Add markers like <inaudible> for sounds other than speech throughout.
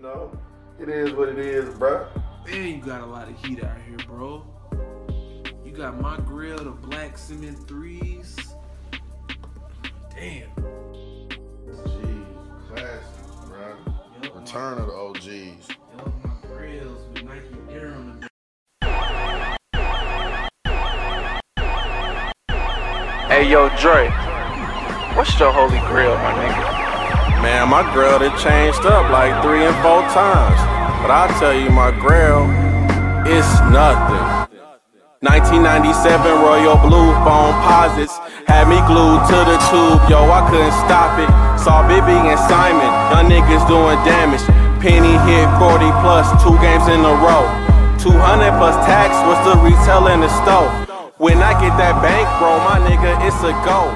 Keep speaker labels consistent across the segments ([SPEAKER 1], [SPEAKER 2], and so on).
[SPEAKER 1] know, it is what it is, bruh.
[SPEAKER 2] Man, you got a lot of heat out here, bro. You got my grill, the black cement threes. Damn.
[SPEAKER 1] Jeez, classic, bruh.
[SPEAKER 2] Yup, my-
[SPEAKER 1] Return of the OGs.
[SPEAKER 2] yup, my grills with Nike Air on the
[SPEAKER 3] Hey yo, Dre, what's your holy grail, my nigga?
[SPEAKER 4] Man, my grill it changed up like three and four times. But I'll tell you my grill, it's nothing. 1997 Royal Blue Bone Posits had me glued to the tube, yo, I couldn't stop it. Saw Bibby and Simon, young niggas doing damage. Penny hit 40 plus, two games in a row. 200 plus tax was the retail in the store. When I get that bankroll, my nigga, it's a go.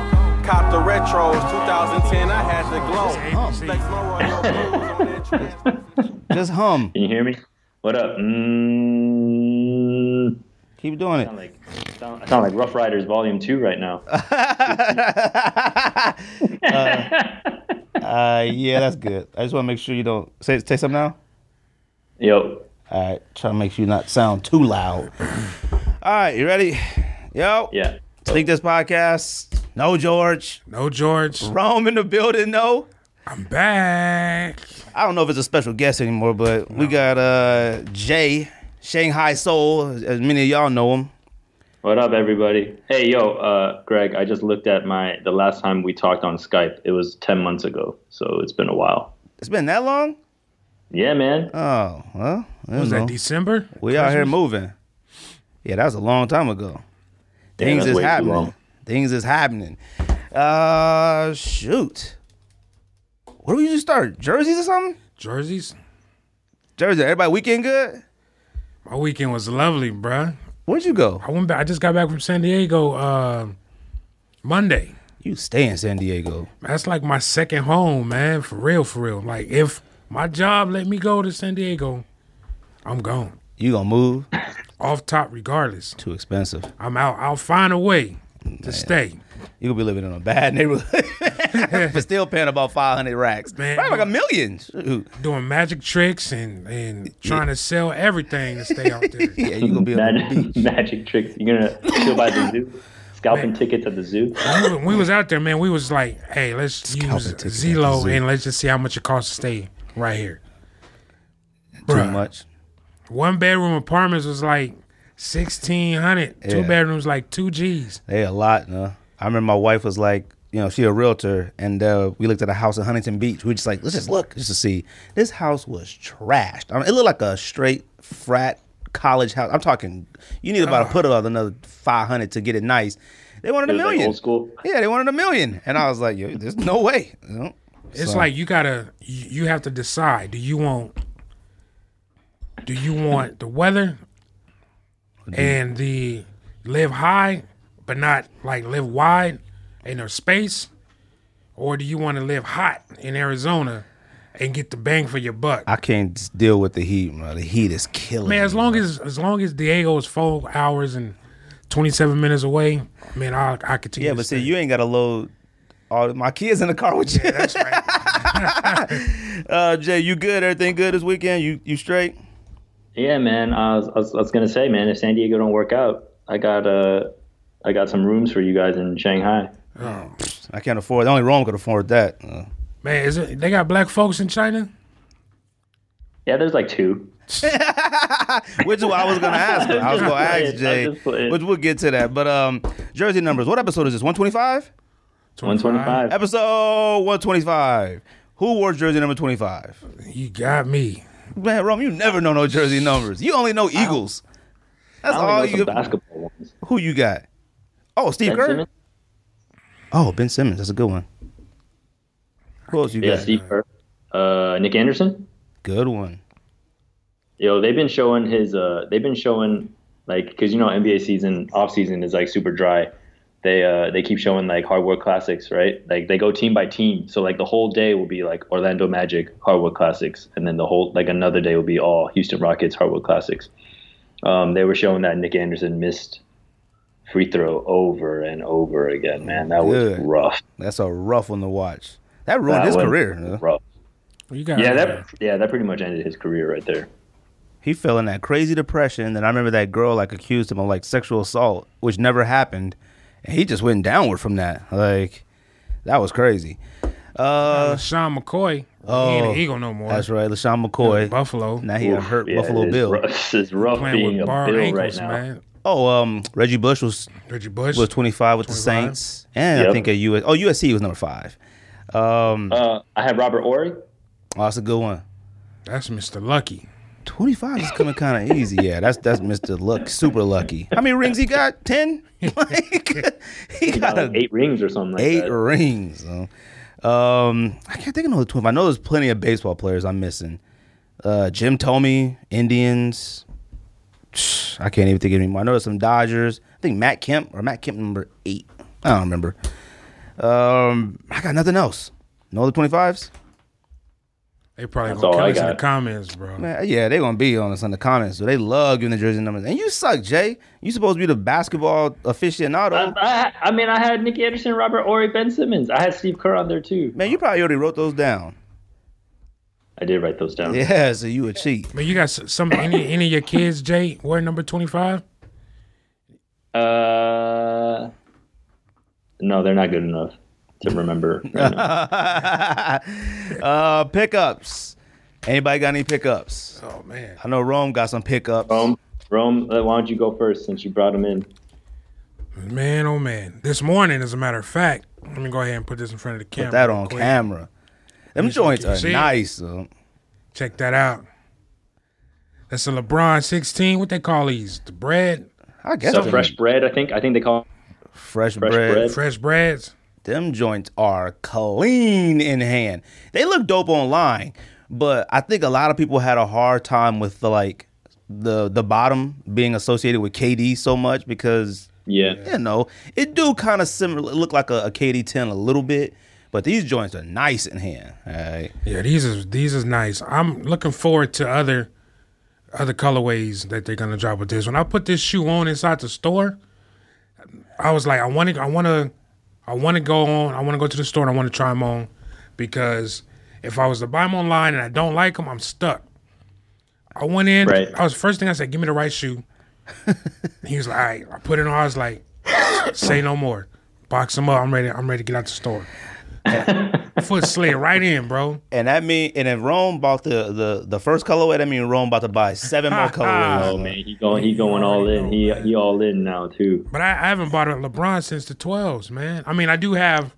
[SPEAKER 4] Cop the retros, 2010, I had the glow. Flex my Royal Blues on that trans-
[SPEAKER 5] Just hum.
[SPEAKER 6] Can you hear me? What up? Mm,
[SPEAKER 5] Keep doing it.
[SPEAKER 6] sound like sound, I sound like Rough Riders Volume Two
[SPEAKER 5] <laughs>
[SPEAKER 6] right now.
[SPEAKER 5] uh, uh, yeah, that's good. I just want to make sure you don't say say something now.
[SPEAKER 6] Yo,
[SPEAKER 5] All right, try to make sure you not sound too loud. All right, you ready? Yo,
[SPEAKER 6] yeah.
[SPEAKER 5] Think this podcast. No, George.
[SPEAKER 7] No, George.
[SPEAKER 5] Rome in the building. No.
[SPEAKER 7] I'm back.
[SPEAKER 5] I don't know if it's a special guest anymore, but we got uh Jay Shanghai Soul, as as many of y'all know him.
[SPEAKER 6] What up, everybody? Hey, yo, uh, Greg. I just looked at my the last time we talked on Skype. It was ten months ago, so it's been a while.
[SPEAKER 5] It's been that long.
[SPEAKER 6] Yeah, man.
[SPEAKER 5] Oh well, I don't
[SPEAKER 7] Was
[SPEAKER 5] know.
[SPEAKER 7] that December?
[SPEAKER 5] we out here moving. Yeah, that was a long time ago. Things
[SPEAKER 6] that's
[SPEAKER 5] is
[SPEAKER 6] way too
[SPEAKER 5] happening.
[SPEAKER 6] long.
[SPEAKER 5] Things is happening. Uh, shoot. What do we just start? Jerseys or something?
[SPEAKER 7] Jerseys.
[SPEAKER 5] Jersey. Everybody weekend good.
[SPEAKER 7] My weekend was lovely, bruh.
[SPEAKER 5] Where'd you go?
[SPEAKER 7] I went back. I just got back from San Diego uh, Monday.
[SPEAKER 5] You stay in San Diego.
[SPEAKER 7] That's like my second home, man. For real, for real. Like if my job let me go to San Diego, I'm gone.
[SPEAKER 5] You gonna move?
[SPEAKER 7] Off top, regardless,
[SPEAKER 5] Too expensive.
[SPEAKER 7] I'm out. I'll find a way to stay.
[SPEAKER 5] You could be living in a bad <laughs> neighborhood, <laughs> but still paying about five hundred racks,
[SPEAKER 7] Man.
[SPEAKER 5] probably like a million. Shoot.
[SPEAKER 7] Doing magic tricks and and trying to sell everything to stay out <laughs> there.
[SPEAKER 5] Yeah, you gonna be on the
[SPEAKER 6] Magic,
[SPEAKER 5] beach.
[SPEAKER 6] <laughs> magic tricks. You're gonna chill by the zoo,
[SPEAKER 5] <laughs>
[SPEAKER 6] scalping tickets at the zoo.
[SPEAKER 7] When we was out there, man, we was like, hey, let's use
[SPEAKER 5] ticket at the zoo.
[SPEAKER 7] Zillow and let's just see how much it costs to stay right here.
[SPEAKER 5] Too
[SPEAKER 7] Bruh.
[SPEAKER 5] much.
[SPEAKER 7] One bedroom apartments was like sixteen hundred.
[SPEAKER 5] Yeah.
[SPEAKER 7] Two bedrooms like two G's.
[SPEAKER 5] They a lot, no. I remember my wife was like, you know, she a realtor, and uh, we looked at a house in Huntington Beach. We were just like, let's just look, just to see. This house was trashed. I mean, it looked like a straight frat college house. I'm talking, you need about a put about another five hundred to get it nice. They wanted
[SPEAKER 6] It
[SPEAKER 5] a
[SPEAKER 6] was Oh. like
[SPEAKER 5] million.
[SPEAKER 6] old school.
[SPEAKER 5] yeah, they wanted a million, and I was like, yo, there's no way. You know?
[SPEAKER 7] It's
[SPEAKER 5] So-
[SPEAKER 7] like you gotta you you have to decide. Do you want do you want the weather and the live high but not like live wide in their space? Or do you want to live hot in Arizona and get the bang for your buck?
[SPEAKER 5] I can't deal with the heat, bro. The heat is killing.
[SPEAKER 7] Man,
[SPEAKER 5] me,
[SPEAKER 7] as long
[SPEAKER 5] bro.
[SPEAKER 7] as as long as Diego is four hours and twenty seven minutes away, man, I I continue.
[SPEAKER 5] yeah,
[SPEAKER 7] to
[SPEAKER 5] but see,
[SPEAKER 7] stay.
[SPEAKER 5] you ain't got to load all my kids in the car with you.
[SPEAKER 7] That's right.
[SPEAKER 5] <laughs> Uh, Jay, you good? Everything good this weekend? You you straight?
[SPEAKER 6] Yeah, man. I was, I was, I was gonna say, man, if San Diego don't work out, I got uh, I got some rooms for you guys in Shanghai.
[SPEAKER 5] I can't afford. Only Rome could afford that.
[SPEAKER 6] <laughs>
[SPEAKER 5] Uh,
[SPEAKER 7] Man, is it they got black folks in China?
[SPEAKER 6] Yeah, there's like two.
[SPEAKER 5] which is what I was gonna ask. Her. I was gonna
[SPEAKER 6] I'll
[SPEAKER 5] ask
[SPEAKER 6] just
[SPEAKER 5] Jay,
[SPEAKER 6] play it.
[SPEAKER 5] which we'll get to that. But um, jersey numbers. What episode is this? One twenty five.
[SPEAKER 6] 125.
[SPEAKER 5] Episode one twenty five. Who wore jersey number twenty five?
[SPEAKER 7] You got me.
[SPEAKER 5] Man, Rome, you never know no jersey numbers. You only know Eagles. That's
[SPEAKER 6] I
[SPEAKER 5] all
[SPEAKER 6] only know
[SPEAKER 5] you.
[SPEAKER 6] some basketball ones.
[SPEAKER 5] Who you got? Oh, Steve
[SPEAKER 6] Ben
[SPEAKER 5] Kerr.
[SPEAKER 6] Simmons?
[SPEAKER 5] Oh, Ben Simmons. That's a good one. Who else you
[SPEAKER 6] Yeah,
[SPEAKER 5] got?
[SPEAKER 6] Steve Kerr. Uh, Nick Anderson.
[SPEAKER 5] Good one.
[SPEAKER 6] Yo, they've been showing his. Uh, they've been showing like because you know NBA season off season is like super dry. They uh, they keep showing like hardwood classics, right? Like they go team by team. So like the whole day will be like Orlando Magic hardwood classics, and then the whole like another day will be all Houston Rockets hardwood classics. Um, they were showing that Nick Anderson missed free throw over and over again. Man, that was
[SPEAKER 5] Good.
[SPEAKER 6] rough.
[SPEAKER 5] That's a rough one to watch. That ruined
[SPEAKER 6] That
[SPEAKER 5] his
[SPEAKER 6] was
[SPEAKER 5] career. huh?
[SPEAKER 6] rough.
[SPEAKER 7] You got
[SPEAKER 6] Yeah, that yeah, that pretty much ended his career right there.
[SPEAKER 5] He fell in that crazy depression. Then I remember that girl like accused him of like sexual assault, which never happened, and he just went downward from that. Like that was crazy. Uh,
[SPEAKER 7] Sean McCoy. he ain't
[SPEAKER 5] oh,
[SPEAKER 7] an Eagle no more.
[SPEAKER 5] that's right, LaShawn McCoy.
[SPEAKER 7] Buffalo.
[SPEAKER 5] Now he a
[SPEAKER 6] Oof,
[SPEAKER 5] hurt
[SPEAKER 6] yeah,
[SPEAKER 5] Buffalo
[SPEAKER 6] it's
[SPEAKER 5] Bill.
[SPEAKER 6] rough- <laughs> It's rough
[SPEAKER 7] Playing
[SPEAKER 6] being a
[SPEAKER 7] with barred
[SPEAKER 6] Bill right
[SPEAKER 7] ankles,
[SPEAKER 6] now.
[SPEAKER 7] man.
[SPEAKER 5] Oh, um, Reggie Bush was
[SPEAKER 7] Reggie Bush.
[SPEAKER 5] was 25 with the
[SPEAKER 7] 25.
[SPEAKER 5] Saints, and I
[SPEAKER 6] Yep.
[SPEAKER 5] think a US. Oh, USC was number five. Um,
[SPEAKER 6] Uh, I had Robert Ory.
[SPEAKER 5] oh, that's a good one.
[SPEAKER 7] That's Mr. Lucky.
[SPEAKER 5] 25 is coming kind of easy. Yeah, that's that's Mr. Luck, super lucky. How many rings he got? 10? <laughs> Like, <laughs> he <laughs> got
[SPEAKER 6] uh, Like
[SPEAKER 5] a
[SPEAKER 6] eight rings or something like
[SPEAKER 5] eight
[SPEAKER 6] that.
[SPEAKER 5] rings. so. Um, I can't think of another twin. I know there's plenty of baseball players I'm missing. Uh, Jim Tomey, Indians. I can't even think of anymore. I know there's some Dodgers. I think Matt Kemp or Matt Kemp number eight. I don't remember. Um, I got nothing else. No other 25s.
[SPEAKER 7] They probably
[SPEAKER 6] That's
[SPEAKER 7] gonna
[SPEAKER 6] all
[SPEAKER 7] kill
[SPEAKER 6] I
[SPEAKER 7] us in the
[SPEAKER 6] got.
[SPEAKER 7] comments, bro.
[SPEAKER 5] Man, yeah, they gonna be on us in the comments. So they love giving the jersey numbers. And you suck, Jay. You supposed to be the basketball aficionado.
[SPEAKER 6] I, I mean, I had Nicky Anderson, Robert Ory, Ben Simmons. I had Steve Kerr on there too.
[SPEAKER 5] Man, you probably already wrote those down. <laughs>
[SPEAKER 6] I did write those down.
[SPEAKER 5] Yeah, so you a cheat.
[SPEAKER 7] But you got s- some any any of your kids, Jay, wear number twenty five?
[SPEAKER 6] Uh, no, they're not good enough to
[SPEAKER 5] <laughs>
[SPEAKER 6] remember. right now.
[SPEAKER 5] uh, pickups. Anybody got any pickups?
[SPEAKER 7] Oh man.
[SPEAKER 5] I know Rome got some pickups.
[SPEAKER 6] Rome, Rome, uh, why don't you go first since you brought him in?
[SPEAKER 7] Man, oh man. This morning, as a matter of fact, let me go ahead and put this in front of the camera.
[SPEAKER 5] Put that
[SPEAKER 7] real
[SPEAKER 5] on
[SPEAKER 7] quick.
[SPEAKER 5] camera. Them joints
[SPEAKER 7] can
[SPEAKER 5] are
[SPEAKER 7] see it.
[SPEAKER 5] nice. though.
[SPEAKER 7] Check that out. That's a LeBron sixteen. What they call these? The bread,
[SPEAKER 5] I guess
[SPEAKER 6] So
[SPEAKER 5] them-
[SPEAKER 6] fresh bread, I think. I think they call.
[SPEAKER 5] fresh,
[SPEAKER 6] fresh
[SPEAKER 5] bread.
[SPEAKER 6] bread.
[SPEAKER 7] fresh breads.
[SPEAKER 5] Them joints are clean in hand. They look dope online, but I think a lot of people had a hard time with the like the the bottom being associated with KD so much because
[SPEAKER 6] Yeah.
[SPEAKER 5] you know, it do kind of similar look like a, a KD10 a little bit, but these joints are nice in hand. All right.
[SPEAKER 7] Yeah, these is these is nice. I'm looking forward to other other colorways that they're gonna drop with this. When I put this shoe on inside the store, I was like, I want to, I want to, I want to go on. I want to go to the store and I want to try them on because if I was to buy them online and I don't like them, I'm stuck. I went in.
[SPEAKER 6] Right.
[SPEAKER 7] I was first thing I said, give me the right shoe. he was like, all right. I put it on. I was like, say no more. Box them up. I'm ready. I'm ready to get out the store. Foot slid right in, bro.
[SPEAKER 5] And that mean and if Rome bought the the the first colorway, that mean Rome about to buy seven more colorways.
[SPEAKER 6] <laughs> Oh man, he going, he going all in. He he all in now too.
[SPEAKER 7] But I, I haven't bought a LeBron since the 12s, man. I mean, I do have,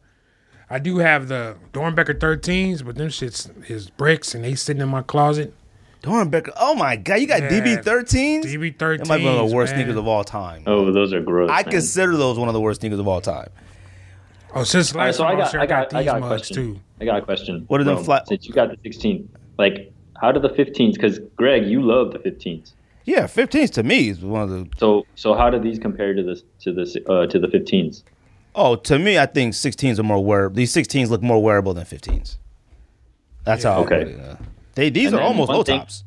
[SPEAKER 7] I do have the Dornbecker 13s, but them shits is bricks and they sitting in my closet.
[SPEAKER 5] Darn Becker. Oh my god, you got
[SPEAKER 7] Yeah.
[SPEAKER 5] DB thirteens?
[SPEAKER 7] DB
[SPEAKER 5] That
[SPEAKER 7] 13s.
[SPEAKER 5] might be one of the worst
[SPEAKER 7] man.
[SPEAKER 5] sneakers of all time.
[SPEAKER 6] Oh, those are gross.
[SPEAKER 5] I
[SPEAKER 6] man.
[SPEAKER 5] consider those one of the worst sneakers of all time.
[SPEAKER 7] Oh, since
[SPEAKER 6] All right,
[SPEAKER 7] last
[SPEAKER 6] so I
[SPEAKER 7] time I was
[SPEAKER 6] got,
[SPEAKER 7] here,
[SPEAKER 6] I got, I
[SPEAKER 7] these
[SPEAKER 6] got a
[SPEAKER 7] mugs
[SPEAKER 6] question.
[SPEAKER 7] too.
[SPEAKER 6] I got a question.
[SPEAKER 5] What are them
[SPEAKER 6] Rome,
[SPEAKER 5] flat-
[SPEAKER 6] Since you got the 16, like, how do the 15s? Because Greg, you love the 15s.
[SPEAKER 5] Yeah, fifteens to me is one of the
[SPEAKER 6] So, so how do these compare to the to the uh, to the 15s?
[SPEAKER 5] Oh, to me, I think sixteens are more wearable. These sixteens look more wearable than fifteens. That's how I
[SPEAKER 6] Okay.
[SPEAKER 5] put it. uh, They these
[SPEAKER 6] And
[SPEAKER 5] are
[SPEAKER 6] then
[SPEAKER 5] almost
[SPEAKER 6] one
[SPEAKER 5] low
[SPEAKER 6] thing-
[SPEAKER 5] tops.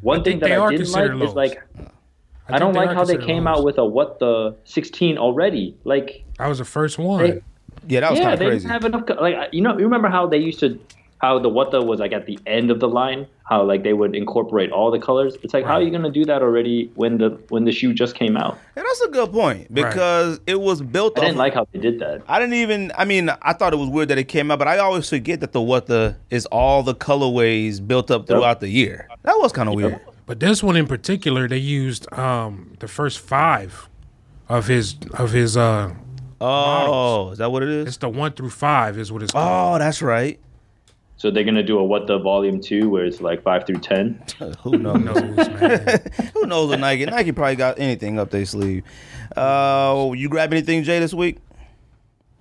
[SPEAKER 6] One thing
[SPEAKER 7] think they
[SPEAKER 6] that
[SPEAKER 7] are
[SPEAKER 6] I didn't like
[SPEAKER 7] considered
[SPEAKER 6] is
[SPEAKER 7] lows.
[SPEAKER 6] like I,
[SPEAKER 7] think
[SPEAKER 6] don't
[SPEAKER 7] they
[SPEAKER 6] like
[SPEAKER 7] are
[SPEAKER 6] how they
[SPEAKER 7] considered
[SPEAKER 6] came
[SPEAKER 7] lows.
[SPEAKER 6] out with a what the 16 already. Like,
[SPEAKER 7] I was the first one.
[SPEAKER 6] They-
[SPEAKER 5] Yeah, that was
[SPEAKER 6] yeah,
[SPEAKER 5] kind
[SPEAKER 6] they
[SPEAKER 5] of crazy.
[SPEAKER 6] didn't have enough. co- Like, I- you know, you remember how they used to. How the what the was like at the end of the line, how like they would incorporate all the colors. It's like how are you gonna do that already when the when the shoe just came out?
[SPEAKER 5] And that's a good point because it was built.
[SPEAKER 6] I
[SPEAKER 5] off
[SPEAKER 6] didn't like how they did that.
[SPEAKER 5] I didn't even. I mean, I thought it was weird that it came out, but I always forget that the what the is all the colorways built up throughout the year. That was kind of weird.
[SPEAKER 7] But this one in particular, they used um, the first five of his of his. uh
[SPEAKER 5] Oh, is that what it
[SPEAKER 7] It's
[SPEAKER 5] is?
[SPEAKER 7] the one through five is what it's called.
[SPEAKER 5] Oh, that's right. <laughs>
[SPEAKER 6] So they're gonna do a what the volume two, where it's like five through ten.
[SPEAKER 5] Who knows?
[SPEAKER 7] Those, man.
[SPEAKER 5] Who knows what Nike? Nike probably got anything up their sleeve. Uh, you grab anything, Jay, this week?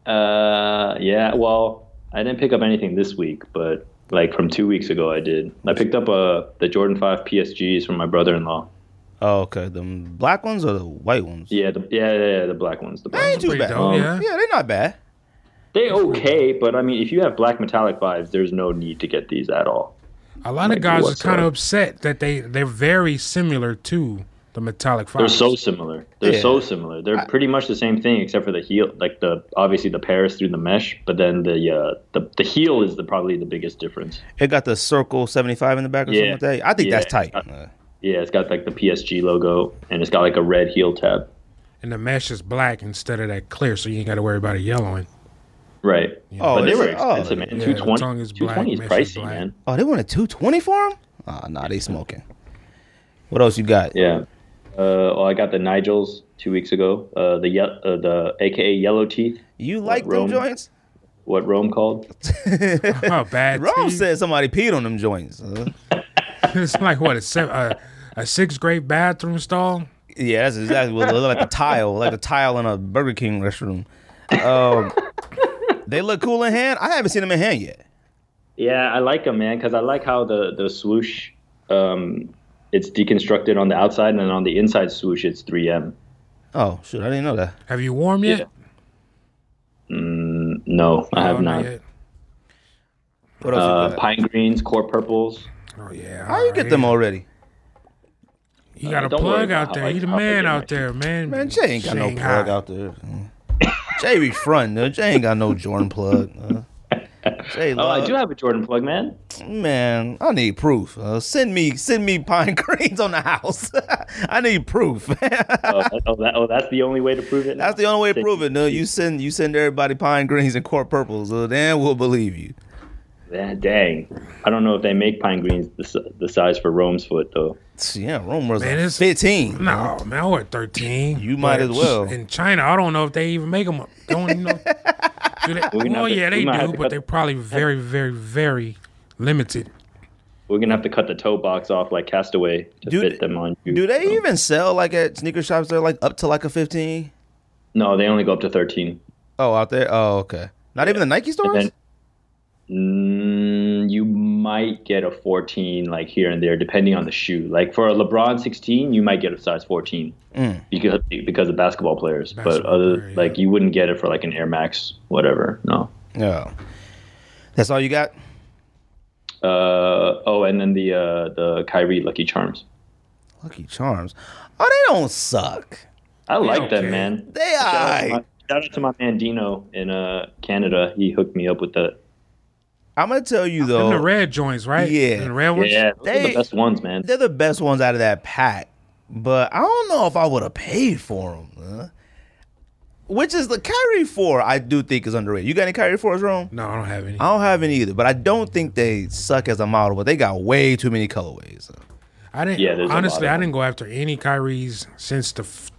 [SPEAKER 6] Uh, yeah. Well, I didn't pick up anything this week, but like from two weeks ago, I did. I picked up uh the Jordan Five PSGs from my brother-in-law.
[SPEAKER 5] Oh, okay. The black ones or the white ones?
[SPEAKER 6] Yeah, the, yeah, yeah, yeah, the black ones. The black
[SPEAKER 5] They ain't
[SPEAKER 6] ones.
[SPEAKER 5] too bad.
[SPEAKER 7] Pretty
[SPEAKER 5] Um,
[SPEAKER 7] dope, yeah.
[SPEAKER 5] yeah, they're not bad.
[SPEAKER 6] They okay, but I mean, if you have black metallic fives, there's no need to get these at all.
[SPEAKER 7] A lot of
[SPEAKER 6] Like,
[SPEAKER 7] guys are
[SPEAKER 6] what's
[SPEAKER 7] kind of
[SPEAKER 6] up?
[SPEAKER 7] upset that they they're very similar to the metallic
[SPEAKER 6] They're
[SPEAKER 7] fibers.
[SPEAKER 6] so similar. They're
[SPEAKER 5] Yeah.
[SPEAKER 6] so similar. They're pretty much the same thing except for the heel, like the obviously the pair is through the mesh, but then the uh, the the heel is the probably the biggest difference.
[SPEAKER 5] It got the circle seventy five in the back or something
[SPEAKER 6] Yeah.
[SPEAKER 5] like that. I think that's
[SPEAKER 6] Yeah.
[SPEAKER 5] tight. Uh,
[SPEAKER 6] Yeah, it's got like the PSG logo and it's got like a red heel tab.
[SPEAKER 7] and the mesh is black instead of that clear, so you ain't got to worry about it
[SPEAKER 5] <laughs>
[SPEAKER 7] yellowing.
[SPEAKER 6] Right.
[SPEAKER 5] Oh,
[SPEAKER 6] but they
[SPEAKER 5] it's-
[SPEAKER 6] were
[SPEAKER 5] oh,
[SPEAKER 6] expensive, man.
[SPEAKER 5] yeah,
[SPEAKER 6] Two twenty.
[SPEAKER 7] tongue is
[SPEAKER 6] Two twenty is
[SPEAKER 7] black, mesh is
[SPEAKER 6] pricey,
[SPEAKER 7] black.
[SPEAKER 6] man.
[SPEAKER 5] oh, they wanted two twenty for him. Ah, nah, they smoking. What else you got?
[SPEAKER 6] Yeah. Uh, well, I got the Nigels two weeks ago. Uh, the ye- uh, the AKA Yellow Teeth,
[SPEAKER 5] You like them
[SPEAKER 6] Rome.
[SPEAKER 5] joints?
[SPEAKER 6] what Rome called.
[SPEAKER 7] Oh, bad.
[SPEAKER 5] Rome
[SPEAKER 7] tea.
[SPEAKER 5] said somebody peed on them joints. Uh,
[SPEAKER 7] <laughs> it's like what a seven, a, a sixth grade bathroom stall.
[SPEAKER 5] yeah, that's exactly what it looked like the tile, like the tile in a Burger King restroom. Um, they look cool in hand. I haven't seen them in hand yet.
[SPEAKER 6] Yeah, I like them, man, because I like how the the swoosh, um, it's deconstructed on the outside, and then on the inside swoosh, it's 3M.
[SPEAKER 5] Oh shoot, I didn't know that.
[SPEAKER 7] Have you warm yet?
[SPEAKER 6] Mm, no, I have
[SPEAKER 7] Oh,
[SPEAKER 6] not.
[SPEAKER 7] yet.
[SPEAKER 5] What else?
[SPEAKER 6] Uh,
[SPEAKER 5] you got?
[SPEAKER 6] pine greens, core purples.
[SPEAKER 7] Oh yeah.
[SPEAKER 5] How you get them already?
[SPEAKER 7] You got a
[SPEAKER 6] Don't worry
[SPEAKER 7] plug
[SPEAKER 6] about
[SPEAKER 7] out
[SPEAKER 6] how
[SPEAKER 7] there.
[SPEAKER 6] I-
[SPEAKER 7] You the
[SPEAKER 6] how I
[SPEAKER 7] man
[SPEAKER 6] get
[SPEAKER 7] out
[SPEAKER 6] my-
[SPEAKER 7] there, man.
[SPEAKER 5] Man, Jay ain't got no
[SPEAKER 7] Shanghai.
[SPEAKER 5] plug out there. Jay be front, though. Jay ain't got no Jordan plug. Uh, Jay,
[SPEAKER 6] Oh, I
[SPEAKER 7] Uh,
[SPEAKER 5] love-
[SPEAKER 6] do have a Jordan plug, man.
[SPEAKER 5] man, I need proof. Uh, send me, send me pine <laughs> greens on the house. <laughs> I need proof. <laughs>
[SPEAKER 6] Oh, that, oh, that, oh, that's the only way to prove it.
[SPEAKER 5] That's the only way to
[SPEAKER 6] Thank
[SPEAKER 5] prove it. No, you send, you send everybody pine greens and court purples. Uh, then we'll believe you.
[SPEAKER 6] Yeah, Eh, dang, I don't know if they make pine greens the, si- the size for Rome's foot though.
[SPEAKER 5] Yeah, rumors.
[SPEAKER 7] Man,
[SPEAKER 5] are
[SPEAKER 7] it's-
[SPEAKER 5] fifteen.
[SPEAKER 7] No, man, I wear 13.
[SPEAKER 5] You might
[SPEAKER 7] But
[SPEAKER 5] as well.
[SPEAKER 7] In China, I don't know if they even make them. Don't
[SPEAKER 5] <laughs>
[SPEAKER 7] even know. Do they?
[SPEAKER 6] We might
[SPEAKER 7] Well,
[SPEAKER 6] have to-
[SPEAKER 7] yeah, they
[SPEAKER 6] we might have
[SPEAKER 7] do,
[SPEAKER 6] to
[SPEAKER 7] but
[SPEAKER 6] cut-
[SPEAKER 7] they're probably very, very, very limited.
[SPEAKER 6] We're gonna have to cut the toe box off like Castaway to
[SPEAKER 5] Do-
[SPEAKER 6] fit them on you.
[SPEAKER 5] Do they
[SPEAKER 6] so.
[SPEAKER 5] even sell like at sneaker shops? They're like up to like a fifteen.
[SPEAKER 6] No, they only go up to thirteen.
[SPEAKER 5] Oh, out there. Oh, okay. Not even the Nike
[SPEAKER 6] And
[SPEAKER 5] stores.
[SPEAKER 6] then mm, you might get a 14 like here and there depending on the shoe. Like for a LeBron 16, you might get a size 14 because because of basketball players. but
[SPEAKER 7] Basketball
[SPEAKER 6] other
[SPEAKER 7] player, yeah.
[SPEAKER 6] like you wouldn't get it for like an Air Max whatever. No.
[SPEAKER 5] Yeah. That's all you got.
[SPEAKER 6] Uh, oh, and then the uh, the Kyrie Lucky Charms.
[SPEAKER 5] Lucky Charms. Oh, they don't suck.
[SPEAKER 6] I like
[SPEAKER 7] okay.
[SPEAKER 6] them, man.
[SPEAKER 5] They
[SPEAKER 6] Shout
[SPEAKER 5] are.
[SPEAKER 6] out, to my, shout out to my man Dino in uh, Canada. He hooked me up with the
[SPEAKER 5] I'm gonna tell you
[SPEAKER 7] Them the
[SPEAKER 5] though,
[SPEAKER 7] red joints, right?
[SPEAKER 5] Yeah.
[SPEAKER 7] Them the red ones.
[SPEAKER 6] yeah, those are
[SPEAKER 5] They-
[SPEAKER 6] the best ones, man.
[SPEAKER 5] they're the best ones out of that pack. But I don't know if I would have paid for them. Huh? Which is the Kyrie Four. I do think is underrated. You got any Kyrie Fours, Rome?
[SPEAKER 7] No, I don't have any.
[SPEAKER 5] I don't have any either, but I don't think they suck as a model. But they got way too many colorways.
[SPEAKER 7] I didn't.
[SPEAKER 6] Yeah, there's a
[SPEAKER 7] honestly,
[SPEAKER 6] lot of
[SPEAKER 7] I didn't go after any Kyrie's since the f-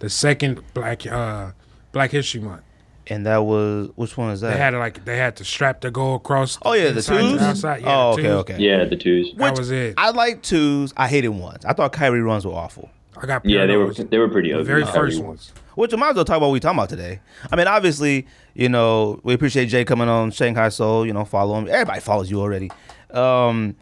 [SPEAKER 7] the second Black uh Black History Month.
[SPEAKER 5] And that was which one is that?
[SPEAKER 7] They had like they had to strap to go across.
[SPEAKER 5] oh yeah, the
[SPEAKER 7] inside to
[SPEAKER 5] twos.
[SPEAKER 7] outside. Yeah,
[SPEAKER 5] oh
[SPEAKER 7] the
[SPEAKER 5] okay,
[SPEAKER 7] twos.
[SPEAKER 5] okay.
[SPEAKER 6] yeah, the twos.
[SPEAKER 7] That
[SPEAKER 5] Which-
[SPEAKER 7] was it. I,
[SPEAKER 5] I like twos. I hated ones. I thought Kyrie runs were awful.
[SPEAKER 7] got
[SPEAKER 6] Yeah, they were
[SPEAKER 7] Pyrrhos.
[SPEAKER 6] they were pretty
[SPEAKER 7] the
[SPEAKER 6] ugly.
[SPEAKER 7] very
[SPEAKER 6] Kyrie
[SPEAKER 7] first
[SPEAKER 6] ones.
[SPEAKER 7] ones.
[SPEAKER 5] Which I might as well talk about what we talking about today. I mean, obviously, you know, we appreciate Jay coming on Shanghai Soul. You know, follow him. Everybody follows you already. Um,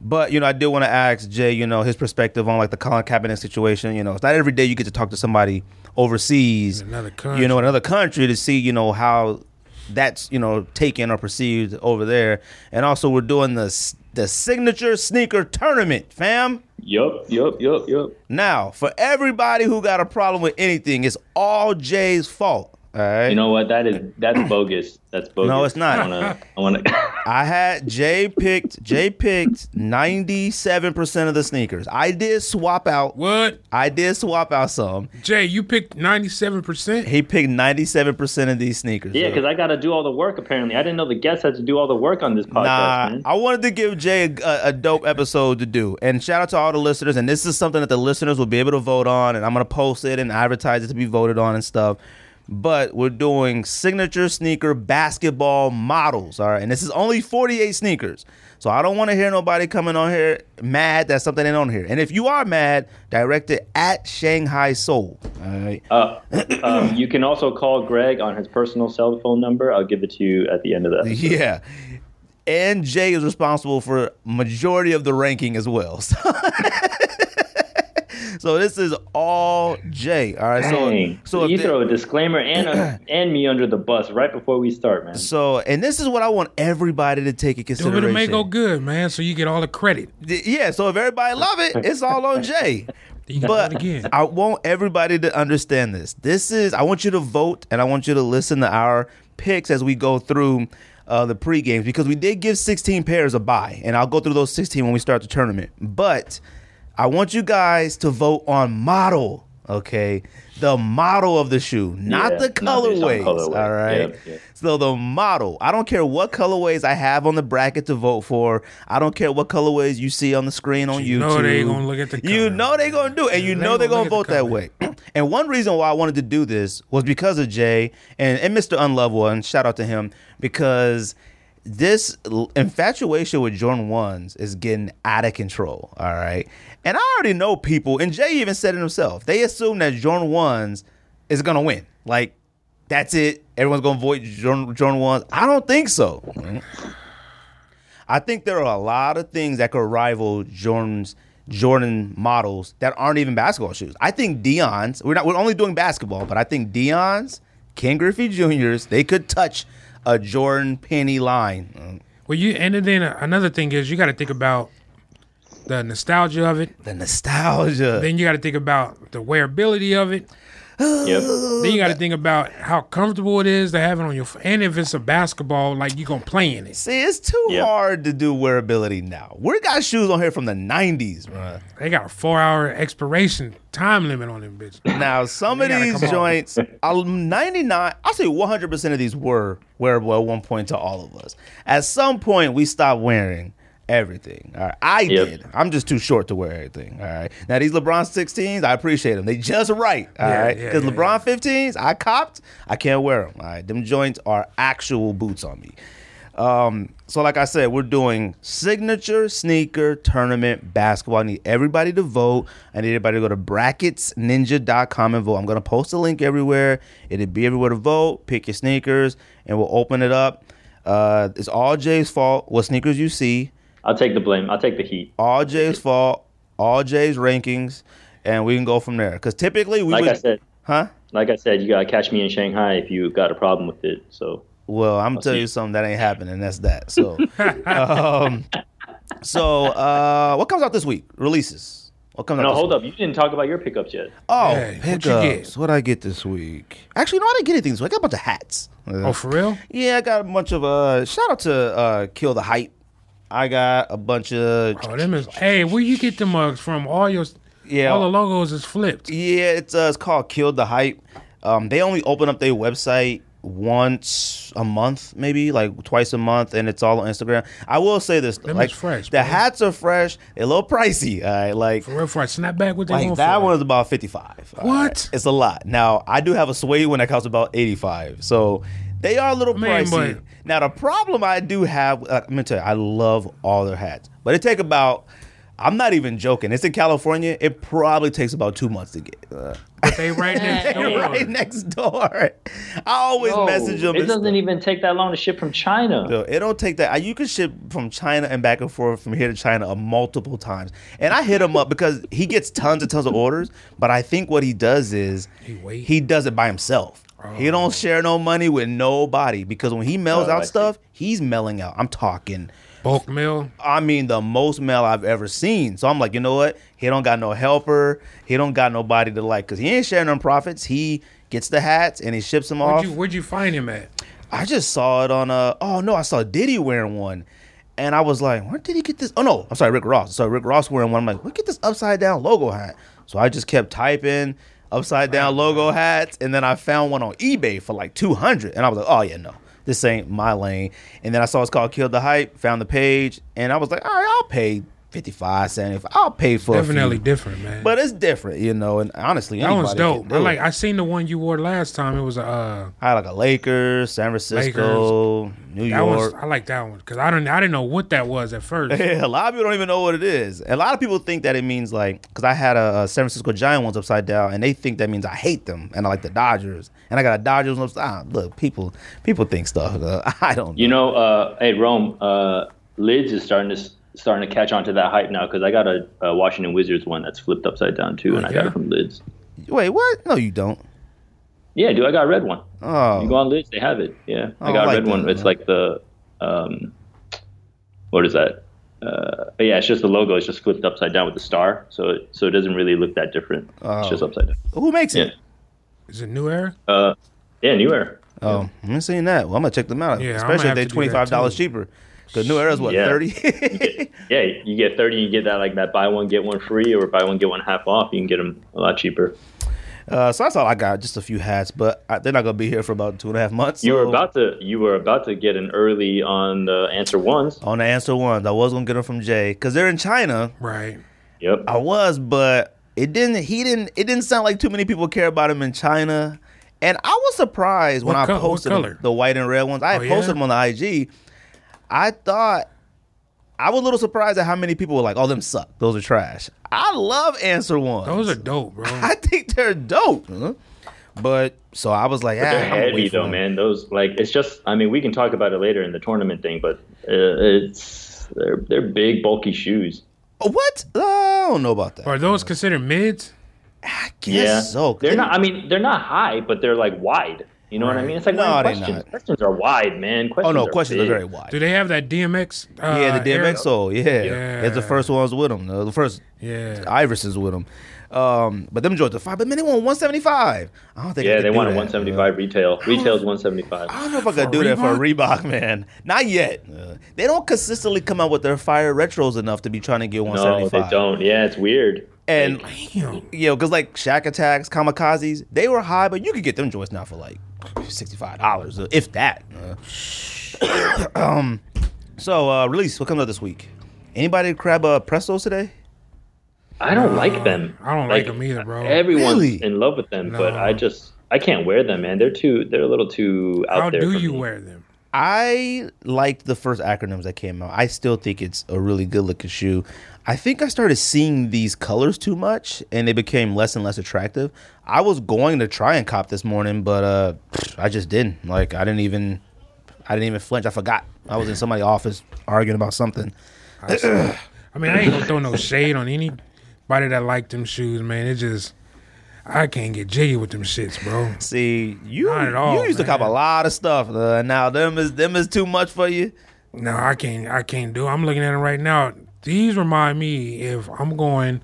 [SPEAKER 5] but you know, I did want to ask Jay, you know, his perspective on like the Colin Kaepernick situation. You know, it's not every day you get to talk to somebody overseas,
[SPEAKER 7] In another
[SPEAKER 5] you know,
[SPEAKER 7] country.
[SPEAKER 5] in another country to see, you know, how that's you know taken or perceived over there. And also, we're doing the s- the signature sneaker tournament, fam.
[SPEAKER 6] Yup, yup, yup, yup.
[SPEAKER 5] Now, for everybody who got a problem with anything, it's all Jay's fault. All right.
[SPEAKER 6] You know what? That is that's bogus. That's bogus.
[SPEAKER 5] No, it's not.
[SPEAKER 6] I wanna.
[SPEAKER 5] <laughs>
[SPEAKER 6] I wanna
[SPEAKER 5] I had Jay picked Jay picked 97% of the sneakers. I did swap out
[SPEAKER 7] What?
[SPEAKER 5] I did swap out some.
[SPEAKER 7] Jay, you picked ninety seven percent.
[SPEAKER 5] He picked 97% of these sneakers.
[SPEAKER 6] yeah, because I got to do all the work. Apparently, I didn't know the guests had to do all the work on this podcast.
[SPEAKER 5] Nah,
[SPEAKER 6] man.
[SPEAKER 5] I wanted to give Jay a, a- a dope episode to do. And shout out to all the listeners. And this is something that the listeners will be able to vote on. And I'm going to post it and advertise it to be voted on and stuff. But we're doing signature sneaker basketball models. All right. And this is only 48 sneakers. So I don't want to hear nobody coming on here mad that something ain't on here. And if you are mad, direct it at Shanghai Soul. All right.
[SPEAKER 6] Uh, um, you can also call Greg on his personal cell phone number. I'll give it to you at the end of that.
[SPEAKER 5] Yeah. And Jay is responsible for majority of the ranking as well. <laughs> So, So this is all Jay. All right.
[SPEAKER 6] Dang.
[SPEAKER 5] So so
[SPEAKER 6] you
[SPEAKER 5] if the-
[SPEAKER 6] throw a disclaimer
[SPEAKER 5] <coughs>
[SPEAKER 6] and a, and me under the bus right before we start, man.
[SPEAKER 5] so and this is what I want everybody to take in
[SPEAKER 7] Do it
[SPEAKER 5] consideration.
[SPEAKER 7] to make go good, man. So you get all the credit.
[SPEAKER 5] Th- Yeah, so if everybody love it, it's all on Jay.
[SPEAKER 7] Then you got
[SPEAKER 5] But
[SPEAKER 7] to do it again.
[SPEAKER 5] I want everybody to understand this. This is I want you to vote and I want you to listen to our picks as we go through uh, the pre games because we did give 16 pairs a bye, and I'll go through those 16 when we start the tournament. But I want you guys to vote on model, okay? The model of the shoe, not
[SPEAKER 6] Yeah,
[SPEAKER 5] the
[SPEAKER 6] not based on
[SPEAKER 5] colorways.
[SPEAKER 6] colorway.
[SPEAKER 5] All right.
[SPEAKER 6] Yeah, yeah.
[SPEAKER 5] So the model, I don't care what colorways I have on the bracket to vote for. I don't care what colorways you see on the screen on
[SPEAKER 7] You
[SPEAKER 5] YouTube.
[SPEAKER 7] know they gonna look at the
[SPEAKER 5] You
[SPEAKER 7] color.
[SPEAKER 5] know they gonna do it, and you
[SPEAKER 7] They
[SPEAKER 5] know they're gonna
[SPEAKER 7] gonna
[SPEAKER 5] vote
[SPEAKER 7] look
[SPEAKER 5] that
[SPEAKER 7] at the
[SPEAKER 5] way. <clears throat> and one reason why I wanted to do this was because of Jay and, and Mr. Unlovable, and shout out to him because this l- infatuation with Jordan ones is getting out of control. All right, and I already know people, and Jay even said it himself. They assume that Jordan ones is gonna win. Like that's it. Everyone's gonna vote Jordan, Jordan ones. I don't think so. I think there are a lot of things that could rival Jordan's Jordan models that aren't even basketball shoes. I think Dion's. We're not. We're only doing basketball, but I think Dion's, Ken Griffey Jr.'s. They could touch a Jordan penny line. Mm,
[SPEAKER 7] Well, you and then uh, another thing is you got to think about the nostalgia of it.
[SPEAKER 5] The nostalgia.
[SPEAKER 7] Then you got to think about the wearability of it.
[SPEAKER 6] Yep.
[SPEAKER 7] Then you got to think about how comfortable it is to have it on your. f- And if it's a basketball, like you gonna play in it.
[SPEAKER 5] See, it's too
[SPEAKER 6] Yeah.
[SPEAKER 5] hard to do wearability now. We got shoes on here from the '90s, bruh.
[SPEAKER 7] They got a four hour expiration time limit on them bitches.
[SPEAKER 5] Now, some of
[SPEAKER 7] gotta
[SPEAKER 5] these
[SPEAKER 7] come on.
[SPEAKER 5] joints, I'll- 99, I'll say 100% of these were wearable at one point to all of us. At some point, we stopped wearing everything. All right. I
[SPEAKER 6] Yep.
[SPEAKER 5] did. I'm just too short to wear everything. All right. Now, these LeBron 16s, I appreciate them. They just right. all
[SPEAKER 7] Yeah,
[SPEAKER 5] right,
[SPEAKER 7] yeah,
[SPEAKER 5] Because
[SPEAKER 7] yeah,
[SPEAKER 5] LeBron 15s, I copped. I can't wear them. All right. Them joints are actual boots on me. Um, so like I said, we're doing signature sneaker tournament basketball. I need everybody to vote. I need everybody to go to bracketsninja.com and vote. I'm gonna post a link everywhere. It'll be everywhere to vote. Pick your sneakers, and we'll open it up. Uh, it's all Jay's fault. What sneakers you see?
[SPEAKER 6] I'll take the blame. I'll take the heat.
[SPEAKER 5] All Jay's fault. All Jay's rankings, and we can go from there. Because typically we
[SPEAKER 6] Like
[SPEAKER 5] would,
[SPEAKER 6] I said,
[SPEAKER 5] huh?
[SPEAKER 6] like I said, you gotta catch me in Shanghai if you got a problem with it. So
[SPEAKER 5] Well, I'm telling
[SPEAKER 6] Oh, see.
[SPEAKER 5] you something that ain't happening. That's that.
[SPEAKER 6] <laughs>
[SPEAKER 5] So, um, so uh, what comes out this week? Releases. What comes out?
[SPEAKER 6] no,
[SPEAKER 5] this
[SPEAKER 6] hold
[SPEAKER 5] week?
[SPEAKER 6] up. You didn't talk about your pickups yet.
[SPEAKER 5] Oh,
[SPEAKER 7] Hey, what you get?
[SPEAKER 5] pickups. What I get this week? Actually, no, I didn't get anything this week. I got a bunch of hats.
[SPEAKER 7] Oh, for real?
[SPEAKER 5] yeah, I got a bunch of. Uh, shout out to uh, Kill the Hype. I got a bunch of.
[SPEAKER 7] Oh, them is. Hey, where you get the mugs from? All your,
[SPEAKER 5] Yeah.
[SPEAKER 7] all the logos is flipped.
[SPEAKER 5] Yeah, it's uh, it's called Killed the Hype. Um, they only open up their website once a month, maybe like twice a month, and it's all on Instagram. I will say this, though,
[SPEAKER 7] Them
[SPEAKER 5] like
[SPEAKER 7] is fresh,
[SPEAKER 5] the
[SPEAKER 7] bro.
[SPEAKER 5] hats are fresh, they're a little pricey. All right, like
[SPEAKER 7] For real, for a snapback, what they
[SPEAKER 5] like
[SPEAKER 7] want
[SPEAKER 5] that
[SPEAKER 7] for?
[SPEAKER 5] one's about fifty five.
[SPEAKER 7] What?
[SPEAKER 5] It's a lot. Now I do have a suede one that costs about eighty five, so they are a little
[SPEAKER 7] Man,
[SPEAKER 5] pricey.
[SPEAKER 7] but-
[SPEAKER 5] now the problem I do have, uh, I'm gonna tell you, I love all their hats, but it take about. I'm not even joking. It's in California. It probably takes about two months to get. Uh,
[SPEAKER 7] But they right
[SPEAKER 5] <laughs>
[SPEAKER 7] next door.
[SPEAKER 5] right next door. I always
[SPEAKER 6] No,
[SPEAKER 5] message them.
[SPEAKER 6] It
[SPEAKER 5] and
[SPEAKER 6] doesn't e-
[SPEAKER 5] stuff.
[SPEAKER 6] even take that long to ship from China.
[SPEAKER 5] So it don't take that. You can ship from China and back and forth from here to China uh, multiple times. And I hit him up because he gets tons and tons of orders. But I think what he does is he,
[SPEAKER 7] wait. Oh.
[SPEAKER 5] does it by himself. He don't share no money with nobody because when he mails
[SPEAKER 6] Oh, I
[SPEAKER 5] out
[SPEAKER 6] see.
[SPEAKER 5] stuff, he's mailing out. I'm talking.
[SPEAKER 7] Bulk mill.
[SPEAKER 5] I mean, the most mail I've ever seen. So I'm like, you know what? He don't got no helper. He don't got nobody to like because he ain't sharing them profits. He gets the hats and he ships them off.
[SPEAKER 7] Where'd you, where'd you find him at?
[SPEAKER 5] I just saw it on a. Oh no, I saw Diddy wearing one, and I was like, where did he get this? Oh no, I'm sorry, Rick Ross. So Rick Ross wearing one. I'm like, where get this upside down logo hat? So I just kept typing upside down logo hats, and then I found one on eBay for like 200, and I was like, oh yeah, no, this ain't my lane. And then I saw it's called Kill the Hype, found the page, and I was like, all right, I'll pay 55, 75, I'll pay for a few.
[SPEAKER 7] Definitely different, man.
[SPEAKER 5] But it's different, you know. And honestly,
[SPEAKER 7] that one's
[SPEAKER 5] anybody can
[SPEAKER 7] dope.
[SPEAKER 5] do
[SPEAKER 7] I
[SPEAKER 5] it.
[SPEAKER 7] like. I seen the one you wore last time. It was a. Uh,
[SPEAKER 5] I had like a Lakers, San Francisco, New
[SPEAKER 7] that
[SPEAKER 5] York.
[SPEAKER 7] one's, I like that one because I don't. I didn't know what that was at first.
[SPEAKER 5] Yeah, a lot of people don't even know what it is. A lot of people think that it means like because I had a, a San Francisco Giant ones upside down, and they think that means I hate them and I like the Dodgers, and I got a Dodgers ones upside. Ah, look, people, people think stuff. uh, <laughs> I don't.
[SPEAKER 6] You know, uh, hey Rome, uh, Lids is starting to starting to catch on to that hype now because I got a, a Washington Wizards one that's flipped upside down too, and I got
[SPEAKER 7] yeah?
[SPEAKER 6] it from Lids.
[SPEAKER 5] Wait, what? No, you don't.
[SPEAKER 6] Yeah, dude, I got a red one. You
[SPEAKER 5] Oh,
[SPEAKER 6] go on Lids, they have it. Yeah,
[SPEAKER 5] Oh,
[SPEAKER 6] I got
[SPEAKER 5] I
[SPEAKER 6] a
[SPEAKER 5] like
[SPEAKER 6] red one.
[SPEAKER 5] that,
[SPEAKER 6] It's
[SPEAKER 5] man.
[SPEAKER 6] like the um, what is that? Uh, but yeah, it's just the logo. It's just flipped upside down with the star, so it, so it doesn't really look that different. It's
[SPEAKER 5] Oh.
[SPEAKER 6] just upside down.
[SPEAKER 5] Who makes it?
[SPEAKER 7] Is it New Era?
[SPEAKER 6] Uh, yeah, New Era.
[SPEAKER 5] Oh, I haven't seen that. Well, I'm gonna check them out.
[SPEAKER 7] Yeah, I'm
[SPEAKER 5] especially
[SPEAKER 7] gonna
[SPEAKER 5] if
[SPEAKER 7] have
[SPEAKER 5] they
[SPEAKER 7] to do
[SPEAKER 5] twenty
[SPEAKER 7] that
[SPEAKER 5] five dollars
[SPEAKER 7] too.
[SPEAKER 5] cheaper. Because New Era's what
[SPEAKER 6] Yeah.
[SPEAKER 5] thirty. <laughs>
[SPEAKER 6] Yeah, you get thirty, you get that like that buy one get one free, or buy one get one half off. You can get them a lot cheaper.
[SPEAKER 5] uh, so that's all I got. Just a few hats, but I, they're not gonna be here for about two and a half months.
[SPEAKER 6] You were
[SPEAKER 5] so-
[SPEAKER 6] about to you were about to get an early on the answer ones.
[SPEAKER 5] on the answer ones. I was gonna get them from Jay because they're in China.
[SPEAKER 7] Right.
[SPEAKER 6] Yep.
[SPEAKER 5] I was, but it didn't. He didn't. It didn't sound like too many people care about him in China. And I was surprised when
[SPEAKER 7] What
[SPEAKER 5] I
[SPEAKER 7] co- what
[SPEAKER 5] posted them,
[SPEAKER 7] color?
[SPEAKER 5] the white and red ones. I had
[SPEAKER 7] Oh,
[SPEAKER 5] posted
[SPEAKER 7] yeah?
[SPEAKER 5] them on the IG. I thought I was a little surprised at how many people were like, "Oh, them suck. Those are trash." I love answer ones.
[SPEAKER 7] Those are dope, bro.
[SPEAKER 5] <laughs> I think they're dope. huh? But so I was like, ah,
[SPEAKER 6] They're
[SPEAKER 5] I'm gonna
[SPEAKER 6] heavy
[SPEAKER 5] wait for
[SPEAKER 6] though,
[SPEAKER 5] them."
[SPEAKER 6] man. Those like it's just. I mean, we can talk about it later in the tournament thing, but uh, it's they're they're big, bulky shoes.
[SPEAKER 5] What? Uh, I don't know about that.
[SPEAKER 7] Are those considered mids?
[SPEAKER 5] I guess
[SPEAKER 6] Yeah,
[SPEAKER 5] so.
[SPEAKER 6] they're not. I mean, they're not high, but they're like wide. You know what I mean? It's like
[SPEAKER 5] No,
[SPEAKER 6] wearing
[SPEAKER 5] they're
[SPEAKER 6] questions.
[SPEAKER 5] not.
[SPEAKER 6] Questions are wide, man.
[SPEAKER 5] Oh
[SPEAKER 6] Questions
[SPEAKER 5] no,
[SPEAKER 6] are
[SPEAKER 5] questions are
[SPEAKER 6] big.
[SPEAKER 5] very wide.
[SPEAKER 7] Do they have that DMX? Uh,
[SPEAKER 5] yeah, the
[SPEAKER 7] era?
[SPEAKER 5] DMX soul. Yeah.
[SPEAKER 7] Yeah.
[SPEAKER 5] it's the first ones with him. The first
[SPEAKER 7] Yeah.
[SPEAKER 5] Iverson's with him. Um, but them joints are five. But man, they want one seventy five. I don't think. I
[SPEAKER 6] Yeah,
[SPEAKER 5] could
[SPEAKER 6] they
[SPEAKER 5] do
[SPEAKER 6] want a
[SPEAKER 5] that,
[SPEAKER 6] 175
[SPEAKER 5] uh,
[SPEAKER 6] retail.
[SPEAKER 5] <gasps>
[SPEAKER 6] Retail's 175.
[SPEAKER 5] I don't know if I could do that for a Reebok, man. Not yet. Uh, they don't consistently come out with their fire retros enough to be trying to get one
[SPEAKER 6] No,
[SPEAKER 5] seventy five.
[SPEAKER 6] they don't. Yeah, it's weird.
[SPEAKER 5] And
[SPEAKER 7] Damn.
[SPEAKER 5] you know, because like Shack Attacks, Kamikazes, they were high, but you could get them joints now for like sixty-five dollars, if that. Uh, um, <coughs> so uh, release what comes out this week? Anybody grab uh, Prestos today?
[SPEAKER 6] I don't like them.
[SPEAKER 7] I don't like them either, bro.
[SPEAKER 6] Everyone's
[SPEAKER 5] Really?
[SPEAKER 6] in love with them, but
[SPEAKER 7] No.
[SPEAKER 6] I just I can't wear them, man. They're too. They're a little too out
[SPEAKER 7] How
[SPEAKER 6] there.
[SPEAKER 7] do
[SPEAKER 6] for
[SPEAKER 7] you
[SPEAKER 6] me.
[SPEAKER 7] wear them?
[SPEAKER 5] I liked the first acronyms that came out. I still think it's a really good looking shoe. I think I started seeing these colors too much and they became less and less attractive. I was going to try and cop this morning, but uh I just didn't. Like I didn't even I didn't even flinch. I forgot. I was in somebody's office arguing about something.
[SPEAKER 7] I mean, I ain't gonna throw no shade on anybody that like them shoes, man. It just I can't get jiggy with them shits, bro.
[SPEAKER 5] See, you
[SPEAKER 7] Not at all,
[SPEAKER 5] you used to cop a
[SPEAKER 7] man.
[SPEAKER 5] lot of stuff. Uh, now them is them is too much for you.
[SPEAKER 7] No, I can't. I can't do. it. I'm looking at them right now. These remind me if I'm going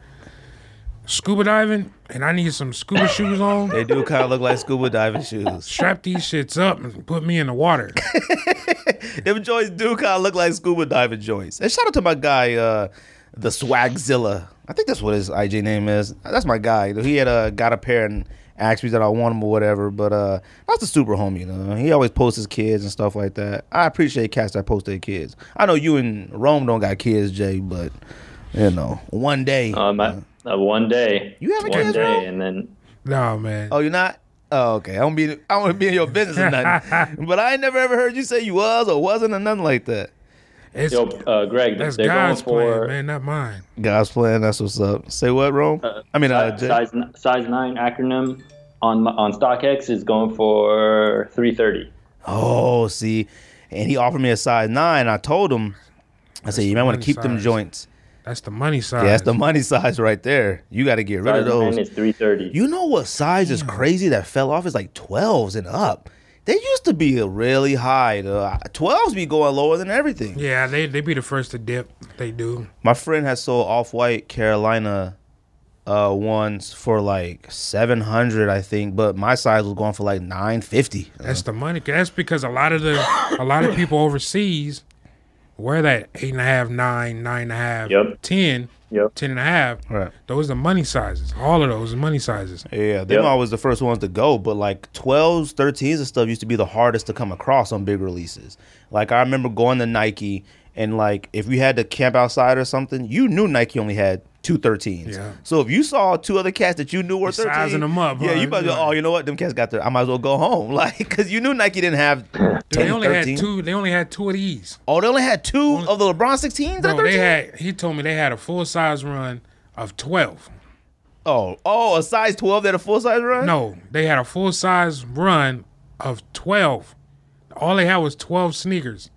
[SPEAKER 7] scuba diving and I need some scuba
[SPEAKER 5] <laughs>
[SPEAKER 7] shoes on.
[SPEAKER 5] They do kind of look like scuba diving shoes.
[SPEAKER 7] Strap these shits up and put me in the water.
[SPEAKER 5] Them joints do kind of look like scuba diving joints. And shout out to my guy, uh, the Swagzilla. I think that's what his IG name is. That's my guy. He had uh, got a pair and asked me that I want them or whatever. But uh, that's a super homie. You know? He always posts his kids and stuff like that. I appreciate cats that post their kids. I know you and Rome don't got kids, Jay, but you know, one day.
[SPEAKER 6] Um, I, uh, one day.
[SPEAKER 5] You having
[SPEAKER 6] one
[SPEAKER 5] kids,
[SPEAKER 6] day,
[SPEAKER 5] bro?
[SPEAKER 6] and then
[SPEAKER 7] No, man.
[SPEAKER 5] oh, you're not. Oh, okay. I don't be. I don't want to be in your business or nothing. but I ain't never ever heard you say you was or wasn't or nothing like that.
[SPEAKER 7] It's,
[SPEAKER 6] yo, uh, Greg,
[SPEAKER 7] that's
[SPEAKER 6] they're
[SPEAKER 7] God's
[SPEAKER 6] going
[SPEAKER 7] plan,
[SPEAKER 6] for
[SPEAKER 7] man, not mine.
[SPEAKER 5] God's plan. That's what's up. Say what, Rome? I mean, uh, Jay.
[SPEAKER 6] size size nine acronym on on StockX is going for three thirty.
[SPEAKER 5] Oh, see, and he offered me a size nine. I told him, I said, you might want to
[SPEAKER 7] money
[SPEAKER 5] keep them
[SPEAKER 7] size.
[SPEAKER 5] joints.
[SPEAKER 7] That's the money side.
[SPEAKER 5] Yeah, that's the money size right there. You got to get rid
[SPEAKER 6] Size
[SPEAKER 5] of
[SPEAKER 6] nine
[SPEAKER 5] those.
[SPEAKER 6] is three thirty.
[SPEAKER 5] You know what size is crazy that fell off is like twelves and up. They used to be really high. Twelves be going lower than everything.
[SPEAKER 7] Yeah, they they be the first to dip. They do.
[SPEAKER 5] My friend has sold off white Carolina uh ones for like seven hundred, I think, but my size was going for like nine fifty.
[SPEAKER 7] That's the money. That's because a lot of the a lot of people overseas wear that eight and a half, nine, nine and a half,
[SPEAKER 6] Yep.
[SPEAKER 7] ten,
[SPEAKER 6] Yep.
[SPEAKER 7] ten and a half.
[SPEAKER 5] Right.
[SPEAKER 7] Those are money sizes. All of those are money sizes.
[SPEAKER 5] Yeah, they
[SPEAKER 6] Yep.
[SPEAKER 5] were always the first ones to go, but like 12s, 13s and stuff used to be the hardest to come across on big releases. Like I remember going to Nike and like if you had to camp outside or something, you knew Nike only had two 13s.
[SPEAKER 7] Yeah.
[SPEAKER 5] So if you saw two other cats that you knew were 13,
[SPEAKER 7] sizing them up,
[SPEAKER 5] Yeah,
[SPEAKER 7] huh?
[SPEAKER 5] you might go, oh, you know what? Them cats got there. I might as well go home. <laughs> Like, cause you knew Nike didn't have 10,
[SPEAKER 7] They only
[SPEAKER 5] 13.
[SPEAKER 7] had two. They only had two of these.
[SPEAKER 5] Oh, they only had two of the LeBron 16s and
[SPEAKER 7] Bro,
[SPEAKER 5] 13?
[SPEAKER 7] they had. He told me they had a full size run of twelve.
[SPEAKER 5] oh, oh, a size 12 that a full size run?
[SPEAKER 7] No, they had a full size run of twelve. All they had was twelve sneakers.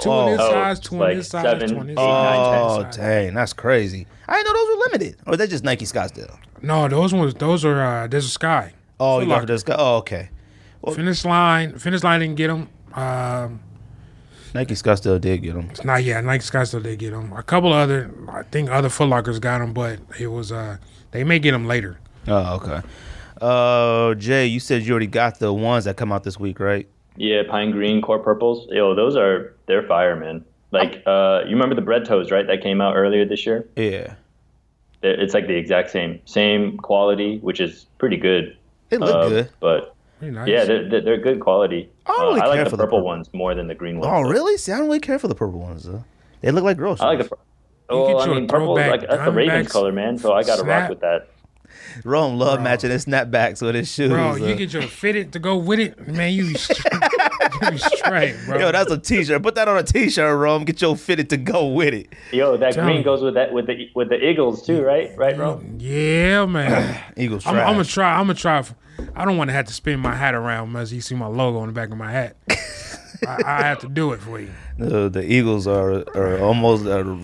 [SPEAKER 7] Two
[SPEAKER 5] oh.
[SPEAKER 7] in this
[SPEAKER 6] Oh,
[SPEAKER 7] size,
[SPEAKER 6] it's
[SPEAKER 7] two in
[SPEAKER 6] like
[SPEAKER 7] this size,
[SPEAKER 6] seven,
[SPEAKER 7] two in this
[SPEAKER 6] eight,
[SPEAKER 7] size.
[SPEAKER 6] nine, ten.
[SPEAKER 5] Oh, dang, that's crazy. I didn't know those were limited. Or is that just Nike Scottsdale?
[SPEAKER 7] No, those ones. Those are. Uh, there's a sky.
[SPEAKER 5] Oh,
[SPEAKER 7] Foot
[SPEAKER 5] you got
[SPEAKER 7] Locker.
[SPEAKER 5] this guy. Oh, okay.
[SPEAKER 7] Finish line. Finish line didn't get them. Um,
[SPEAKER 5] Nike Scottsdale did get him.
[SPEAKER 7] Not yet. Nike Scottsdale did get them. A couple other, I think, other Foot Lockers got them, but it was uh, they may get them later.
[SPEAKER 5] Oh, okay. Uh, Jay, you said you already got the ones that come out this week, right?
[SPEAKER 6] Yeah, pine green core purples. Yo, those are they're fire, man. Like uh, you remember the bread toes, right? That came out earlier this year.
[SPEAKER 5] Yeah.
[SPEAKER 6] They're- It's like the exact same, same quality, which is pretty good.
[SPEAKER 5] It looked
[SPEAKER 6] Uh,
[SPEAKER 5] good.
[SPEAKER 6] But
[SPEAKER 7] Pretty nice.
[SPEAKER 6] yeah, they're, they're, they're good quality. Uh,
[SPEAKER 5] I don't really
[SPEAKER 6] I
[SPEAKER 5] care
[SPEAKER 6] like the
[SPEAKER 5] for
[SPEAKER 6] purple,
[SPEAKER 5] the purple.
[SPEAKER 6] ones more than the green ones.
[SPEAKER 5] Oh,
[SPEAKER 6] though.
[SPEAKER 5] really? See, I don't really care for the purple ones though. They look like groceries.
[SPEAKER 6] I like the. pur-
[SPEAKER 7] You
[SPEAKER 6] Oh,
[SPEAKER 7] get
[SPEAKER 6] I
[SPEAKER 7] you a
[SPEAKER 6] mean, purple. is
[SPEAKER 7] throwback
[SPEAKER 6] Like, that's the Ravens
[SPEAKER 7] Diamondbacks
[SPEAKER 6] color, man. So I gotta
[SPEAKER 7] snap.
[SPEAKER 6] rock with that.
[SPEAKER 5] Rome love matching his snapbacks with his shoes.
[SPEAKER 7] Bro,
[SPEAKER 5] uh,
[SPEAKER 7] you get your fitted to go with it, man. You be straight, <laughs> you be straight bro.
[SPEAKER 5] Yo, that's a t-shirt. Put that on a t-shirt, Rome. Get your fitted to go with it.
[SPEAKER 6] Yo, that
[SPEAKER 7] Tell
[SPEAKER 6] green
[SPEAKER 7] me.
[SPEAKER 6] goes with that with the with the Eagles too, right? Right, bro.
[SPEAKER 7] yeah,
[SPEAKER 5] <clears throat>
[SPEAKER 7] man.
[SPEAKER 5] Eagles
[SPEAKER 7] I'm,
[SPEAKER 5] trash.
[SPEAKER 7] I'm gonna try. I'm gonna try. f- I don't want to have to spin my hat around as you see my logo on the back of
[SPEAKER 5] <laughs>
[SPEAKER 7] my hat. I, I have to do it for you.
[SPEAKER 5] Uh, the Eagles are are almost uh,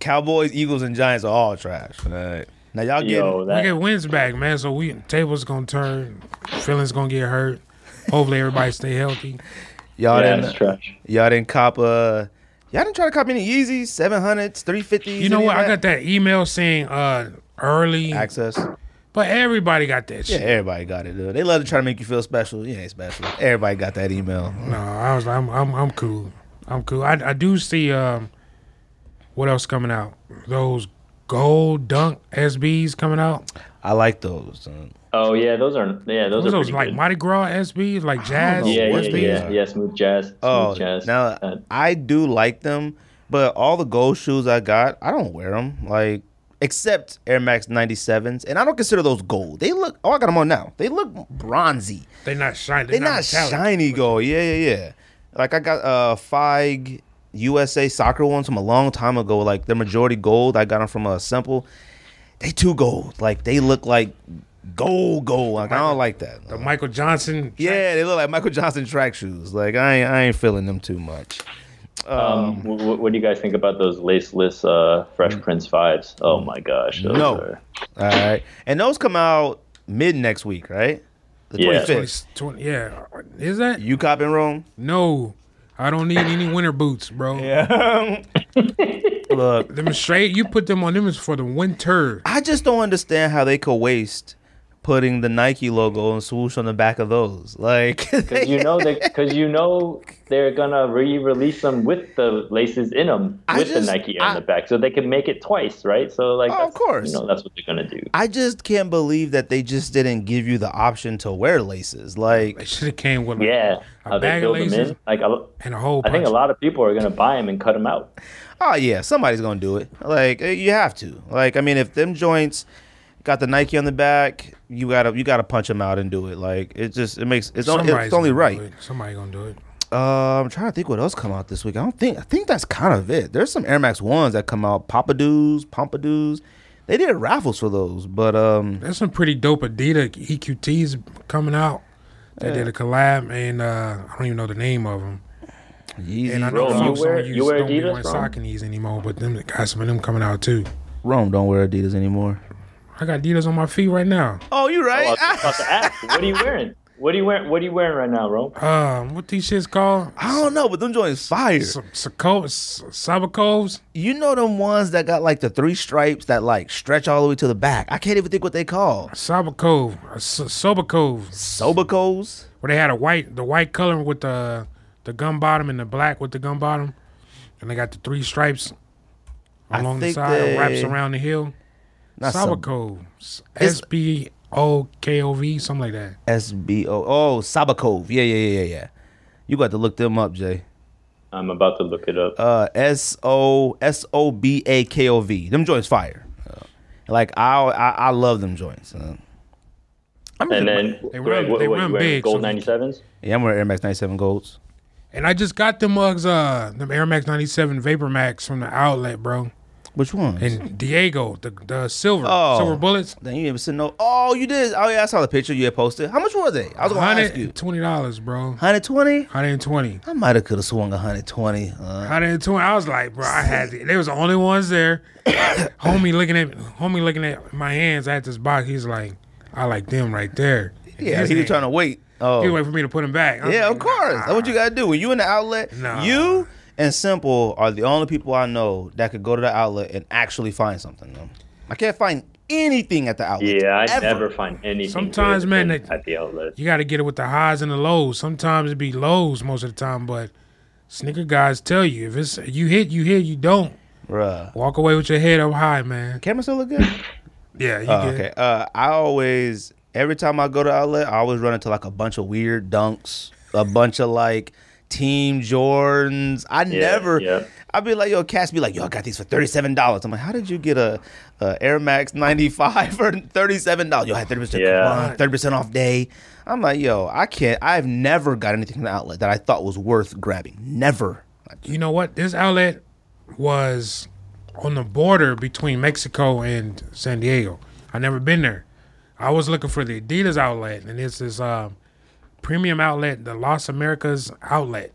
[SPEAKER 5] Cowboys, Eagles, and Giants are all trash. All right. Now y'all get
[SPEAKER 6] Yo,
[SPEAKER 7] We
[SPEAKER 6] that
[SPEAKER 7] get wins back, man. So we tables gonna turn, feelings gonna get hurt. Hopefully everybody
[SPEAKER 5] <laughs>
[SPEAKER 7] stay healthy.
[SPEAKER 5] y'all
[SPEAKER 6] yeah,
[SPEAKER 5] didn't
[SPEAKER 6] it's trash.
[SPEAKER 5] y'all didn't cop uh y'all didn't try to cop any Yeezys, seven hundreds, three fifties.
[SPEAKER 7] You know what? I got that email saying uh early,
[SPEAKER 5] access.
[SPEAKER 7] but everybody got that
[SPEAKER 5] Yeah,
[SPEAKER 7] shit.
[SPEAKER 5] everybody got it. Dude. They love to try to make you feel special. You ain't special. Everybody got that email.
[SPEAKER 7] No, I was like, I'm, I'm, I'm cool. I'm cool. I, I do see um, what else coming out? Those gold dunk SBs coming out.
[SPEAKER 5] I like those. son.
[SPEAKER 6] Oh yeah, those are yeah, those,
[SPEAKER 7] Those,
[SPEAKER 6] are
[SPEAKER 7] those
[SPEAKER 6] pretty
[SPEAKER 7] like
[SPEAKER 6] good.
[SPEAKER 7] Mardi Gras SBs, like jazz.
[SPEAKER 5] know
[SPEAKER 6] yeah, yeah,
[SPEAKER 5] what's
[SPEAKER 6] yeah,
[SPEAKER 5] these?
[SPEAKER 6] yeah, yeah, smooth jazz, smooth
[SPEAKER 5] Oh,
[SPEAKER 6] jazz.
[SPEAKER 5] now
[SPEAKER 6] Uh,
[SPEAKER 5] I do like them, but all the gold shoes I got, I don't wear them. Like except Air Max 97s, and I don't consider those gold. They look. Oh, I got them on now. They look bronzy.
[SPEAKER 7] They're not shiny. They're,
[SPEAKER 5] They're not
[SPEAKER 7] metallic.
[SPEAKER 5] shiny gold. Yeah, yeah, yeah. Like I got uh Feig USA soccer ones from a long time ago. Like the majority gold. I got them from a uh, simple. They too gold. Like they look like gold, gold. Like I don't like that.
[SPEAKER 7] The Michael Johnson.
[SPEAKER 5] yeah, they look like Michael Johnson track shoes. Like I ain't, I ain't feeling them too much.
[SPEAKER 6] um, wh- wh- what do you guys think about those laceless uh, Fresh Prince fives? Oh my gosh, those
[SPEAKER 5] No.
[SPEAKER 6] are-
[SPEAKER 5] All right, and those come out mid next week, right? The
[SPEAKER 6] Yeah.
[SPEAKER 5] twenty fifth.
[SPEAKER 7] 20, 20, yeah. Is that?
[SPEAKER 5] You copping Rome?
[SPEAKER 7] No. I don't need any winter boots, bro.
[SPEAKER 5] Yeah. <laughs> look,
[SPEAKER 7] Them straight. You put them on them is for the winter.
[SPEAKER 5] I just don't understand how they could waste putting the Nike logo and swoosh on the back of those. Like, <laughs>
[SPEAKER 6] Cause you know that because you know they're gonna re-release them with the laces in them
[SPEAKER 5] I
[SPEAKER 6] with
[SPEAKER 5] just-
[SPEAKER 6] the Nike
[SPEAKER 5] I-
[SPEAKER 6] on the back, so they can make it twice, right? So like,
[SPEAKER 5] Oh,
[SPEAKER 6] that's-
[SPEAKER 5] of course.
[SPEAKER 6] you know that's what they're gonna do.
[SPEAKER 5] I just can't believe that they just didn't give you the option to wear laces.
[SPEAKER 7] They
[SPEAKER 5] Like,
[SPEAKER 7] should have came with like,
[SPEAKER 6] Yeah, how they
[SPEAKER 7] bag of
[SPEAKER 6] build them
[SPEAKER 7] laces?
[SPEAKER 6] in. Like I,
[SPEAKER 7] and a whole
[SPEAKER 6] I
[SPEAKER 7] bunch.
[SPEAKER 6] think a lot of people are gonna buy them and cut them out.
[SPEAKER 5] oh yeah, somebody's gonna do it. Like, eh, you have to. Like, I mean, if them joints got the Nike on the back, you gotta you gotta punch them out and do it. Like, it just it makes it's, only
[SPEAKER 7] Somebody's
[SPEAKER 5] it's only
[SPEAKER 7] gonna do
[SPEAKER 5] right.
[SPEAKER 7] it. Somebody gonna do it.
[SPEAKER 5] Uh, I'm trying to think what else come out this week. I don't think I think that's kind of it. There's some Air Max ones that come out, Papadous, Pompadours. They did raffles for those, but um,
[SPEAKER 7] There's some pretty dope Adidas EQTs coming out. They did a collab, and uh, I don't even know the name of them.
[SPEAKER 5] Yeezy,
[SPEAKER 7] And I know
[SPEAKER 6] Bro, you
[SPEAKER 7] folks
[SPEAKER 6] wear-
[SPEAKER 7] don't
[SPEAKER 6] you
[SPEAKER 7] use
[SPEAKER 6] wear
[SPEAKER 7] don't be
[SPEAKER 6] Adidas,
[SPEAKER 7] wearing
[SPEAKER 6] bro?
[SPEAKER 7] socking these anymore, but them got some of them coming out too.
[SPEAKER 5] Rome don't wear Adidas anymore.
[SPEAKER 7] I got Adidas on my feet right now.
[SPEAKER 5] Oh, you
[SPEAKER 6] Oh, I
[SPEAKER 5] right?
[SPEAKER 6] was just about to ask, what are <laughs> you wearing? What are you wearing? What are you wearing right now, bro?
[SPEAKER 7] Um, what these shits called?
[SPEAKER 5] I don't know, but them joints fire.
[SPEAKER 7] Some Sabakovs.
[SPEAKER 5] You know them ones that got like the three stripes that like stretch all the way to the back. I can't even think what they call.
[SPEAKER 7] Sabakov, uh, S- Sobakov,
[SPEAKER 5] Sobacos.
[SPEAKER 7] where they had a white, the white color with the the gum bottom and the black with the gum bottom, and they got the three stripes along the
[SPEAKER 5] think
[SPEAKER 7] side,
[SPEAKER 5] they-
[SPEAKER 7] wraps around the heel.
[SPEAKER 5] Not
[SPEAKER 7] Sabakov,
[SPEAKER 5] It's-
[SPEAKER 7] S B O K O V, something like that.
[SPEAKER 5] S B O. Oh, Sobacove. Yeah, yeah, yeah, yeah, yeah. You got to look them up, Jay.
[SPEAKER 6] I'm about to look it up.
[SPEAKER 5] uh S O S O B A K O V. Them joints fire. Uh, like I, I I love them joints. uh. I'm wearing-
[SPEAKER 6] and then
[SPEAKER 7] They
[SPEAKER 6] Greg,
[SPEAKER 7] run-
[SPEAKER 6] what-
[SPEAKER 7] they
[SPEAKER 6] what, you
[SPEAKER 7] run
[SPEAKER 6] wearing?
[SPEAKER 7] big,
[SPEAKER 6] Gold
[SPEAKER 7] so they-
[SPEAKER 6] 97s.
[SPEAKER 5] yeah, I'm wearing Air Max 97 golds.
[SPEAKER 7] And I just got them mugs, uh, them Air Max 97 Vapor Max from the outlet, bro.
[SPEAKER 5] Which one?
[SPEAKER 7] And Diego, the the silver,
[SPEAKER 5] Oh.
[SPEAKER 7] silver bullets,
[SPEAKER 5] Then you even said no. Oh, you did. Oh yeah, I saw the picture you had posted. How much were they? I was gonna ask you.
[SPEAKER 7] hundred twenty dollars, bro.
[SPEAKER 5] 120.
[SPEAKER 7] Hundred and twenty.
[SPEAKER 5] I might have could have swung 120. Uh,
[SPEAKER 7] Hundred and twenty. I was like, bro, I had it. They was the only ones there. <coughs> homie looking at homie looking at my hands. I had this box. He's like, I like them right there.
[SPEAKER 5] yeah, he was trying to wait. Oh.
[SPEAKER 7] He wait for me to put him back. I'm
[SPEAKER 5] Yeah,
[SPEAKER 7] like,
[SPEAKER 5] of course. That's what you gotta do. When you in the outlet,
[SPEAKER 7] Nah.
[SPEAKER 5] you and Simple are the only people I know that could go to the outlet and actually find something. Though. I can't find anything at the outlet.
[SPEAKER 6] Yeah, I
[SPEAKER 5] ever.
[SPEAKER 6] never find anything.
[SPEAKER 7] Sometimes,
[SPEAKER 6] good
[SPEAKER 7] man,
[SPEAKER 6] in-
[SPEAKER 7] they-
[SPEAKER 6] at the outlet.
[SPEAKER 7] You got to get it with the highs and the lows. Sometimes it be lows most of the time, but sneaker guys tell you if it's you hit, you hit, you don't
[SPEAKER 5] Bruh.
[SPEAKER 7] walk away with your head up high, man.
[SPEAKER 5] Camera still look good?
[SPEAKER 7] Yeah, you
[SPEAKER 5] Oh,
[SPEAKER 7] get
[SPEAKER 5] okay. Uh, I always, every time I go to outlet, I always run into like a bunch of weird dunks, a bunch of like Team Jordans. I never,
[SPEAKER 6] yeah.
[SPEAKER 5] I'd be like, yo, Cass be like, yo, I got these for $37. I'm like, how did you get a, a Air Max 95 <laughs> for $37? Yo, I had 30%
[SPEAKER 6] Yeah.
[SPEAKER 5] coupon, 30% off day. I'm like, yo, I can't, I've never got anything from the outlet that I thought was worth grabbing. Never.
[SPEAKER 7] you know what? This outlet was on the border between Mexico and San Diego. I never been there. I was looking for the Adidas outlet, and it's this um, premium outlet, the Las Americas outlet,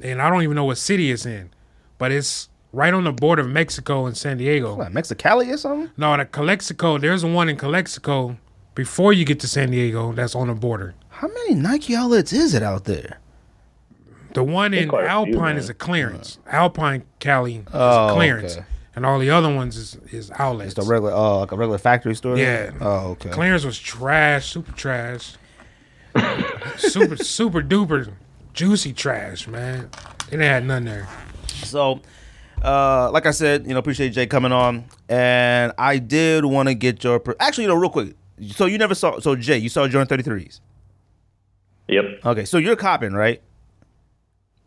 [SPEAKER 7] and I don't even know what city it's in, but it's right on the border of Mexico and San Diego.
[SPEAKER 5] What, Mexicali or something?
[SPEAKER 7] No, the Calexico. There's one in Calexico before you get to San Diego. That's on the border.
[SPEAKER 5] How many Nike outlets is it out there?
[SPEAKER 7] The one in
[SPEAKER 6] quite a few,
[SPEAKER 7] Alpine
[SPEAKER 6] man.
[SPEAKER 7] is a clearance. Alpine Cali is
[SPEAKER 5] Oh,
[SPEAKER 7] a clearance,
[SPEAKER 5] okay.
[SPEAKER 7] and all the other ones is is outlets.
[SPEAKER 5] It's the regular, oh, like a regular factory store.
[SPEAKER 7] Yeah.
[SPEAKER 5] Oh, okay.
[SPEAKER 7] clearance was trash, super trash, <laughs> super super duper juicy trash, man. They didn't have none there.
[SPEAKER 5] So, uh, like I said, you know, appreciate Jay coming on, and I did want to get your per- actually, you know, real quick. So you never saw so Jay, you saw Jordan thirty threes.
[SPEAKER 6] Yep.
[SPEAKER 5] Okay, so you're copying, right?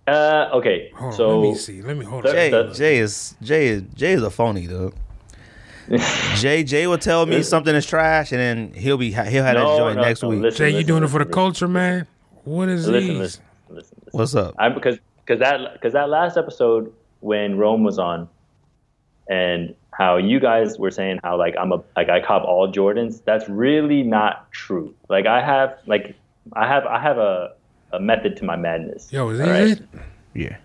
[SPEAKER 6] Uh, okay.
[SPEAKER 7] Hold on,
[SPEAKER 6] so
[SPEAKER 7] let me see. Let me hold
[SPEAKER 6] That-
[SPEAKER 7] on.
[SPEAKER 5] Jay,
[SPEAKER 6] That's-
[SPEAKER 5] Jay is Jay is Jay is a phony
[SPEAKER 6] <laughs>
[SPEAKER 5] dude. Jay Jay will tell me something is trash, and then he'll be he'll have that
[SPEAKER 6] no,
[SPEAKER 5] joint
[SPEAKER 6] no,
[SPEAKER 5] next
[SPEAKER 6] no,
[SPEAKER 5] week.
[SPEAKER 6] listen,
[SPEAKER 7] Jay, you
[SPEAKER 6] listen,
[SPEAKER 7] doing it for the
[SPEAKER 6] listen,
[SPEAKER 7] culture, man? What is
[SPEAKER 6] Listen,
[SPEAKER 7] these?
[SPEAKER 6] listen, listen, listen.
[SPEAKER 5] What's up?
[SPEAKER 6] I because because that because that last episode when Rome was on, and how you guys were saying how like I'm a like I cop all Jordans. That's really not true. Like I have like I have I have a a method to my madness.
[SPEAKER 7] Yo, is
[SPEAKER 6] all
[SPEAKER 7] this
[SPEAKER 6] right?
[SPEAKER 7] it?
[SPEAKER 5] Yeah.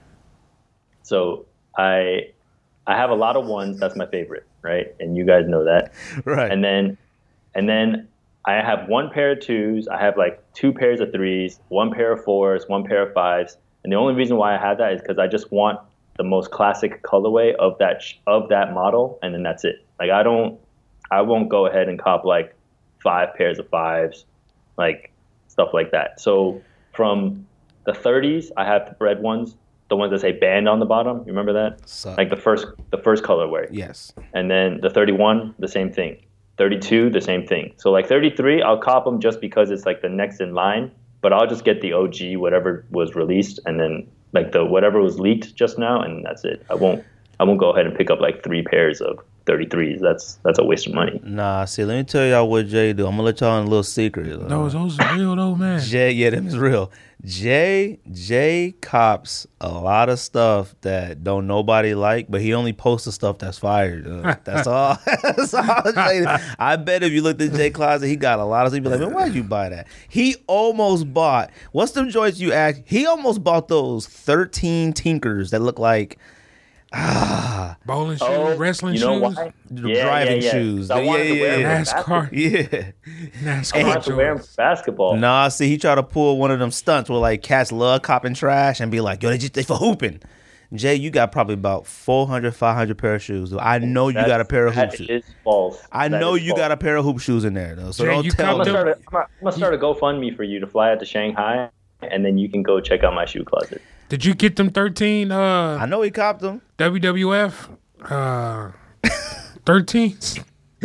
[SPEAKER 6] So I I have a lot of ones. That's my favorite, right? And you guys know that.
[SPEAKER 5] Right.
[SPEAKER 6] and then and then I have one pair of twos. I have like two pairs of threes, one pair of fours, one pair of fives. And the only reason why I have that is because I just want the most classic colorway of that sh- of that model, and then that's it. Like I don't, I won't go ahead and cop like five pairs of fives, like stuff like that. So from the 30s, I have the red ones, the ones that say band on the bottom. You remember that?
[SPEAKER 5] Suck.
[SPEAKER 6] Like the first the first colorway
[SPEAKER 5] yes.
[SPEAKER 6] and then the 31 the same thing 32 the same thing so like 33 i'll cop them just because it's like the next in line but i'll just get the og whatever was released and then like the whatever was leaked just now and that's it i won't i won't go ahead and pick up like three pairs of 33s that's that's a waste of money
[SPEAKER 5] Nah. See, let me tell y'all what Jay do. I'm gonna let y'all in a little secret. um,
[SPEAKER 7] Those those are real though, man.
[SPEAKER 5] Jay, yeah, them is real. Jay, Jay cops a lot of stuff that don't nobody like, but he only posts the stuff that's fired. uh, that's all. <laughs> that's all Jay. I bet if you looked at Jay closet, he got a lot of stuff. You'd be like, man, why'd you buy that? He almost bought. What's them joints you asked? He almost bought those thirteen Tinkers that look like
[SPEAKER 7] Bowling shoes, wrestling
[SPEAKER 6] Oh, you know
[SPEAKER 7] shoes,
[SPEAKER 6] why?
[SPEAKER 5] driving shoes.
[SPEAKER 6] 'Cause I
[SPEAKER 5] Yeah,
[SPEAKER 6] wanted to
[SPEAKER 5] yeah,
[SPEAKER 6] wear 'em
[SPEAKER 5] yeah.
[SPEAKER 6] for basketball.
[SPEAKER 7] NASCAR,
[SPEAKER 5] yeah.
[SPEAKER 6] I
[SPEAKER 7] NASCAR
[SPEAKER 6] wanted to wear 'em
[SPEAKER 7] joints.
[SPEAKER 6] for basketball.
[SPEAKER 5] Nah, see, he tried to pull one of them stunts where like cats love copping trash and be like, yo, they just they for hooping. Jay, you got probably about 400, 500 pair of shoes. I know you
[SPEAKER 6] Oh, That's-
[SPEAKER 5] got a pair of hoop
[SPEAKER 6] That
[SPEAKER 5] shoes.
[SPEAKER 6] is false.
[SPEAKER 5] I
[SPEAKER 6] That
[SPEAKER 5] know
[SPEAKER 6] is
[SPEAKER 5] you
[SPEAKER 6] false.
[SPEAKER 5] got a pair of hoop shoes in there though. So
[SPEAKER 7] Jay,
[SPEAKER 5] don't
[SPEAKER 7] you
[SPEAKER 5] tell
[SPEAKER 6] I'm
[SPEAKER 5] me.
[SPEAKER 7] copped
[SPEAKER 6] gonna,
[SPEAKER 7] them-
[SPEAKER 6] start a, I'm, gonna, I'm gonna start a GoFundMe for you to fly out to Shanghai, and then you can go check out my shoe closet.
[SPEAKER 7] Did you get them thirteen uh,
[SPEAKER 5] I know he copped them.
[SPEAKER 7] WWF uh, thirteens?
[SPEAKER 6] <laughs>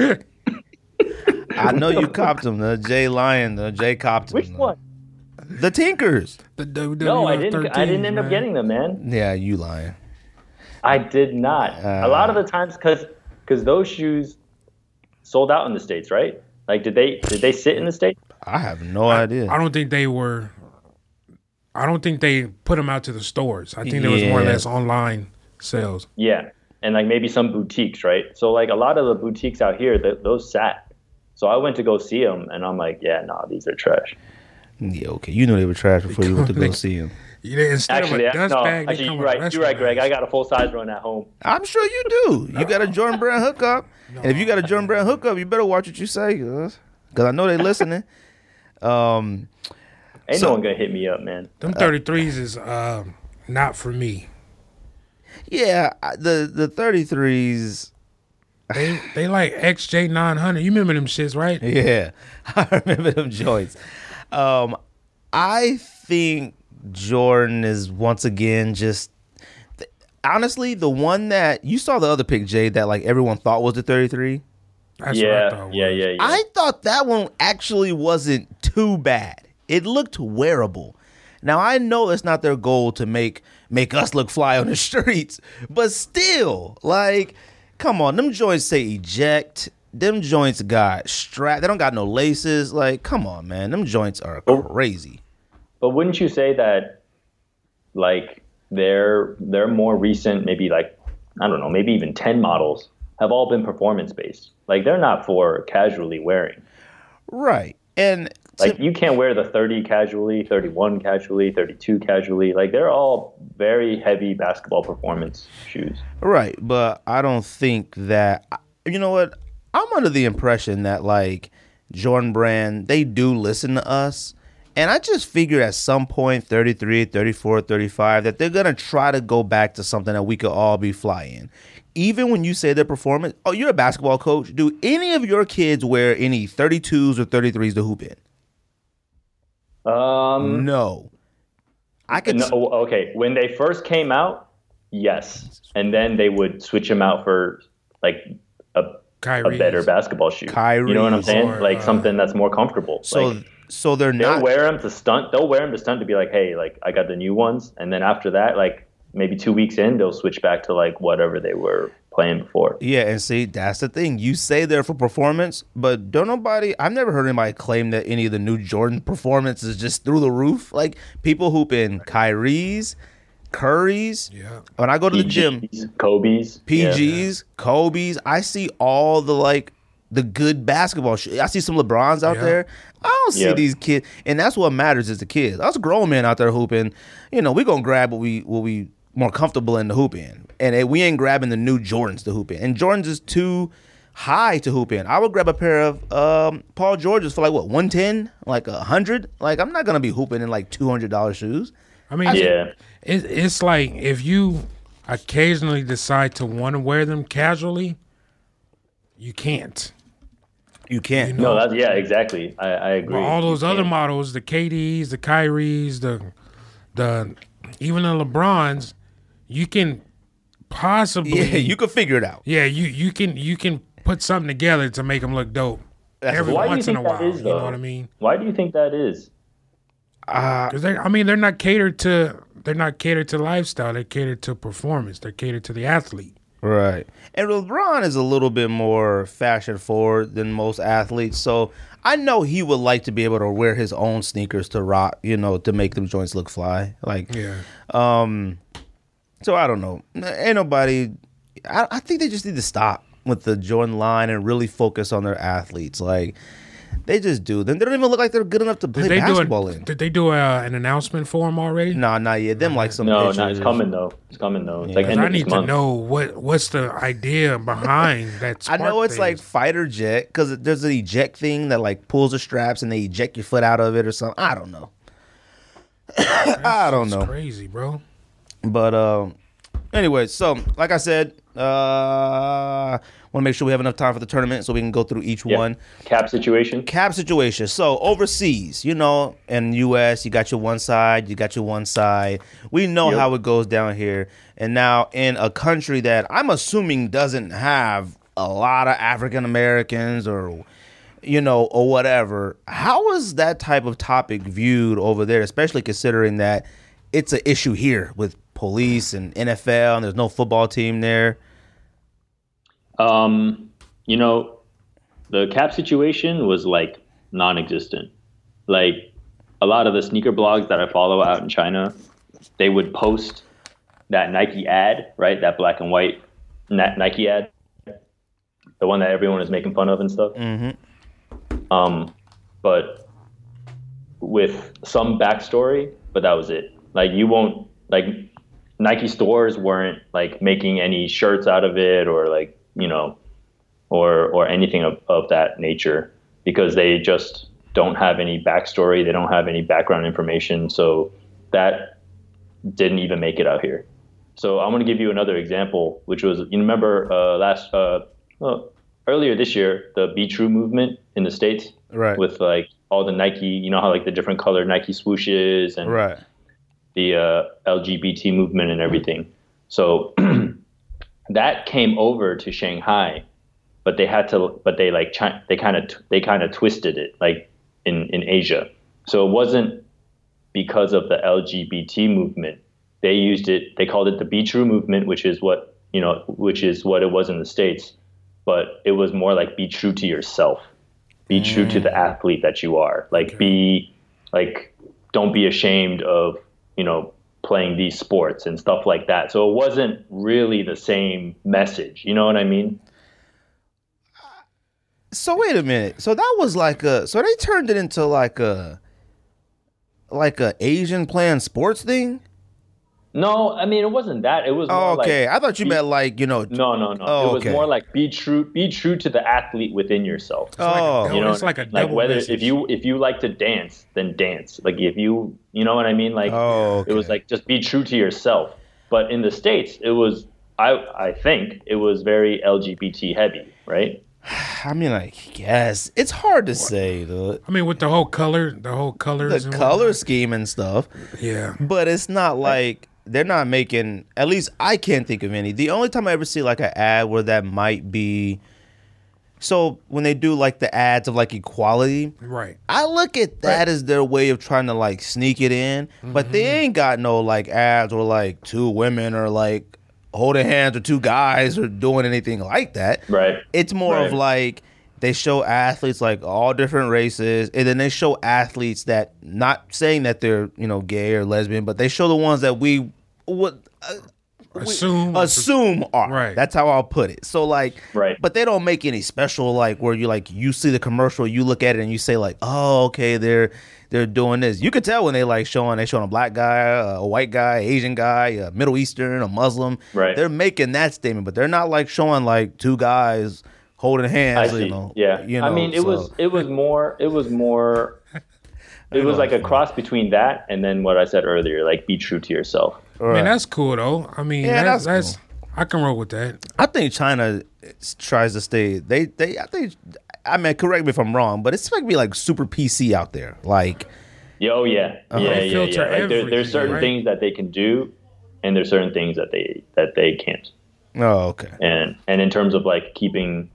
[SPEAKER 5] I know you copped them. The Jay Lion, the Jay copped them.
[SPEAKER 6] Which one?
[SPEAKER 5] The Tinkers.
[SPEAKER 7] The WWF
[SPEAKER 6] No, I didn't. I
[SPEAKER 7] 13s,
[SPEAKER 6] didn't end
[SPEAKER 7] man.
[SPEAKER 6] up getting them, man.
[SPEAKER 5] Yeah, you lying.
[SPEAKER 6] I did not. a lot of the times, cause cause those shoes sold out in the states, right? Like, did they did they sit in the states?
[SPEAKER 5] I have no idea.
[SPEAKER 7] I don't think they were. I don't think they put them out to the stores. I think there was more or
[SPEAKER 5] Yeah.
[SPEAKER 7] less online sales.
[SPEAKER 6] Yeah, and like maybe some boutiques, right? So like a lot of the boutiques out here, th- those sat. So I went to go see them, and I'm like, yeah, nah, these are trash.
[SPEAKER 5] yeah, okay. You knew they were trash before you went to go
[SPEAKER 7] Like-
[SPEAKER 5] see them.
[SPEAKER 7] You didn't- Instead
[SPEAKER 6] Actually,
[SPEAKER 7] of
[SPEAKER 6] I-
[SPEAKER 7] a dust
[SPEAKER 6] no,
[SPEAKER 7] bag, they
[SPEAKER 6] actually,
[SPEAKER 7] come
[SPEAKER 6] you're
[SPEAKER 7] with
[SPEAKER 6] right. You're right,
[SPEAKER 7] wrestling
[SPEAKER 6] Greg. I
[SPEAKER 7] bags.
[SPEAKER 6] got a full size run at home.
[SPEAKER 5] I'm sure you do. You got a Jordan Brand hookup. And if you got a Jordan Brand hookup, you better watch what you say, cuz. 'Cause I know they listening. Um
[SPEAKER 6] Ain't
[SPEAKER 5] So-
[SPEAKER 6] no one gonna hit me up, man.
[SPEAKER 7] Them 33s is um, not for me.
[SPEAKER 5] Yeah, I- the the 33s.
[SPEAKER 7] They they like XJ 900. You remember them shits, right?
[SPEAKER 5] Yeah, <laughs> I remember them joints. Um, I think Jordan is once again just th- honestly the one that you saw the other pick, Jay, that like everyone thought was the 33.
[SPEAKER 7] That's what I
[SPEAKER 6] yeah,
[SPEAKER 7] thought. it
[SPEAKER 6] yeah,
[SPEAKER 7] was.
[SPEAKER 6] yeah, yeah.
[SPEAKER 5] I thought that one actually wasn't too bad. It looked wearable. Now I know it's not their goal to make make us look fly on the <laughs> streets, but still, like, come on, them joints say eject. Them joints got strap. They don't got no laces. Like, come on, man. Them joints are
[SPEAKER 6] Oh.
[SPEAKER 5] crazy.
[SPEAKER 6] But wouldn't you say that, like their their more recent, maybe like I don't know, maybe even ten models have all been performance based. Like they're not for casually wearing.
[SPEAKER 5] Right. And to-
[SPEAKER 6] Like you can't wear the thirty casually, thirty one casually, thirty two casually. Like they're all very heavy basketball performance shoes.
[SPEAKER 5] Right, but I don't think that you know what I'm under the impression that like Jordan Brand, they do listen to us. And I just figure at some point 33, 34, 35 that they're going to try to go back to something that we could all be fly in. Even when you say their performance, oh, you're a basketball coach. Do any of your kids wear any 32s or 33s to hoop in?
[SPEAKER 6] Um,
[SPEAKER 5] No. I could
[SPEAKER 6] no, oh, okay. When they first came out, yes, and then they would switch them out for like a a
[SPEAKER 7] Kyrie.
[SPEAKER 6] better basketball shoe. you know what I'm
[SPEAKER 5] Kyrie's
[SPEAKER 6] saying?
[SPEAKER 7] or,
[SPEAKER 6] like
[SPEAKER 7] uh,
[SPEAKER 6] something that's more comfortable.
[SPEAKER 5] so
[SPEAKER 6] like,
[SPEAKER 5] so they're
[SPEAKER 6] they'll
[SPEAKER 5] not
[SPEAKER 6] wear them to stunt. They'll wear them to stunt to be like, hey, like I got the new ones, and then after that, like maybe two weeks in, they'll switch back to like whatever they were playing before.
[SPEAKER 5] Yeah, and see, that's the thing. You say they're for performance, but don't nobody. I've never heard anybody claim that any of the new Jordan performance is just through the roof. Like people hoop in Kyrie's, Curry's.
[SPEAKER 7] Yeah.
[SPEAKER 5] When I go to the gym,
[SPEAKER 6] PGs, Kobe's, Yeah.
[SPEAKER 5] PG's, Kobe's. I see all the like the good basketball. Sh- I see some LeBrons out
[SPEAKER 7] Yeah.
[SPEAKER 5] there. I don't see
[SPEAKER 6] Yeah.
[SPEAKER 5] these kids, and that's what matters is the kids. Us grown men out there hooping. You know, we gonna grab what we what we more comfortable in the hoop in, and eh, we ain't grabbing the new Jordans to hoop in. And Jordans is too high to hoop in. I would grab a pair of um, Paul Georges for like what one ten, like a hundred. Like I'm not gonna be hooping in like two hundred dollar shoes.
[SPEAKER 7] I mean,
[SPEAKER 6] Yeah.
[SPEAKER 7] It, it's like if you occasionally decide to want to wear them casually, you can't.
[SPEAKER 5] You can't.
[SPEAKER 6] No, that's yeah, exactly. I, I agree.
[SPEAKER 7] But all those
[SPEAKER 6] You
[SPEAKER 7] other
[SPEAKER 6] can't-
[SPEAKER 7] models, the KDs, the Kyries, the the even the LeBrons, you can possibly
[SPEAKER 5] <laughs> yeah, you could figure it out.
[SPEAKER 7] Yeah, you you can you can put something together to make them look dope. Every
[SPEAKER 6] Why do you
[SPEAKER 7] once in a
[SPEAKER 6] think that
[SPEAKER 7] while,
[SPEAKER 6] is,
[SPEAKER 7] you know
[SPEAKER 6] though?
[SPEAKER 7] what I mean?
[SPEAKER 6] Why do you think that is? Uh,
[SPEAKER 7] Because they, I mean, they're not catered to they're not catered to lifestyle. They're catered to performance. They're catered to the athlete.
[SPEAKER 5] Right. And LeBron is a little bit more fashion forward than most athletes. So I know he would like to be able to wear his own sneakers to rock, you know, to make them joints look fly. Like, um,
[SPEAKER 7] Yeah,
[SPEAKER 5] so I don't know. Ain't nobody, I, I think they just need to stop with the Jordan line and really focus on their athletes. Like, they just do them. They don't even look like they're good enough to play
[SPEAKER 7] did they do
[SPEAKER 5] basketball
[SPEAKER 7] a,
[SPEAKER 5] in.
[SPEAKER 7] did they do a, an announcement for him already?
[SPEAKER 5] Nah, not yet. Them like some
[SPEAKER 6] No,
[SPEAKER 5] pictures.
[SPEAKER 6] no, it's coming though. It's coming though. It's like
[SPEAKER 7] 'Cause
[SPEAKER 6] end
[SPEAKER 7] I
[SPEAKER 6] of
[SPEAKER 7] need
[SPEAKER 6] this
[SPEAKER 7] to
[SPEAKER 6] month.
[SPEAKER 7] know what what's the idea behind
[SPEAKER 5] <laughs>
[SPEAKER 7] that.
[SPEAKER 5] I know
[SPEAKER 7] spark
[SPEAKER 5] it's like
[SPEAKER 7] thing.
[SPEAKER 5] fighter jet because there's an eject thing that like pulls the straps and they eject your foot out of it or something. I don't know. I don't know.
[SPEAKER 7] crazy, bro.
[SPEAKER 5] But um, anyway, so like I said, uh, want to make sure we have enough time for the tournament so we can go through each
[SPEAKER 6] Yeah.
[SPEAKER 5] one.
[SPEAKER 6] cap situation.
[SPEAKER 5] Cap situation. So overseas, you know, in U.S., you got your one side, you got your one side. We know
[SPEAKER 6] Yep.
[SPEAKER 5] how it goes down here. And now in a country that I'm assuming doesn't have a lot of African Americans or, you know, or whatever. How is that type of topic viewed over there, especially considering that it's an issue here with police and NFL, and there's no football team there.
[SPEAKER 6] Um, you know, the cap situation was like non-existent. Like a lot of the sneaker blogs that I follow out in China, they would post that Nike ad, right? That black and white Ni- Nike ad, the one that everyone is making fun of and stuff. Mm-hmm. Um, but with some backstory, but that was it. Like you won't like Nike stores weren't like making any shirts out of it or like you know or or anything of, of that nature because they just don't have any backstory. They don't have any background information. So that didn't even make it out here. So I'm going to give you another example, which was you remember uh, last uh, well, earlier this year the Be True movement in the states
[SPEAKER 5] Right.
[SPEAKER 6] with like all the Nike, you know how like the different color Nike swooshes and
[SPEAKER 5] right.
[SPEAKER 6] the uh, LGBT movement and everything. So <clears throat> that came over to Shanghai, but they had to, but they like chi- they kind of they kind of twisted it like in in Asia. So it wasn't because of the LGBT movement. They used it. They called it the Be True movement, which is what you know, which is what it was in the states. But it was more like be true to yourself, be true to the athlete that you are. Like be like don't be ashamed of you know playing these sports and stuff like that so it wasn't really the same message you know what i mean
[SPEAKER 5] So wait a minute. So that was like a. So they turned it into like a. Like a Asian playing sports thing.
[SPEAKER 6] no i mean it wasn't that it was more
[SPEAKER 5] Oh, okay,
[SPEAKER 6] like,
[SPEAKER 5] I thought you
[SPEAKER 6] be-
[SPEAKER 5] meant like you know.
[SPEAKER 6] no no no
[SPEAKER 5] Oh,
[SPEAKER 6] it was
[SPEAKER 5] okay.
[SPEAKER 6] more like be true be true to the athlete within yourself
[SPEAKER 5] oh,
[SPEAKER 7] like a
[SPEAKER 6] you know
[SPEAKER 7] it's like a
[SPEAKER 6] like
[SPEAKER 7] double
[SPEAKER 6] whether
[SPEAKER 7] message.
[SPEAKER 6] if you if you like to dance then dance like if you you know what i mean like
[SPEAKER 5] Oh,
[SPEAKER 6] it was
[SPEAKER 5] okay.
[SPEAKER 6] like just be true to yourself but in the states it was i i think it was very lgbt heavy right
[SPEAKER 5] I mean, I guess it's hard to say the
[SPEAKER 7] I mean, with the whole color, the whole
[SPEAKER 5] the
[SPEAKER 7] colors. and
[SPEAKER 5] color scheme and stuff,
[SPEAKER 7] whatnot. Yeah.
[SPEAKER 5] but it's not like they're not making. At least I can't think of any. The only time I ever see like an ad where that might be. So when they do like the ads of like equality,
[SPEAKER 7] Right.
[SPEAKER 5] I look at that as their way of trying to like sneak it in, but they
[SPEAKER 6] Mm-hmm.
[SPEAKER 5] ain't got no like ads or like two women or like holding hands or two guys or doing anything like that.
[SPEAKER 6] right
[SPEAKER 5] It's more of
[SPEAKER 6] Right.
[SPEAKER 5] like they show athletes like all different races, and then they show athletes that not saying that they're you know gay or lesbian, but they show the ones that we would uh,
[SPEAKER 7] Assume.
[SPEAKER 5] assume are.
[SPEAKER 7] Right.
[SPEAKER 5] That's how I'll put it. So like,
[SPEAKER 6] Right.
[SPEAKER 5] But they don't make any special like where you like you see the commercial, you look at it and you say like, oh okay, they're they're doing this. You could tell when they like showing they showing a black guy, a white guy, Asian guy, a Middle Eastern, a Muslim.
[SPEAKER 6] Right.
[SPEAKER 5] They're making that statement, but they're not like showing like two guys holding
[SPEAKER 6] I
[SPEAKER 5] hands.
[SPEAKER 6] see.
[SPEAKER 5] You know.
[SPEAKER 6] yeah.
[SPEAKER 5] You know,
[SPEAKER 6] I mean, it
[SPEAKER 5] so-
[SPEAKER 6] was it was more it was
[SPEAKER 5] <laughs>
[SPEAKER 6] more it was like a cross between that and then what I said earlier, like be true to yourself.
[SPEAKER 7] Man, that's cool though. I mean,
[SPEAKER 5] Yeah,
[SPEAKER 7] that's,
[SPEAKER 5] that's
[SPEAKER 7] that's, I can roll with that.
[SPEAKER 5] I think China is- tries to stay. They they I think. I mean, correct me if I'm wrong, but it's like be like super PC out there. Like
[SPEAKER 6] Yeah, oh yeah.
[SPEAKER 5] Uh-huh.
[SPEAKER 6] Yeah,
[SPEAKER 7] They
[SPEAKER 6] yeah, yeah.
[SPEAKER 7] filter
[SPEAKER 6] Like there,
[SPEAKER 7] everything,
[SPEAKER 6] there's certain
[SPEAKER 7] right?
[SPEAKER 6] things that they can do and there's certain things that they that they can't.
[SPEAKER 5] Oh, okay.
[SPEAKER 6] And and in terms of like keeping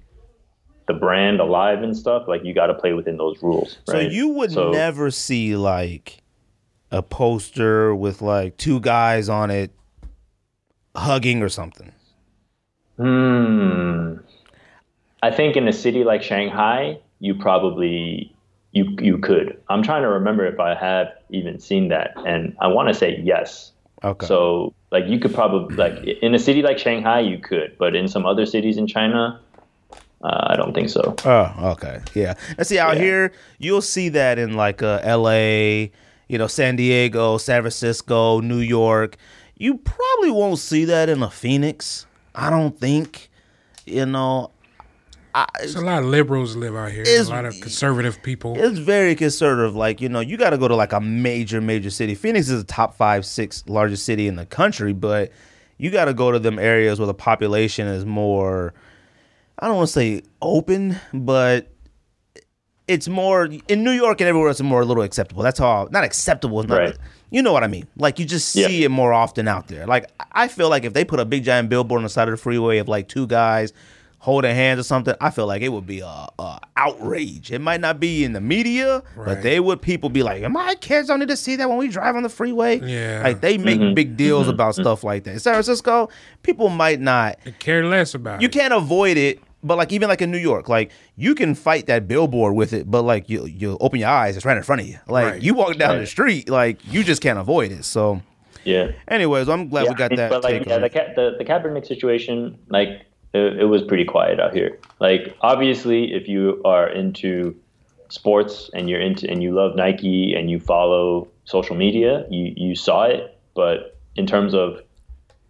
[SPEAKER 6] the brand alive and stuff, like you gotta play within those rules.
[SPEAKER 5] So
[SPEAKER 6] right?
[SPEAKER 5] you would
[SPEAKER 6] So-
[SPEAKER 5] never see like a poster with like two guys on it hugging or something.
[SPEAKER 6] Hmm. I think in a city like Shanghai, you probably you you could. I'm trying to remember if I have even seen that, and I want to say yes.
[SPEAKER 5] Okay.
[SPEAKER 6] So like you could probably like in a city like Shanghai, you could, but in some other cities in China, uh, I don't think so.
[SPEAKER 5] oh, okay. Yeah. Let's see out
[SPEAKER 6] Yeah.
[SPEAKER 5] here you'll see that in like uh, LA, you know, San Diego, San Francisco, New York. You probably won't see that in a Phoenix. I don't think. You know,
[SPEAKER 7] There's a lot of liberals live out here.
[SPEAKER 5] Is-
[SPEAKER 7] a lot of conservative people.
[SPEAKER 5] it's very conservative. Like you know, you got to go to like a major, major city. Phoenix is the top five, six largest city in the country, but you got to go to them areas where the population is more. I don't want to say open, but it's more in New York and everywhere. It's more a little acceptable. That's how not acceptable. It's not,
[SPEAKER 6] Right.
[SPEAKER 5] You know what I mean? Like you just
[SPEAKER 6] Yeah.
[SPEAKER 5] see it more often out there. Like I feel like if they put a big giant billboard on the side of the freeway of like two guys holding hands or something, I feel like it would be a, a outrage. It might not be in the media, but
[SPEAKER 7] Right.
[SPEAKER 5] they would people be like, "My kids don't need to see that when we drive on the freeway."
[SPEAKER 7] Yeah.
[SPEAKER 5] like they make big deals about stuff like that. In San Francisco, people might not
[SPEAKER 7] They care less about
[SPEAKER 5] you
[SPEAKER 7] it.
[SPEAKER 5] can't avoid it but like even like in new york like you can fight that billboard with it but like you you open your eyes it's right in front of you like
[SPEAKER 7] Right.
[SPEAKER 5] you walk down the
[SPEAKER 6] Right.
[SPEAKER 5] street like you just can't avoid it so
[SPEAKER 6] Yeah.
[SPEAKER 5] anyways i'm glad
[SPEAKER 6] Yeah,
[SPEAKER 5] we got
[SPEAKER 6] I mean,
[SPEAKER 5] that
[SPEAKER 6] But like,
[SPEAKER 5] take
[SPEAKER 6] yeah,
[SPEAKER 5] on
[SPEAKER 6] the,
[SPEAKER 5] it.
[SPEAKER 6] Ka- the the Kaepernick situation, like, it, it was pretty quiet out here. Like, obviously, if you are into sports and you're into and you love Nike and you follow social media, you you saw it. But in terms of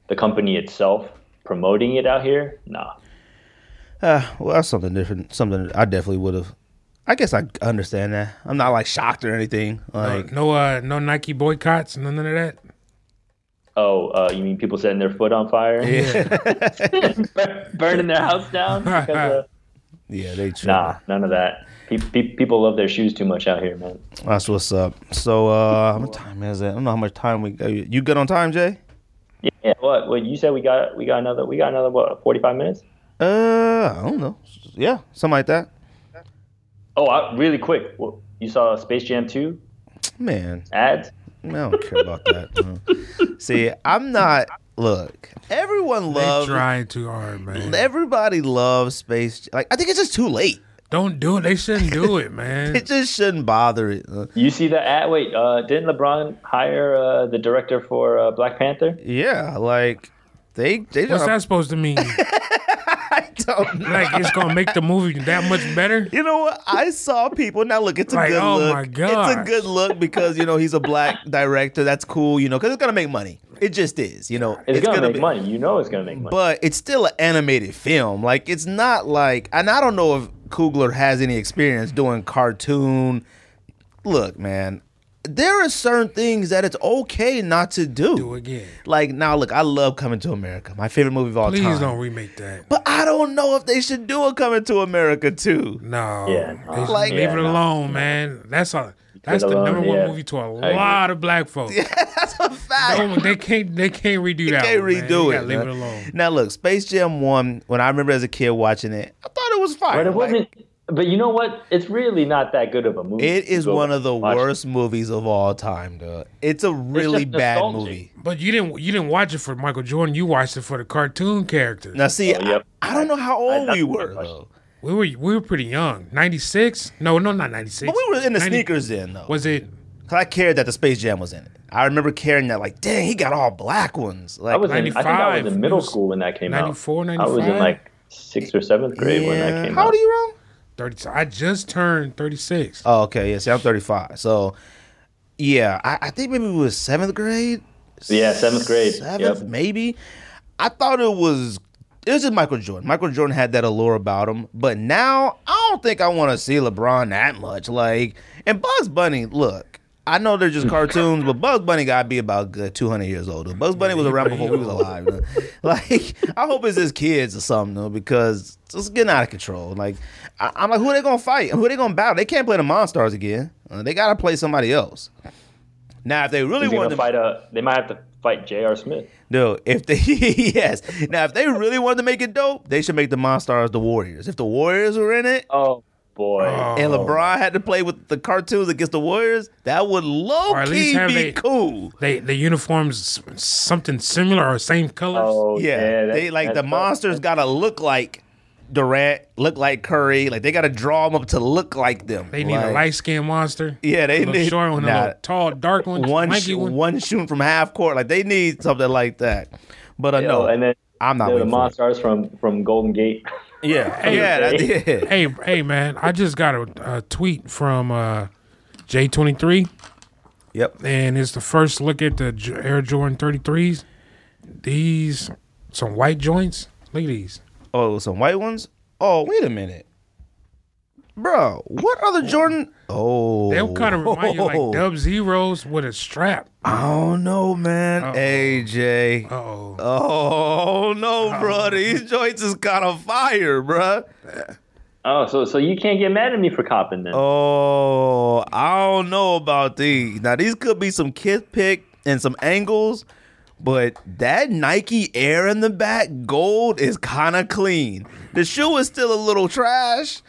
[SPEAKER 6] the company itself promoting it out here, nah.
[SPEAKER 5] Ah, well that's something different something i definitely would have I guess I understand that. I'm not like shocked or anything. Like,
[SPEAKER 7] no, uh, no Nike boycotts, no none of
[SPEAKER 5] <laughs>
[SPEAKER 7] that.
[SPEAKER 6] Oh, uh, you mean people setting their foot on fire,
[SPEAKER 7] <laughs>
[SPEAKER 6] Bur- <laughs> burning their house
[SPEAKER 5] <laughs>
[SPEAKER 6] down? Because, uh,
[SPEAKER 5] yeah, they true.
[SPEAKER 6] nah, none of that. Pe- pe- people love their shoes too much out here, man.
[SPEAKER 5] That's what's up. So, uh, how much time is it? I don't know how much time we got. You good on time, Jay?
[SPEAKER 6] Yeah, what? What you said? We got we got another we got another what? Forty five minutes?
[SPEAKER 5] Uh, I don't know. Yeah, something like that.
[SPEAKER 6] Oh, I, really quick. Well, you saw Space Jam two
[SPEAKER 5] Man,
[SPEAKER 6] ads?
[SPEAKER 5] I don't care about
[SPEAKER 7] <laughs>
[SPEAKER 5] that. no. See, I'm not. Look, everyone
[SPEAKER 7] They
[SPEAKER 5] loves.
[SPEAKER 7] trying too hard, man.
[SPEAKER 5] Everybody loves space. Like, I think it's just too late.
[SPEAKER 7] Don't do it. They shouldn't
[SPEAKER 5] <laughs>
[SPEAKER 7] do it, man.
[SPEAKER 5] It just shouldn't bother it. Uh,
[SPEAKER 6] You see the ad? Wait, uh, didn't LeBron hire uh, the director for uh, Black Panther?
[SPEAKER 5] yeah, like they they
[SPEAKER 7] What's
[SPEAKER 5] just
[SPEAKER 7] that supposed
[SPEAKER 5] <laughs>
[SPEAKER 7] to mean?
[SPEAKER 5] don't. know.
[SPEAKER 7] Like it's gonna make the movie that much better?
[SPEAKER 5] You know what? I saw people. Now look, it's a
[SPEAKER 7] Like,
[SPEAKER 5] good
[SPEAKER 7] oh
[SPEAKER 5] look.
[SPEAKER 7] my
[SPEAKER 5] It's a
[SPEAKER 7] gosh.
[SPEAKER 5] good look because you know he's a
[SPEAKER 7] <laughs>
[SPEAKER 5] black director. That's cool. You know, because it's gonna make money. It just is. You know,
[SPEAKER 6] It's, gonna, make
[SPEAKER 5] be-
[SPEAKER 6] money. You know it's gonna make money.
[SPEAKER 5] But it's still an animated film. Like it's not like, and I don't know if Kugler has any experience doing cartoon. Look, man, there are certain things that it's okay not to do.
[SPEAKER 7] Do again.
[SPEAKER 5] Like now, look, I love Coming to America, my favorite movie of all time.
[SPEAKER 7] Please don't remake that.
[SPEAKER 5] But I don't know if they should do a Coming to America too. <laughs>
[SPEAKER 7] No.
[SPEAKER 6] Yeah,
[SPEAKER 7] They
[SPEAKER 6] no.
[SPEAKER 7] should
[SPEAKER 5] Like-
[SPEAKER 7] leave
[SPEAKER 6] Yeah,
[SPEAKER 7] it
[SPEAKER 6] no.
[SPEAKER 7] alone, man. That's a that's the
[SPEAKER 6] alone,
[SPEAKER 7] number one
[SPEAKER 6] yeah.
[SPEAKER 7] movie to a
[SPEAKER 6] agree.
[SPEAKER 7] lot of black folks.
[SPEAKER 5] That's a fact.
[SPEAKER 7] No, they can't they can't redo that.
[SPEAKER 5] can't
[SPEAKER 7] one, man.
[SPEAKER 5] redo
[SPEAKER 7] You
[SPEAKER 5] it.
[SPEAKER 7] gotta Leave
[SPEAKER 5] man.
[SPEAKER 7] it alone.
[SPEAKER 5] Now look, Space Jam One. When I remember as a kid watching it, I thought it was fire.
[SPEAKER 6] But it
[SPEAKER 5] Like,
[SPEAKER 6] wasn't. But you know what? It's really not that good of a movie.
[SPEAKER 5] it is
[SPEAKER 6] Go
[SPEAKER 5] one of the
[SPEAKER 6] watch it.
[SPEAKER 5] worst movies of all time, dude. It's a really
[SPEAKER 6] just
[SPEAKER 5] bad
[SPEAKER 6] nostalgic.
[SPEAKER 5] movie.
[SPEAKER 7] But you didn't you didn't watch it for Michael Jordan. You watched it for the cartoon character.
[SPEAKER 5] Now see,
[SPEAKER 6] Oh, yep.
[SPEAKER 5] I, I don't know how old
[SPEAKER 6] that's
[SPEAKER 5] we
[SPEAKER 6] a good
[SPEAKER 5] were
[SPEAKER 6] question.
[SPEAKER 5] though,
[SPEAKER 7] We were we were pretty young. Ninety six? No, no, not ninety six.
[SPEAKER 5] but we were in the
[SPEAKER 7] 90
[SPEAKER 5] sneakers then though.
[SPEAKER 7] Was it?
[SPEAKER 5] Cause I cared that the Space Jam was in it. I remember caring that, like, dang, he got all black ones. Like,
[SPEAKER 6] I was in, I think I
[SPEAKER 7] 95.
[SPEAKER 6] was in middle
[SPEAKER 7] It was
[SPEAKER 6] school when that came
[SPEAKER 7] 94,
[SPEAKER 6] out. I was in
[SPEAKER 7] 95?
[SPEAKER 6] like sixth or seventh grade when
[SPEAKER 5] yeah.
[SPEAKER 6] that came
[SPEAKER 5] how
[SPEAKER 6] out.
[SPEAKER 5] old are you wrong?
[SPEAKER 7] Thirty. I just turned thirty six.
[SPEAKER 5] Oh, okay. Yeah, see, I'm 35. So, yeah, I, I think maybe it was seventh grade.
[SPEAKER 6] Yeah, seventh grade.
[SPEAKER 5] Seventh,
[SPEAKER 6] Yep.
[SPEAKER 5] maybe. I thought it was. It was just Michael Jordan. Michael Jordan had that allure about him, but now I don't think I want to see LeBron that much. Like, and Bugs Bunny, look, I know they're
[SPEAKER 6] Hmm.
[SPEAKER 5] just cartoons, but Bugs Bunny got to be about good 200 years old. dude. Bugs Bunny was around before we was alive. dude. <laughs> Like, I hope it's his kids or something, though, because it's getting out of control. Like, I, I'm like, who they gonna fight? Who they gonna battle? They can't play the Monstars again. Uh, they gotta play somebody else. Now, if they really
[SPEAKER 6] They're
[SPEAKER 5] want
[SPEAKER 6] gonna
[SPEAKER 5] to
[SPEAKER 6] fight a, they might have to fight J.R. Smith.
[SPEAKER 5] no, if they <laughs> yes. Now if they really wanted to make it dope, they should make the Monstars the Warriors. If the Warriors were in it
[SPEAKER 6] Oh boy.
[SPEAKER 5] and LeBron had to play with the cartoons against the Warriors, that would low
[SPEAKER 7] Or at least
[SPEAKER 5] key
[SPEAKER 7] have
[SPEAKER 5] be
[SPEAKER 7] they-
[SPEAKER 5] cool.
[SPEAKER 7] They the uniforms s- something similar or same colors.
[SPEAKER 6] oh
[SPEAKER 5] Yeah.
[SPEAKER 6] that-
[SPEAKER 5] they like the
[SPEAKER 6] that's tough.
[SPEAKER 5] monsters gotta look like Durant, look like Curry, like they gotta draw them up to look like them.
[SPEAKER 7] They need
[SPEAKER 5] like,
[SPEAKER 7] a light skinned monster.
[SPEAKER 5] Yeah, they
[SPEAKER 7] a little
[SPEAKER 5] need-
[SPEAKER 7] short one,
[SPEAKER 5] nah.
[SPEAKER 7] a little tall, dark one,
[SPEAKER 5] one
[SPEAKER 7] lanky
[SPEAKER 5] sh-
[SPEAKER 7] one.
[SPEAKER 5] one shooting from half court. Like they need something like that. But I
[SPEAKER 6] Yo,
[SPEAKER 5] know
[SPEAKER 6] and then
[SPEAKER 5] I'm not
[SPEAKER 6] they're the
[SPEAKER 5] waiting for it.
[SPEAKER 6] monsters from from Golden Gate. <laughs>
[SPEAKER 5] Yeah, yeah, that, yeah.
[SPEAKER 7] Hey, hey, man! I just got a, a tweet from uh, J23,
[SPEAKER 5] Yep.
[SPEAKER 7] and it's the first look at the J- Air Jordan 33s. These some white joints. Look at these.
[SPEAKER 5] Oh, some white ones? Oh, wait a minute. Bro, what other Jordan? Oh.
[SPEAKER 7] They kind of remind
[SPEAKER 5] <laughs>
[SPEAKER 7] you like Dub Zeros with a strap.
[SPEAKER 5] I don't know, man. AJ.
[SPEAKER 7] Uh oh.
[SPEAKER 5] Oh, no, bro. These joints is kind of fire, bro.
[SPEAKER 6] Oh, so so you can't get mad at me for copping then.
[SPEAKER 5] Oh, I don't know about these. Now, these could be some kid pick and some angles, but that Nike Air in the back gold is kind of clean. The shoe is still a little trash,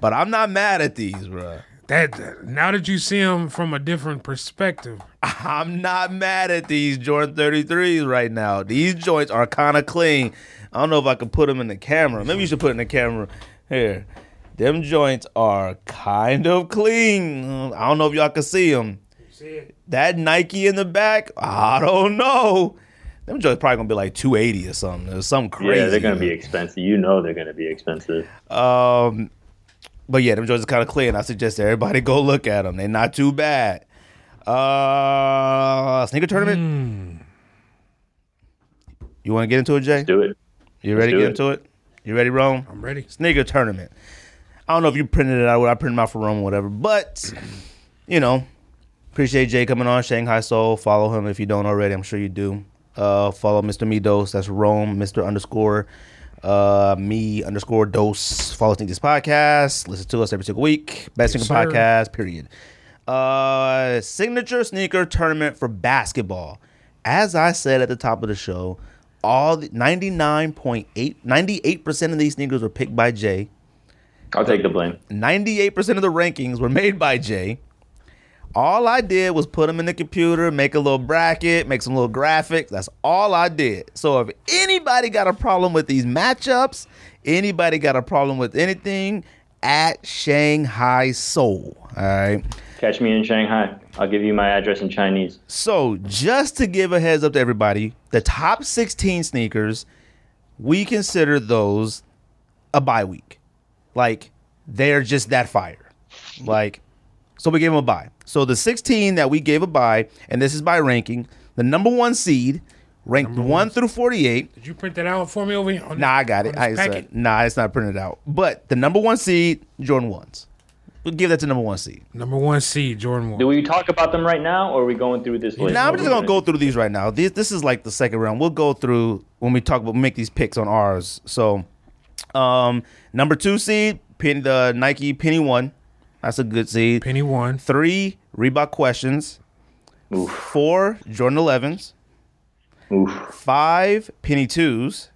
[SPEAKER 5] but I'm not mad at these, bro.
[SPEAKER 7] That now that you see them from a different perspective,
[SPEAKER 5] I'm not mad at these Jordan 33s right now. These joints are kind of clean. I don't know if I could put them in the camera. Maybe you should put it in the camera. Here. Them joints are kind of clean. I don't know if y'all can see them. That Nike in the back, I don't know. Them joints probably gonna be like 280 or something. Or something crazy.
[SPEAKER 6] yeah, they're gonna be expensive. You know they're gonna be expensive.
[SPEAKER 5] Um, but yeah, them joints are kind of clean. I suggest everybody go look at them. They're not too bad. Uh, sneaker tournament. You want to get into it, Jay?
[SPEAKER 6] Hmm. Do it.
[SPEAKER 5] You ready to
[SPEAKER 6] do
[SPEAKER 5] get
[SPEAKER 6] it.
[SPEAKER 5] into it? You ready, Rome?
[SPEAKER 7] I'm ready.
[SPEAKER 5] Sneaker tournament. I don't know if you printed it out. I printed them out for Rome or whatever. But you know, appreciate Jay coming on Shanghai Soul. Follow him if you don't already. I'm sure you do. Uh, follow Mr. Me Dose. That's Rome Mr. Underscore uh, Me Underscore Dose. Follow Sneak This Podcast. Listen to us every single week. Best
[SPEAKER 7] Yes,
[SPEAKER 5] single
[SPEAKER 7] sir.
[SPEAKER 5] podcast. Period. Uh, signature sneaker tournament for basketball. As I said at the top of the show, all the 99.8 98% of these sneakers were picked by Jay.
[SPEAKER 6] I'll take the blame.
[SPEAKER 5] 98% of the rankings were made by Jay. All I did was put them in the computer, make a little bracket, make some little graphics. That's all I did. So if anybody got a problem with these matchups, anybody got a problem with anything, at Shanghai Soul. All right.
[SPEAKER 6] Catch me in Shanghai. I'll give you my address in Chinese.
[SPEAKER 5] So just to give a heads up to everybody, the top 16 sneakers, we consider those a bye week. Like they're just that fire. Like so we gave them a buy. So the 16 that we gave a buy, and this is by ranking, the number one seed, ranked one through 48.
[SPEAKER 7] Did you print that out for me over here?
[SPEAKER 5] Nah, I got it. I, it's, uh, nah, it's not printed out. But the number one seed, Jordan ones. We'll give that to number one seed.
[SPEAKER 7] Number one seed, Jordan
[SPEAKER 6] Do
[SPEAKER 7] Wall.
[SPEAKER 6] we talk about them right now, or are we going through this later?
[SPEAKER 5] No, I'm just gonna go through these right now. This this is like the second round. We'll go through when we talk about make these picks on ours. So, um, number two seed, pin the Nike Penny One. That's a good seed.
[SPEAKER 7] Penny one.
[SPEAKER 5] Three Reebok questions. Four Jordan Elevens.
[SPEAKER 6] Oof.
[SPEAKER 5] Five Penny Twos.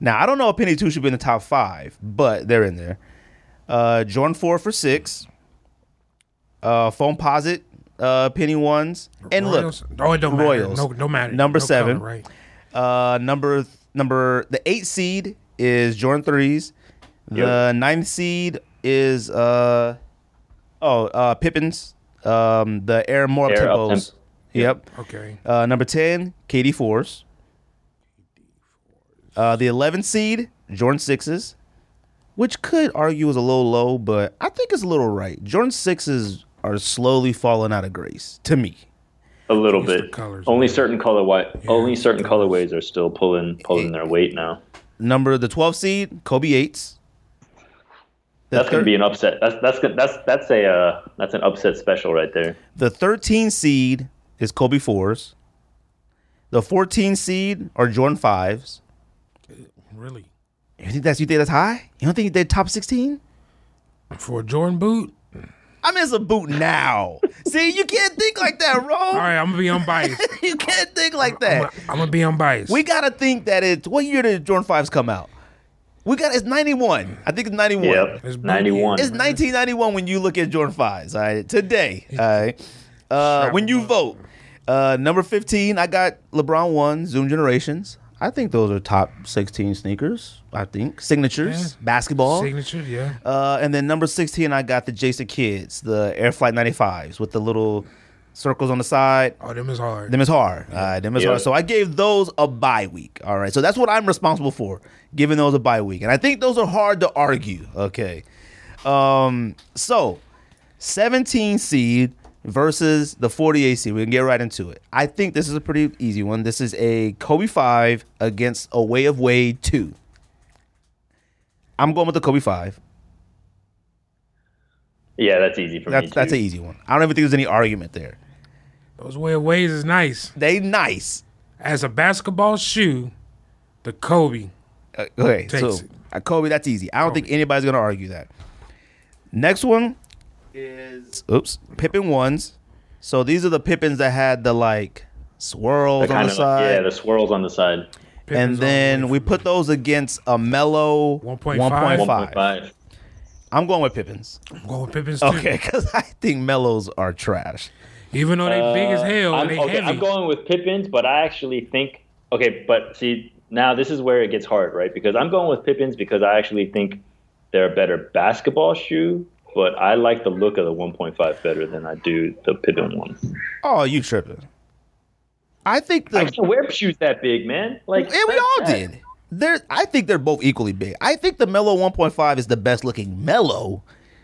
[SPEAKER 5] Now I don't know if Penny Two should be in the top five, but they're in there. Uh, Jordan Four for six. Uh, Foam Posit. Uh, Penny ones and look,
[SPEAKER 7] Royals? oh, it don't
[SPEAKER 5] Royals.
[SPEAKER 7] matter. No, no matter.
[SPEAKER 5] Number
[SPEAKER 7] No
[SPEAKER 5] seven.
[SPEAKER 7] color, right.
[SPEAKER 5] Uh, number number the eight seed is Jordan threes. The ninth seed is uh oh uh Pippins. Um, the Air More
[SPEAKER 6] Air up
[SPEAKER 5] tempos.
[SPEAKER 6] temp-
[SPEAKER 5] Yep.
[SPEAKER 7] Okay.
[SPEAKER 5] Uh, number ten, KD fours. Uh, the 11th seed, Jordan sixes, which could argue is a little low, but I think it's a little right. Jordan sixes are slowly falling out of grace to me.
[SPEAKER 6] A little
[SPEAKER 7] It's the
[SPEAKER 6] bit.
[SPEAKER 7] colors,
[SPEAKER 6] only
[SPEAKER 7] man.
[SPEAKER 6] certain color white. only
[SPEAKER 7] it's the
[SPEAKER 6] certain
[SPEAKER 7] colors.
[SPEAKER 6] colorways are still pulling pulling their weight now.
[SPEAKER 5] Number the 12th seed, Kobe eights. The
[SPEAKER 6] That's
[SPEAKER 5] thir-
[SPEAKER 6] gonna be an upset. That's that's good. That's that's a uh, that's an upset special right there.
[SPEAKER 5] The 13 seed is Kobe fours. The 14 seed are Jordan fives.
[SPEAKER 7] Really?
[SPEAKER 5] You think that's you think that's high? You don't think they're top 16?
[SPEAKER 7] For a Jordan boot?
[SPEAKER 5] I mean, it's a boot now. <laughs> See, you can't think like that,
[SPEAKER 7] All
[SPEAKER 5] Ro.
[SPEAKER 7] right, I'm gonna be unbiased.
[SPEAKER 5] <laughs> You can't think like
[SPEAKER 7] I'm,
[SPEAKER 5] that.
[SPEAKER 7] gonna, I'm gonna be unbiased.
[SPEAKER 5] We gotta think that it's what year did Jordan fives come out? We got it's 91. I think it's 91.
[SPEAKER 6] Yep.
[SPEAKER 7] It's booty.
[SPEAKER 6] Ninety one.
[SPEAKER 5] It's 1991 when you look at Jordan Fives. All right, today. All right, uh, when you vote, uh, number 15, I got LeBron one Zoom Generations. I think those are top 16 sneakers. I think signatures,
[SPEAKER 7] Yeah.
[SPEAKER 5] basketball,
[SPEAKER 7] signature, yeah.
[SPEAKER 5] uh, and then number 16, I got the Jason Kids, the Air Flight 95s with the little circles on the side.
[SPEAKER 7] Oh, them is hard.
[SPEAKER 5] Them is hard. All right, them is
[SPEAKER 6] Yeah.
[SPEAKER 5] hard. So I gave those a bye week. All right, so that's what I'm responsible for, giving those a bye week, and I think those are hard to argue. Okay, um, so 17 seed versus the 48 seed. We can get right into it. I think this is a pretty easy one. This is a Kobe five against a Way of Wade two. I'm going with the Kobe five.
[SPEAKER 6] yeah, that's easy for me.
[SPEAKER 5] That's
[SPEAKER 6] too.
[SPEAKER 5] that's an easy one. I don't even think there's any argument there.
[SPEAKER 7] Those weird ways is nice.
[SPEAKER 5] They nice.
[SPEAKER 7] As a basketball shoe, the Kobe.
[SPEAKER 5] Uh, Okay,
[SPEAKER 7] Takes
[SPEAKER 5] so
[SPEAKER 7] it.
[SPEAKER 5] uh, Kobe, that's easy. I don't think anybody's gonna argue that. Next one is oops, Pippin ones. So these are the Pippins that had the like swirls
[SPEAKER 6] The
[SPEAKER 5] on
[SPEAKER 6] kind
[SPEAKER 5] the
[SPEAKER 6] of like- yeah,
[SPEAKER 5] side,
[SPEAKER 6] the swirls on the side.
[SPEAKER 5] and then we put those against a mellow
[SPEAKER 7] 1.5.
[SPEAKER 6] 1.5.
[SPEAKER 5] 1.5. I'm going with Pippins.
[SPEAKER 7] go with Pippins too.
[SPEAKER 5] Okay, because I think mellows are trash.
[SPEAKER 7] Even though they big as hell,
[SPEAKER 6] Uh, I'm,
[SPEAKER 7] and they
[SPEAKER 6] okay,
[SPEAKER 7] heavy.
[SPEAKER 6] I'm going with Pippins, but I actually think okay, but see now this is where it gets hard, right? Because I'm going with Pippins because I actually think they're a better basketball shoe, but I like the look of the 1.5 better than I do the Pippin one.
[SPEAKER 5] Oh, you tripping? I think the
[SPEAKER 6] I can't wear shoes that big, man. Like
[SPEAKER 5] and we
[SPEAKER 6] that's
[SPEAKER 5] all
[SPEAKER 6] that.
[SPEAKER 5] did. They're, I think they're both equally big. I think the mellow 1.5 is the best looking mellow.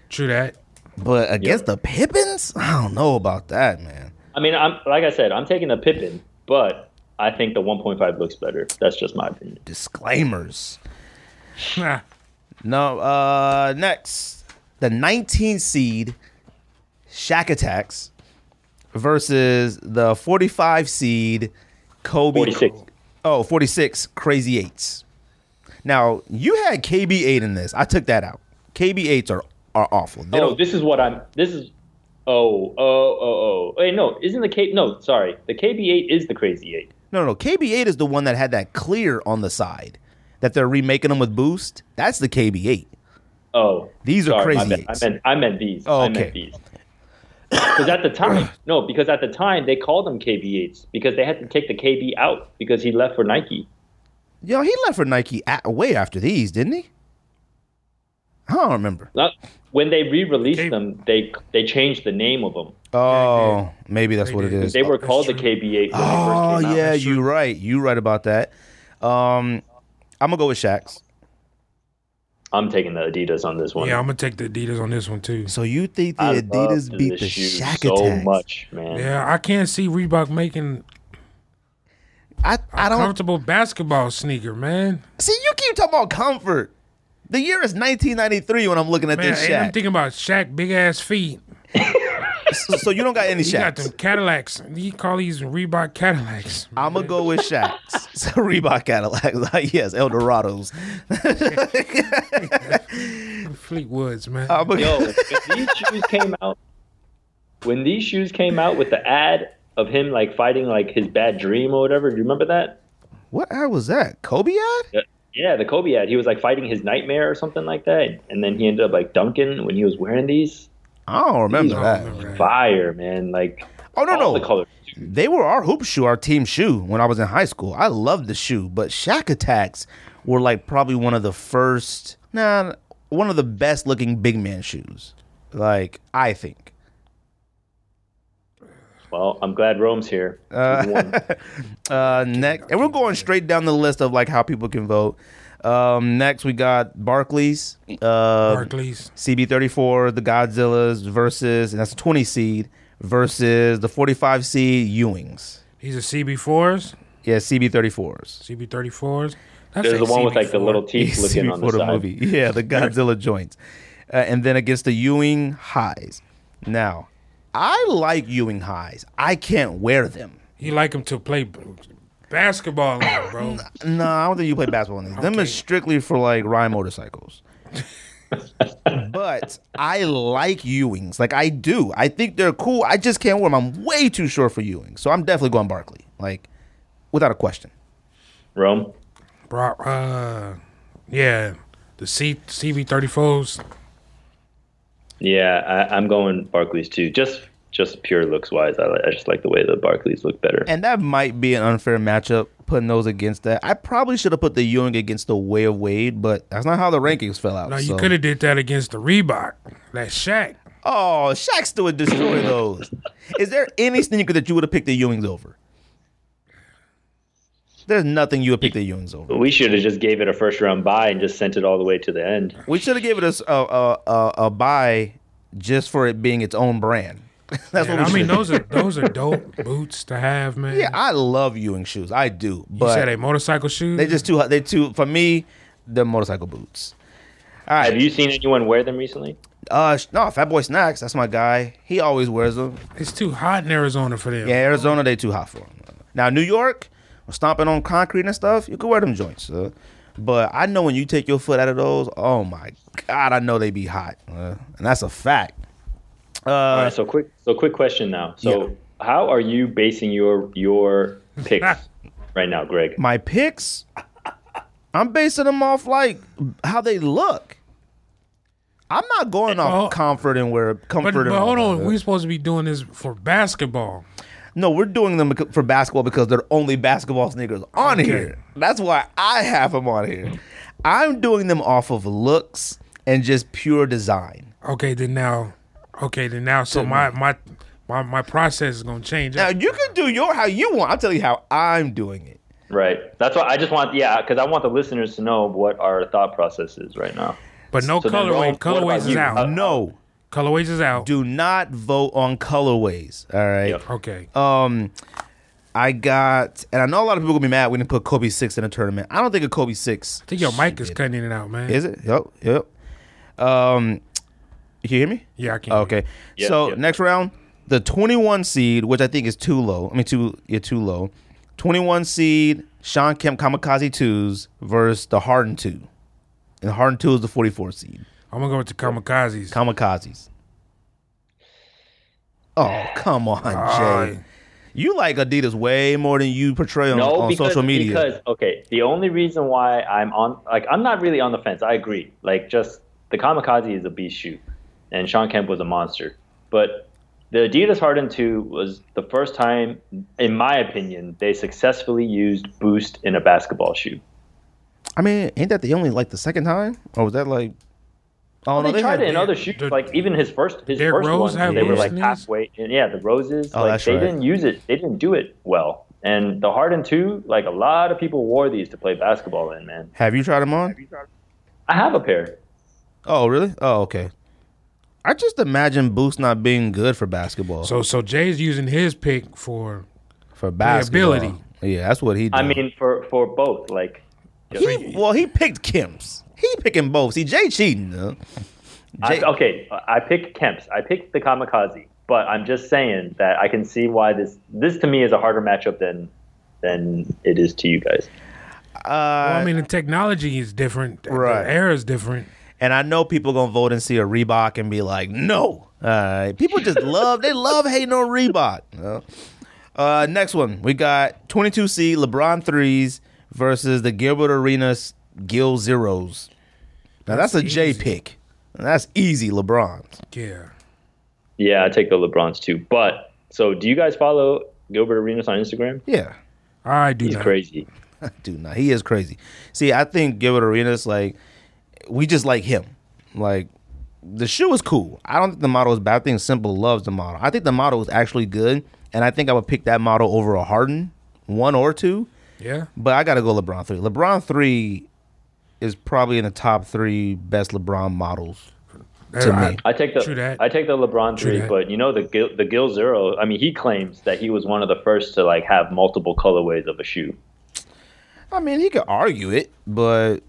[SPEAKER 7] True that. <laughs>
[SPEAKER 5] But against
[SPEAKER 6] Yep.
[SPEAKER 5] the Pippins, I don't know about that, man.
[SPEAKER 6] I mean, I'm like I said, I'm taking the Pippin, but I think the 1.5 looks better. That's just my opinion.
[SPEAKER 5] Disclaimers.
[SPEAKER 7] Nah.
[SPEAKER 5] No, uh, next. The 19 seed Shack Attacks versus the 45 seed Kobe.
[SPEAKER 6] 46.
[SPEAKER 5] Oh, 46 Crazy Eights. Now, you had KB8 in this. I took that out. KB8s are, are awful. They
[SPEAKER 6] Oh,
[SPEAKER 5] don't-
[SPEAKER 6] this is what I'm. This is. Oh, oh, oh, oh. Wait, no, isn't the K? No, sorry. The KB8 is the Crazy Eight.
[SPEAKER 5] No, no. KB8 is the one that had that clear on the side that they're remaking them with Boost. That's the KB8.
[SPEAKER 6] Oh,
[SPEAKER 5] These are
[SPEAKER 6] sorry, my
[SPEAKER 5] Crazy
[SPEAKER 6] bad. I
[SPEAKER 5] Eights.
[SPEAKER 6] meant, I meant these.
[SPEAKER 5] Oh,
[SPEAKER 6] I
[SPEAKER 5] okay.
[SPEAKER 6] meant these. Because at
[SPEAKER 5] <clears throat>
[SPEAKER 6] the time, no, because at the time they called them KB8s because they had to take the KB out because he left for Nike.
[SPEAKER 5] Yo, he left for Nike at, way after these, didn't he? I don't remember.
[SPEAKER 6] Not, when they re-released
[SPEAKER 7] K-
[SPEAKER 6] them, they they changed the name of them.
[SPEAKER 5] Oh, maybe that's what it
[SPEAKER 7] did.
[SPEAKER 5] is.
[SPEAKER 6] They were
[SPEAKER 7] That's
[SPEAKER 6] called the
[SPEAKER 7] true.
[SPEAKER 6] KB8. When
[SPEAKER 5] Oh
[SPEAKER 6] they first came
[SPEAKER 5] yeah,
[SPEAKER 6] out.
[SPEAKER 5] you right. You right about that. Um, I'm gonna go with Shaq's.
[SPEAKER 6] I'm taking the Adidas on this one.
[SPEAKER 7] Yeah, I'm gonna take the Adidas on this one too.
[SPEAKER 5] So you think the
[SPEAKER 6] I love
[SPEAKER 5] Adidas beat
[SPEAKER 6] this
[SPEAKER 5] the
[SPEAKER 6] shoe
[SPEAKER 5] Shaq
[SPEAKER 6] so
[SPEAKER 5] Attacks?
[SPEAKER 6] much, man.
[SPEAKER 7] Yeah, I can't see Reebok making
[SPEAKER 5] I, I don't
[SPEAKER 7] comfortable basketball sneaker, man.
[SPEAKER 5] see. You keep talking about comfort. The year is 1993 when I'm looking at
[SPEAKER 7] Man,
[SPEAKER 5] this
[SPEAKER 7] and I'm
[SPEAKER 5] Shaq.
[SPEAKER 7] thinking about Shaq big ass feet.
[SPEAKER 5] so, so you don't got
[SPEAKER 7] <laughs>
[SPEAKER 5] any
[SPEAKER 7] He got them
[SPEAKER 5] Shaq's.
[SPEAKER 7] Cadillacs. He call these
[SPEAKER 5] <laughs>
[SPEAKER 7] Reebok Cadillacs.
[SPEAKER 5] I'm gonna go with Shaq's. <laughs> So Reebok Cadillac, <laughs> like, yes, Eldorados.
[SPEAKER 7] Fleetwoods, man.
[SPEAKER 5] I'm gonna,
[SPEAKER 6] Yo, when these shoes came out, when these shoes came out with the ad of him like fighting like his bad dream or whatever, do you remember that?
[SPEAKER 5] What ad was that? Kobe ad?
[SPEAKER 6] Yeah, the Kobe ad. He was like fighting his nightmare or something like that, and then he ended up like dunking when he was wearing these.
[SPEAKER 5] I don't remember
[SPEAKER 7] I
[SPEAKER 5] that.
[SPEAKER 7] don't remember that.
[SPEAKER 6] Fire, man! Like
[SPEAKER 5] Oh no,
[SPEAKER 6] all
[SPEAKER 5] no.
[SPEAKER 6] the colors.
[SPEAKER 5] They were our hoop shoe, our team shoe when I was in high school. I loved the shoe, but Shack Attacks were like probably one of the first, nah, one of the best looking big man shoes. Like I think.
[SPEAKER 6] Well, I'm glad Rome's here. One.
[SPEAKER 5] Uh, next, and we're going straight down the list of like how people can vote. Um, next we got Barclays, uh,
[SPEAKER 7] Barclays.
[SPEAKER 5] CB34, the Godzillas versus, and that's a 20 seed versus the 45 seed Ewings.
[SPEAKER 7] These are CB4s,
[SPEAKER 5] Yeah, CB34s.
[SPEAKER 7] CB34s. That's
[SPEAKER 6] There's the one with like the
[SPEAKER 5] <laughs>
[SPEAKER 6] little teeth
[SPEAKER 5] Easy
[SPEAKER 6] looking on the
[SPEAKER 5] before
[SPEAKER 6] side.
[SPEAKER 5] movie. Yeah,
[SPEAKER 6] <laughs>
[SPEAKER 5] the Godzilla joints, uh, and then against the Ewing highs. Now, I like Ewing highs. I can't wear them.
[SPEAKER 7] You like him to play b- basketball,
[SPEAKER 5] <laughs>
[SPEAKER 7] in, bro.
[SPEAKER 5] No, I don't think you play basketball in these. Them is strictly for like ride
[SPEAKER 6] <laughs>
[SPEAKER 5] motorcycles. but I like Ewings. Like I do. I think they're cool. I just can't wear them. I'm way too short for Ewing. So I'm definitely going Barkley. Like, without a question.
[SPEAKER 6] Rome.
[SPEAKER 7] bro uh, yeah, the C CB34s.
[SPEAKER 6] Yeah, I, I'm going Barclays too. Just just pure looks wise, I, li- I just like the way the Barclays look better.
[SPEAKER 5] And that might be an unfair matchup putting those against that. I probably should have put the Ewing against the Way of Wade, but that's not how the rankings fell out.
[SPEAKER 7] Now you
[SPEAKER 5] so-
[SPEAKER 7] could have did that against the Reebok, that Shaq.
[SPEAKER 5] Oh, Shaq still would destroy those. Is there any sneaker that you would have picked the Ewings over? There's nothing you would pick the Ewings over.
[SPEAKER 6] We should have just gave it a first round buy and just sent it all the way to the end.
[SPEAKER 5] We should have given us a a, a a buy just for it being its own brand. <laughs> That's
[SPEAKER 7] Man,
[SPEAKER 5] what we
[SPEAKER 7] I mean,
[SPEAKER 5] should.
[SPEAKER 7] those are those are dope boots to have,
[SPEAKER 5] <laughs>
[SPEAKER 7] man.
[SPEAKER 5] yeah, I love Ewing shoes. I do,
[SPEAKER 7] you said
[SPEAKER 5] but
[SPEAKER 7] a motorcycle shoe.
[SPEAKER 5] they just too they too for me. They're motorcycle boots. All right.
[SPEAKER 6] Have you seen anyone wear them recently?
[SPEAKER 5] Uh, sh- no, Fat Boy Snacks. That's my guy. He always wears them.
[SPEAKER 7] it's too hot in Arizona for them.
[SPEAKER 5] Yeah, Arizona, they too hot for him. Now New York, we're stomping on concrete and stuff. You can wear them joints, uh, but I know when you take your foot out of those, oh my god, I know they be hot, uh, and that's a fact.
[SPEAKER 6] All
[SPEAKER 5] Uh,
[SPEAKER 6] right, so quick, so quick question now. So, how are you basing your your picks right now, Greg?
[SPEAKER 5] my picks, I'm basing them off like how they look. I'm not going
[SPEAKER 7] Eh, Well-
[SPEAKER 5] off comfort and where
[SPEAKER 7] But,
[SPEAKER 5] comfort.
[SPEAKER 7] but
[SPEAKER 5] and all
[SPEAKER 7] hold
[SPEAKER 5] that.
[SPEAKER 7] on, we're supposed to be doing this for basketball.
[SPEAKER 5] No, we're doing them becau- for basketball because they're only basketball sneakers on
[SPEAKER 7] Okay.
[SPEAKER 5] here. That's why I have them on here. I'm doing them off of looks and just pure design.
[SPEAKER 7] Okay, then now, okay, then now. So my my my, my process is gonna change.
[SPEAKER 5] Now
[SPEAKER 7] up.
[SPEAKER 5] you can do your how you want. I'll tell you how I'm doing it.
[SPEAKER 6] Right. That's why I just want, yeah, because I want the listeners to know what our thought process is right now.
[SPEAKER 7] but no
[SPEAKER 6] so then
[SPEAKER 7] colorway.
[SPEAKER 6] what- what about
[SPEAKER 7] Colorways is
[SPEAKER 6] you?
[SPEAKER 7] out.
[SPEAKER 6] Uh,
[SPEAKER 5] No,
[SPEAKER 7] colorways is out.
[SPEAKER 5] do not vote on colorways. All right.
[SPEAKER 6] Yep.
[SPEAKER 7] Okay.
[SPEAKER 5] Um, I got, and I know a lot of people gonna be mad we didn't put Kobe six in a tournament. I don't think a Kobe six.
[SPEAKER 7] I think your mic is cutting in and out, man.
[SPEAKER 5] Is it? Yep, yep. Um, you hear me?
[SPEAKER 7] Yeah, I can.
[SPEAKER 5] Okay.
[SPEAKER 6] Yeah,
[SPEAKER 5] so
[SPEAKER 6] yeah.
[SPEAKER 5] next round, the 21 seed, which I think is too low. I mean, too yeah, too low. 21 seed, Sean Kemp Kamikaze twos versus the Harden two, and Harden two is the 44 seed.
[SPEAKER 7] I'm gonna go with the kamikazes.
[SPEAKER 5] Kamikazes. Oh come on, Jay.
[SPEAKER 7] Aye.
[SPEAKER 5] You like Adidas way more than you portray on,
[SPEAKER 6] no,
[SPEAKER 5] on
[SPEAKER 6] because,
[SPEAKER 5] social media.
[SPEAKER 6] Because okay, the only reason why I'm on like I'm not really on the fence. I agree. Like just the kamikaze is a beast shoot, and Sean Kemp was a monster. But the Adidas Harden 2 was the first time, in my opinion, they successfully used boost in a basketball shoe.
[SPEAKER 5] I mean, ain't that the only like the second time, or was that like? Oh no,
[SPEAKER 6] they, tried
[SPEAKER 5] had-
[SPEAKER 6] it in other shoes,
[SPEAKER 7] the-
[SPEAKER 6] like even his first his
[SPEAKER 7] Derrick
[SPEAKER 6] first
[SPEAKER 7] Rose
[SPEAKER 6] one,
[SPEAKER 7] had
[SPEAKER 6] they were like
[SPEAKER 7] Rose's?
[SPEAKER 6] halfway. And yeah, the roses,
[SPEAKER 5] Oh,
[SPEAKER 6] like
[SPEAKER 5] that's
[SPEAKER 6] they
[SPEAKER 5] right.
[SPEAKER 6] didn't use it. They didn't do it well. And the Harden two, like a lot of people wore these to play basketball in. Man,
[SPEAKER 5] Have you tried them on?
[SPEAKER 6] I have a pair.
[SPEAKER 5] Oh, really? Oh, okay. I just imagine Boost not being good for basketball.
[SPEAKER 7] So so Jay's using his pick for
[SPEAKER 5] for basketball.
[SPEAKER 7] playability.
[SPEAKER 5] Yeah, that's what he did.
[SPEAKER 6] I mean, for for both, like
[SPEAKER 5] he, well, he picked Kim's. He picking both. See, Jay cheating, though.
[SPEAKER 6] I,
[SPEAKER 5] Jay-
[SPEAKER 6] okay, I picked Kemp's. I picked the Kamikaze, but I'm just saying that I can see why this this to me is a harder matchup than than it is to you guys.
[SPEAKER 5] Uh,
[SPEAKER 7] well, I mean the technology is different.
[SPEAKER 5] Right.
[SPEAKER 7] The era is different.
[SPEAKER 5] And I know people gonna vote and see a Reebok and be like, no. All right. People
[SPEAKER 7] <laughs>
[SPEAKER 5] just love they love hating on Reebok. you know? Uh, next one. We got 22 C LeBron threes versus the Gilbert Arenas Gil Zeros. Now that's, a J
[SPEAKER 7] easy.
[SPEAKER 5] pick. That's easy, LeBron.
[SPEAKER 7] Yeah.
[SPEAKER 6] Yeah, I take the LeBrons too. But so, do you guys follow Gilbert Arenas on Instagram?
[SPEAKER 5] Yeah.
[SPEAKER 7] I do
[SPEAKER 6] He's
[SPEAKER 7] not.
[SPEAKER 6] crazy.
[SPEAKER 5] Dude, nah, he is crazy. See, I think Gilbert Arenas, like, we just like him. Like, the shoe is cool. I don't think the model is bad. I think Simple loves the model. I think the model is actually good, and I think I would pick that model over a Harden, one or two.
[SPEAKER 7] Yeah.
[SPEAKER 5] But I got to go LeBron three. LeBron three is probably in the top three best LeBron models. To
[SPEAKER 7] I-
[SPEAKER 5] me.
[SPEAKER 6] I take the
[SPEAKER 7] True that.
[SPEAKER 6] I take the LeBron
[SPEAKER 7] True
[SPEAKER 6] three,
[SPEAKER 7] that.
[SPEAKER 6] but you know the Gil, the Gil Zero. I mean, he claims that he was one of the first to like have multiple colorways of a shoe.
[SPEAKER 5] I mean, he could argue it, but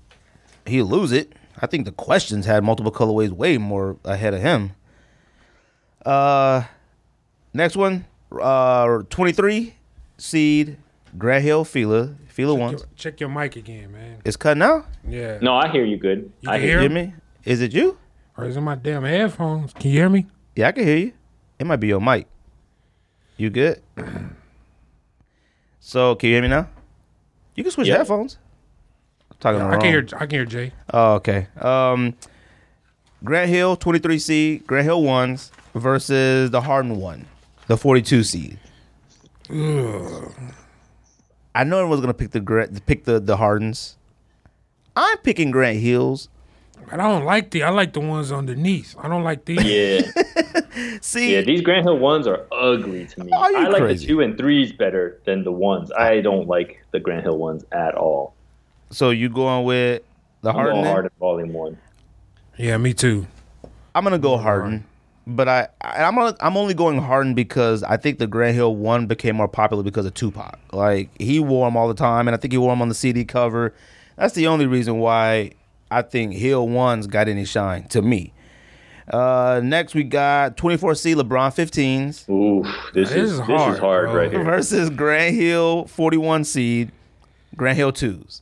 [SPEAKER 5] he lose it. I think the questions had multiple colorways way more ahead of him. Uh, next one, uh, twenty three seed Grant Hill Fila Fila
[SPEAKER 7] Yo,
[SPEAKER 5] ones.
[SPEAKER 7] Check your mic again, man.
[SPEAKER 5] It's cut now.
[SPEAKER 7] Yeah.
[SPEAKER 6] No, I hear you good.
[SPEAKER 7] You
[SPEAKER 6] I
[SPEAKER 7] can
[SPEAKER 6] hear.
[SPEAKER 5] You
[SPEAKER 7] hear
[SPEAKER 5] hear
[SPEAKER 7] me?
[SPEAKER 5] me? Is it you?
[SPEAKER 7] Or is it my damn headphones? Can you hear me?
[SPEAKER 5] Yeah, I can hear you. It might be your mic. You good? So can you hear me now? You can switch
[SPEAKER 6] Yeah.
[SPEAKER 5] headphones. I'm talking
[SPEAKER 7] I
[SPEAKER 5] wrong.
[SPEAKER 7] can hear I can hear Jay.
[SPEAKER 5] Oh, okay. Um, Grant Hill 23 seed, Grant Hill ones versus the Harden one, the 42 seed. I know everyone's gonna pick the Grant, pick the the Hardens. I'm picking Grant Hills.
[SPEAKER 7] But I don't like the I like the ones underneath. I don't like these.
[SPEAKER 6] Yeah,
[SPEAKER 5] See,
[SPEAKER 6] yeah. These Grand Hill ones are ugly to me.
[SPEAKER 5] Are you
[SPEAKER 6] I like
[SPEAKER 5] crazy?
[SPEAKER 6] the two and threes better than the ones. I don't like the Grand Hill ones at all.
[SPEAKER 5] so you going with the
[SPEAKER 6] I'm
[SPEAKER 5] Harden?
[SPEAKER 6] all
[SPEAKER 5] then?
[SPEAKER 6] hard at volume one.
[SPEAKER 7] Yeah, me too.
[SPEAKER 5] I'm gonna go Harden, but I, I I'm gonna, I'm only going Harden because I think the Grant Hill one became more popular because of Tupac. Like he wore them all the time, and I think he wore them on the CD cover. That's the only reason why I think Hill ones got any shine to me. Uh, next we got 24C LeBron 15s
[SPEAKER 6] Ooh, this,
[SPEAKER 7] This
[SPEAKER 6] is,
[SPEAKER 7] is
[SPEAKER 6] this
[SPEAKER 7] hard,
[SPEAKER 6] is hard
[SPEAKER 7] bro.
[SPEAKER 6] right here.
[SPEAKER 5] <laughs> versus Grant Hill 41 seed Grant Hill twos.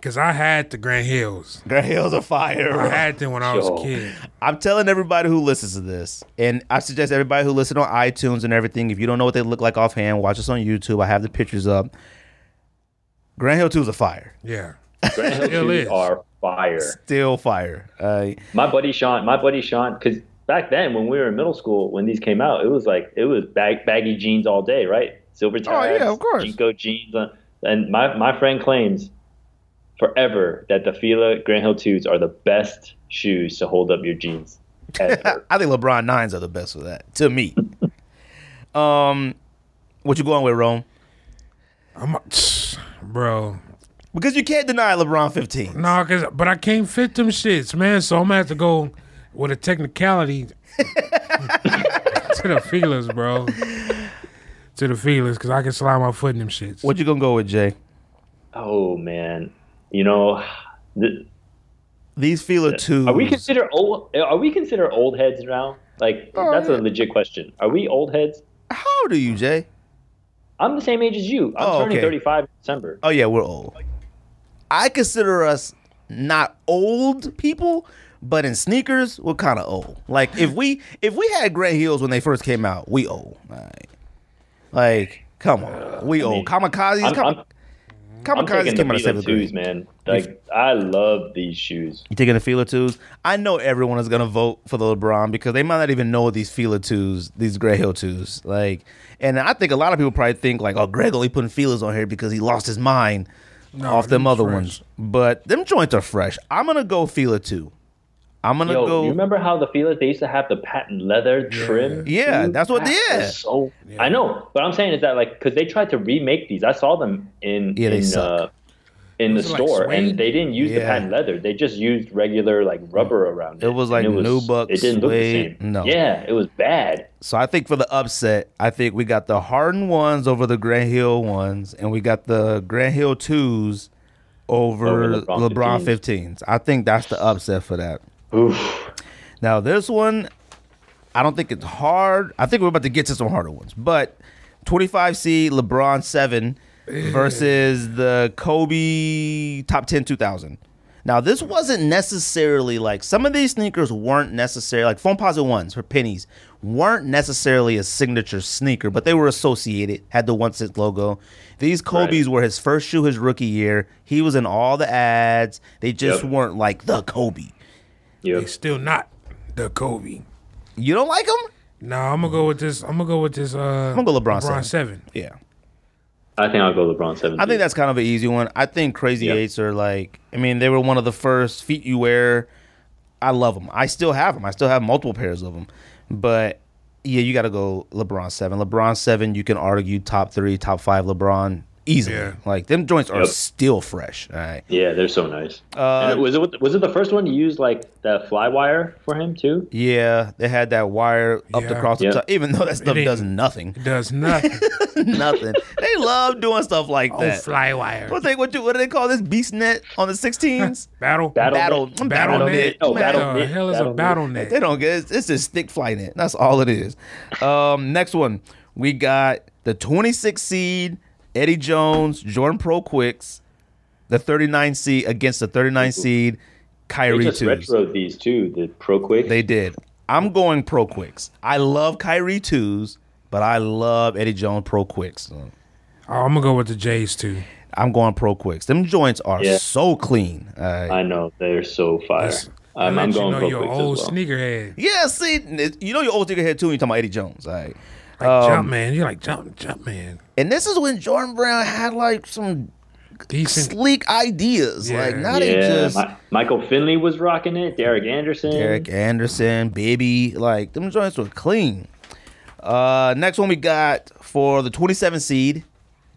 [SPEAKER 7] Cause I had the Grand Hills.
[SPEAKER 5] Grant Hill's a <laughs> fire.
[SPEAKER 7] I
[SPEAKER 5] bro.
[SPEAKER 7] had them when I was
[SPEAKER 6] Yo.
[SPEAKER 7] a kid.
[SPEAKER 5] I'm telling everybody who listens to this, and I suggest everybody who listens on iTunes and everything, if you don't know what they look like offhand, watch us on YouTube. I have the pictures up. Grand Hill 2 is a fire.
[SPEAKER 7] Yeah.
[SPEAKER 6] Grand Hill
[SPEAKER 7] Hill
[SPEAKER 6] shoes
[SPEAKER 7] is.
[SPEAKER 6] are fire.
[SPEAKER 5] Still fire. Uh,
[SPEAKER 6] My buddy Sean, my buddy Sean, because back then when we were in middle school, when these came out, it was like it was bag, baggy jeans all day, right? Silver ties,
[SPEAKER 5] Oh, yeah, of course.
[SPEAKER 6] Jinko jeans, uh, and my my friend claims forever that the Fila Grand Hill twos are the best shoes to hold up your jeans. Ever.
[SPEAKER 5] I think LeBron 9s are the best for that, to me. <laughs> um, What you going with, Rome?
[SPEAKER 7] I'm a, <sighs> bro.
[SPEAKER 5] Because you can't deny LeBron 15.
[SPEAKER 7] No, cause but I can't fit them shits, man. So I'm gonna have to go with a <laughs> technicality to the feelers, bro. to the feelings because I can slide my foot in them shits.
[SPEAKER 5] What you gonna go with, Jay?
[SPEAKER 6] Oh man, you know, th-
[SPEAKER 5] These feeler twos.
[SPEAKER 6] are we consider old? Are we consider old heads now? Like that's a legit question. Are we old heads?
[SPEAKER 5] How old are you, Jay?
[SPEAKER 6] I'm the same age as you. I'm
[SPEAKER 5] Oh,
[SPEAKER 6] turning
[SPEAKER 5] okay.
[SPEAKER 6] 35 in December.
[SPEAKER 5] Oh yeah, we're old. I consider us not old people, but in sneakers, we're kind of old. Like if we if we had gray heels when they first came out, we old. Like, like come on, we old. Kamikazes,
[SPEAKER 6] I'm,
[SPEAKER 5] kam-
[SPEAKER 6] I'm, I'm
[SPEAKER 5] kamikazes
[SPEAKER 6] taking the
[SPEAKER 5] came out of
[SPEAKER 6] Velo
[SPEAKER 5] seventh grade.
[SPEAKER 6] twos, man. Like I love these shoes.
[SPEAKER 5] You taking the feeler twos? I know everyone is gonna vote for the LeBron because they might not even know these feeler twos, these Greg Hill twos. Like, and I think a lot of people probably think like, oh, Greg only putting feelers on here because he lost his mind off them
[SPEAKER 7] them's
[SPEAKER 5] other
[SPEAKER 7] fresh.
[SPEAKER 5] ones. But them joints are fresh. I'm gonna go feeler two. I'm gonna
[SPEAKER 6] Yo,
[SPEAKER 5] go.
[SPEAKER 6] you remember how the Feelers they used to have the patent leather trim?
[SPEAKER 5] Yeah,
[SPEAKER 6] dude?
[SPEAKER 5] that's what-
[SPEAKER 6] That
[SPEAKER 5] yeah.
[SPEAKER 6] was So I know, but I'm saying is that like because they tried to remake these. I saw them in
[SPEAKER 5] Yeah, they
[SPEAKER 6] in,
[SPEAKER 5] suck.
[SPEAKER 6] uh, in the
[SPEAKER 7] Was it like
[SPEAKER 6] store,
[SPEAKER 7] suede?
[SPEAKER 6] and they didn't use the
[SPEAKER 5] Yeah. Mm.
[SPEAKER 6] patent leather. They just used regular like rubber around it.
[SPEAKER 5] It was
[SPEAKER 6] and
[SPEAKER 5] like Nubuck,
[SPEAKER 6] It didn't look the
[SPEAKER 5] suede,
[SPEAKER 6] same.
[SPEAKER 5] no.
[SPEAKER 6] Yeah, it was bad.
[SPEAKER 5] so I think for the upset, I think we got the Harden ones over the Grant Hill ones, and we got the Grant Hill twos over,
[SPEAKER 6] Over LeBron
[SPEAKER 5] LeBron 15s. I think that's the upset for that.
[SPEAKER 6] Oof.
[SPEAKER 5] Now this one, I don't think it's hard. I think we're about to get to some harder ones. But 25C LeBron 7 versus the Kobe top 10 2000. Now this wasn't necessarily like some of these sneakers weren't necessarily like foam posit ones for pennies weren't necessarily a signature sneaker, but they were associated, had the one cent logo. These Kobe's were his first shoe his rookie year. He was in all the ads. They just
[SPEAKER 6] Yep.
[SPEAKER 5] weren't like the Kobe.
[SPEAKER 6] Yeah.
[SPEAKER 7] It's still not the Kobe.
[SPEAKER 5] You don't like them?
[SPEAKER 7] No, I'm gonna go with this. I'm gonna go with this. Uh, I'm
[SPEAKER 5] gonna go LeBron
[SPEAKER 7] LeBron
[SPEAKER 5] seven.
[SPEAKER 7] seven.
[SPEAKER 5] Yeah.
[SPEAKER 6] I think I'll go LeBron seven.
[SPEAKER 5] I think that's kind of an easy one. I think Crazy
[SPEAKER 6] Yeah.
[SPEAKER 5] Eights are like, I mean, they were one of the first feet you wear. I love them. I still have them. I still have multiple pairs of them. But yeah, you got to go LeBron 7. LeBron 7, you can argue top three, top five LeBron easily.
[SPEAKER 7] Yeah.
[SPEAKER 5] Like, them joints are
[SPEAKER 6] Yep.
[SPEAKER 5] still fresh. All right.
[SPEAKER 6] Yeah, they're so nice.
[SPEAKER 5] Uh,
[SPEAKER 6] and it- was it with- was it the first one you used like the fly wire for him too?
[SPEAKER 5] Yeah, they had that wire up
[SPEAKER 7] Yeah.
[SPEAKER 5] across the
[SPEAKER 6] Yeah.
[SPEAKER 5] top, even though that stuff
[SPEAKER 7] ain't-
[SPEAKER 5] does nothing. <laughs>
[SPEAKER 7] Does nothing.
[SPEAKER 5] nothing. They love doing stuff like
[SPEAKER 7] oh,
[SPEAKER 5] that.
[SPEAKER 7] fly wire.
[SPEAKER 5] What, they, what, do, what do they call this? Beast net on the 16s?
[SPEAKER 7] Battle.
[SPEAKER 5] Battle.
[SPEAKER 6] net.
[SPEAKER 5] Battle
[SPEAKER 7] Battle
[SPEAKER 5] net.
[SPEAKER 7] net.
[SPEAKER 6] Oh,
[SPEAKER 7] What
[SPEAKER 6] battle
[SPEAKER 7] the
[SPEAKER 6] net.
[SPEAKER 7] hell is
[SPEAKER 6] Battle
[SPEAKER 7] a
[SPEAKER 6] net.
[SPEAKER 7] battle
[SPEAKER 5] <laughs>
[SPEAKER 7] net?
[SPEAKER 5] They don't get it. It's just stick flying it. That's all it is. Um, <laughs> next one. We got the 26 seed, Eddie Jones, Jordan Pro Quicks, the 39 seed against the 39 seed,
[SPEAKER 6] They
[SPEAKER 5] Kyrie
[SPEAKER 6] just
[SPEAKER 5] twos.
[SPEAKER 6] retroed these too. The Pro Quick.
[SPEAKER 5] They did. I'm going Pro Quicks. I love Kyrie twos, but I love Eddie Jones Pro Quicks.
[SPEAKER 7] Oh, I'm gonna go with the Jays too.
[SPEAKER 5] I'm going Pro Quicks. Them joints are
[SPEAKER 6] Yeah.
[SPEAKER 5] so clean. All right.
[SPEAKER 6] I know they're so fire. Um,
[SPEAKER 7] Yes.
[SPEAKER 6] I'm,
[SPEAKER 7] Let
[SPEAKER 6] I'm
[SPEAKER 7] you
[SPEAKER 6] going
[SPEAKER 7] know
[SPEAKER 6] Pro
[SPEAKER 7] your
[SPEAKER 6] Quicks as well.
[SPEAKER 7] old sneakerhead.
[SPEAKER 5] yeah, see, you know your old nigga head too when you talking about Eddie Jones. All right.
[SPEAKER 7] Like
[SPEAKER 5] Um,
[SPEAKER 7] jump man. You're like jump, jump man.
[SPEAKER 5] And this is when Jordan Brown had like some
[SPEAKER 7] Decent.
[SPEAKER 5] sleek ideas.
[SPEAKER 7] Yeah.
[SPEAKER 5] Like now they
[SPEAKER 6] yeah,
[SPEAKER 5] just
[SPEAKER 6] Mi- Michael Finley was rocking it. Derek Anderson.
[SPEAKER 5] Eric Anderson, Bibby, like them joints were clean. Uh, next one we got for the 27 seed,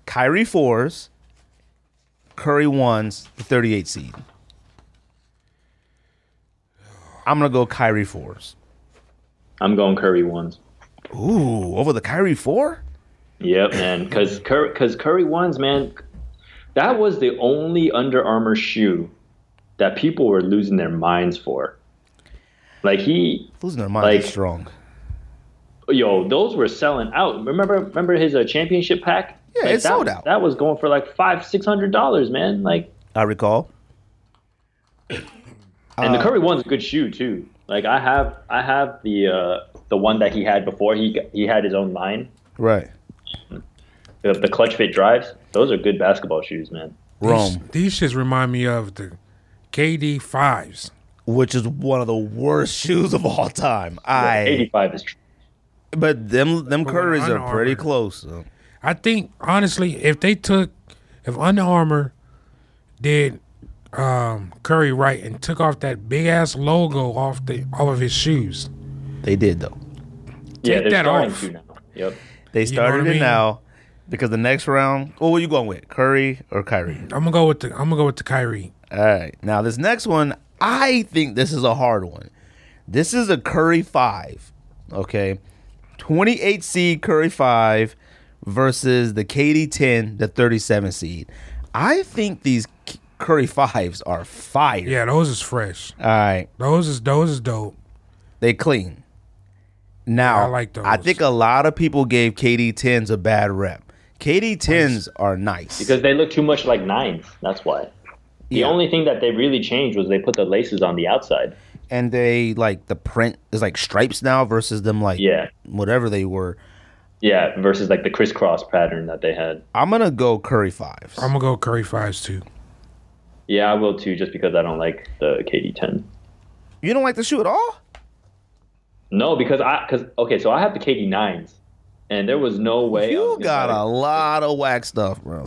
[SPEAKER 5] Kyrie fours, Curry ones, the 38 seed. I'm gonna go Kyrie fours.
[SPEAKER 6] I'm going Curry ones.
[SPEAKER 5] Ooh, over the Kyrie four?
[SPEAKER 6] Yep, man. Because because Curry ones, man. That was the only Under Armour shoe that people were losing their minds for. Like he
[SPEAKER 5] Losing their mind is
[SPEAKER 6] Like-
[SPEAKER 5] strong.
[SPEAKER 6] yo, those were selling out. Remember, remember his uh, championship pack?
[SPEAKER 5] Yeah,
[SPEAKER 6] Like,
[SPEAKER 5] it
[SPEAKER 6] that,
[SPEAKER 5] sold out.
[SPEAKER 6] That was going for like five, six hundred dollars, man. Like,
[SPEAKER 5] I recall.
[SPEAKER 6] and
[SPEAKER 5] Um,
[SPEAKER 6] the Curry one's a good shoe too. Like, I have, I have the uh, the one that he had before. He got- he had his own line.
[SPEAKER 5] Right.
[SPEAKER 6] The, the clutch fit drives. Those are good basketball shoes, man.
[SPEAKER 5] Rome,
[SPEAKER 7] These shits remind me of the KD fives.
[SPEAKER 5] which is one of the worst <laughs> shoes of all time. I
[SPEAKER 6] Eighty five is. tr-
[SPEAKER 5] But them them
[SPEAKER 7] But when
[SPEAKER 5] Currys
[SPEAKER 7] Under
[SPEAKER 5] are pretty
[SPEAKER 7] Armour-
[SPEAKER 5] close. So.
[SPEAKER 7] I think honestly, if they took, if Under Armour did um, Curry right and took off that big ass logo off the off of his shoes,
[SPEAKER 5] They did though.
[SPEAKER 6] Yeah,
[SPEAKER 7] Take
[SPEAKER 6] they're
[SPEAKER 7] that
[SPEAKER 6] starting
[SPEAKER 7] off.
[SPEAKER 6] to now. Yep.
[SPEAKER 5] They
[SPEAKER 7] know what
[SPEAKER 5] started
[SPEAKER 7] I
[SPEAKER 5] it
[SPEAKER 7] mean?
[SPEAKER 5] now because the next round. Well, what you going with Curry or Kyrie?
[SPEAKER 7] I'm gonna go with the I'm gonna go with the Kyrie.
[SPEAKER 5] All right. Now this next one, I think this is a hard one. This is a Curry five. Okay, twenty eight seed Curry five versus the KD ten, the thirty seven seed. I think these K- Curry fives are fire.
[SPEAKER 7] Yeah, those is fresh.
[SPEAKER 5] All right,
[SPEAKER 7] Those is those is dope.
[SPEAKER 5] they clean. Now
[SPEAKER 7] I like those.
[SPEAKER 5] I think a lot of people gave KD tens a bad rep. KD tens are nice.
[SPEAKER 6] because they look too much like nines. That's why. The
[SPEAKER 5] Yeah.
[SPEAKER 6] only thing that they really changed was they put the laces on the outside.
[SPEAKER 5] and they like the print is like stripes now versus them like
[SPEAKER 6] Yeah,
[SPEAKER 5] whatever they were.
[SPEAKER 6] yeah. Versus like the crisscross pattern that they had.
[SPEAKER 5] I'm gonna go Curry fives.
[SPEAKER 7] I'm gonna go Curry fives too.
[SPEAKER 6] Yeah, I will too, just because I don't like the KD ten.
[SPEAKER 5] you don't like the shoe at all?
[SPEAKER 6] No, because I because okay, so I have the KD nines, and there was no way. I was
[SPEAKER 5] You
[SPEAKER 6] gonna
[SPEAKER 5] got
[SPEAKER 6] buy-
[SPEAKER 5] a lot of whack stuff, bro.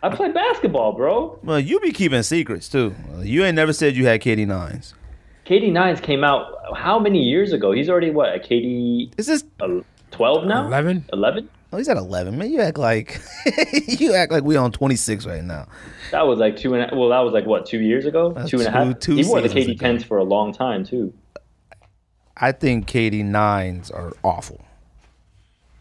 [SPEAKER 6] I play basketball, bro.
[SPEAKER 5] Well, you be keeping secrets too. Well, You ain't never said you had KD nines.
[SPEAKER 6] KD nines came out how many years ago? He's already what a KD
[SPEAKER 5] Is this?
[SPEAKER 6] uh, twelve now?
[SPEAKER 7] 11?
[SPEAKER 6] Eleven.
[SPEAKER 5] Oh, he's at eleven. Man, you act like <laughs> you act like we on twenty six right now.
[SPEAKER 6] That was like two and a, well, that was like what two years ago,
[SPEAKER 5] That's
[SPEAKER 6] two and a
[SPEAKER 5] two-
[SPEAKER 6] half.
[SPEAKER 5] two
[SPEAKER 6] he wore the
[SPEAKER 5] seasons
[SPEAKER 6] KD
[SPEAKER 5] ago.
[SPEAKER 6] tens for a long time too.
[SPEAKER 5] I think KD nines are awful.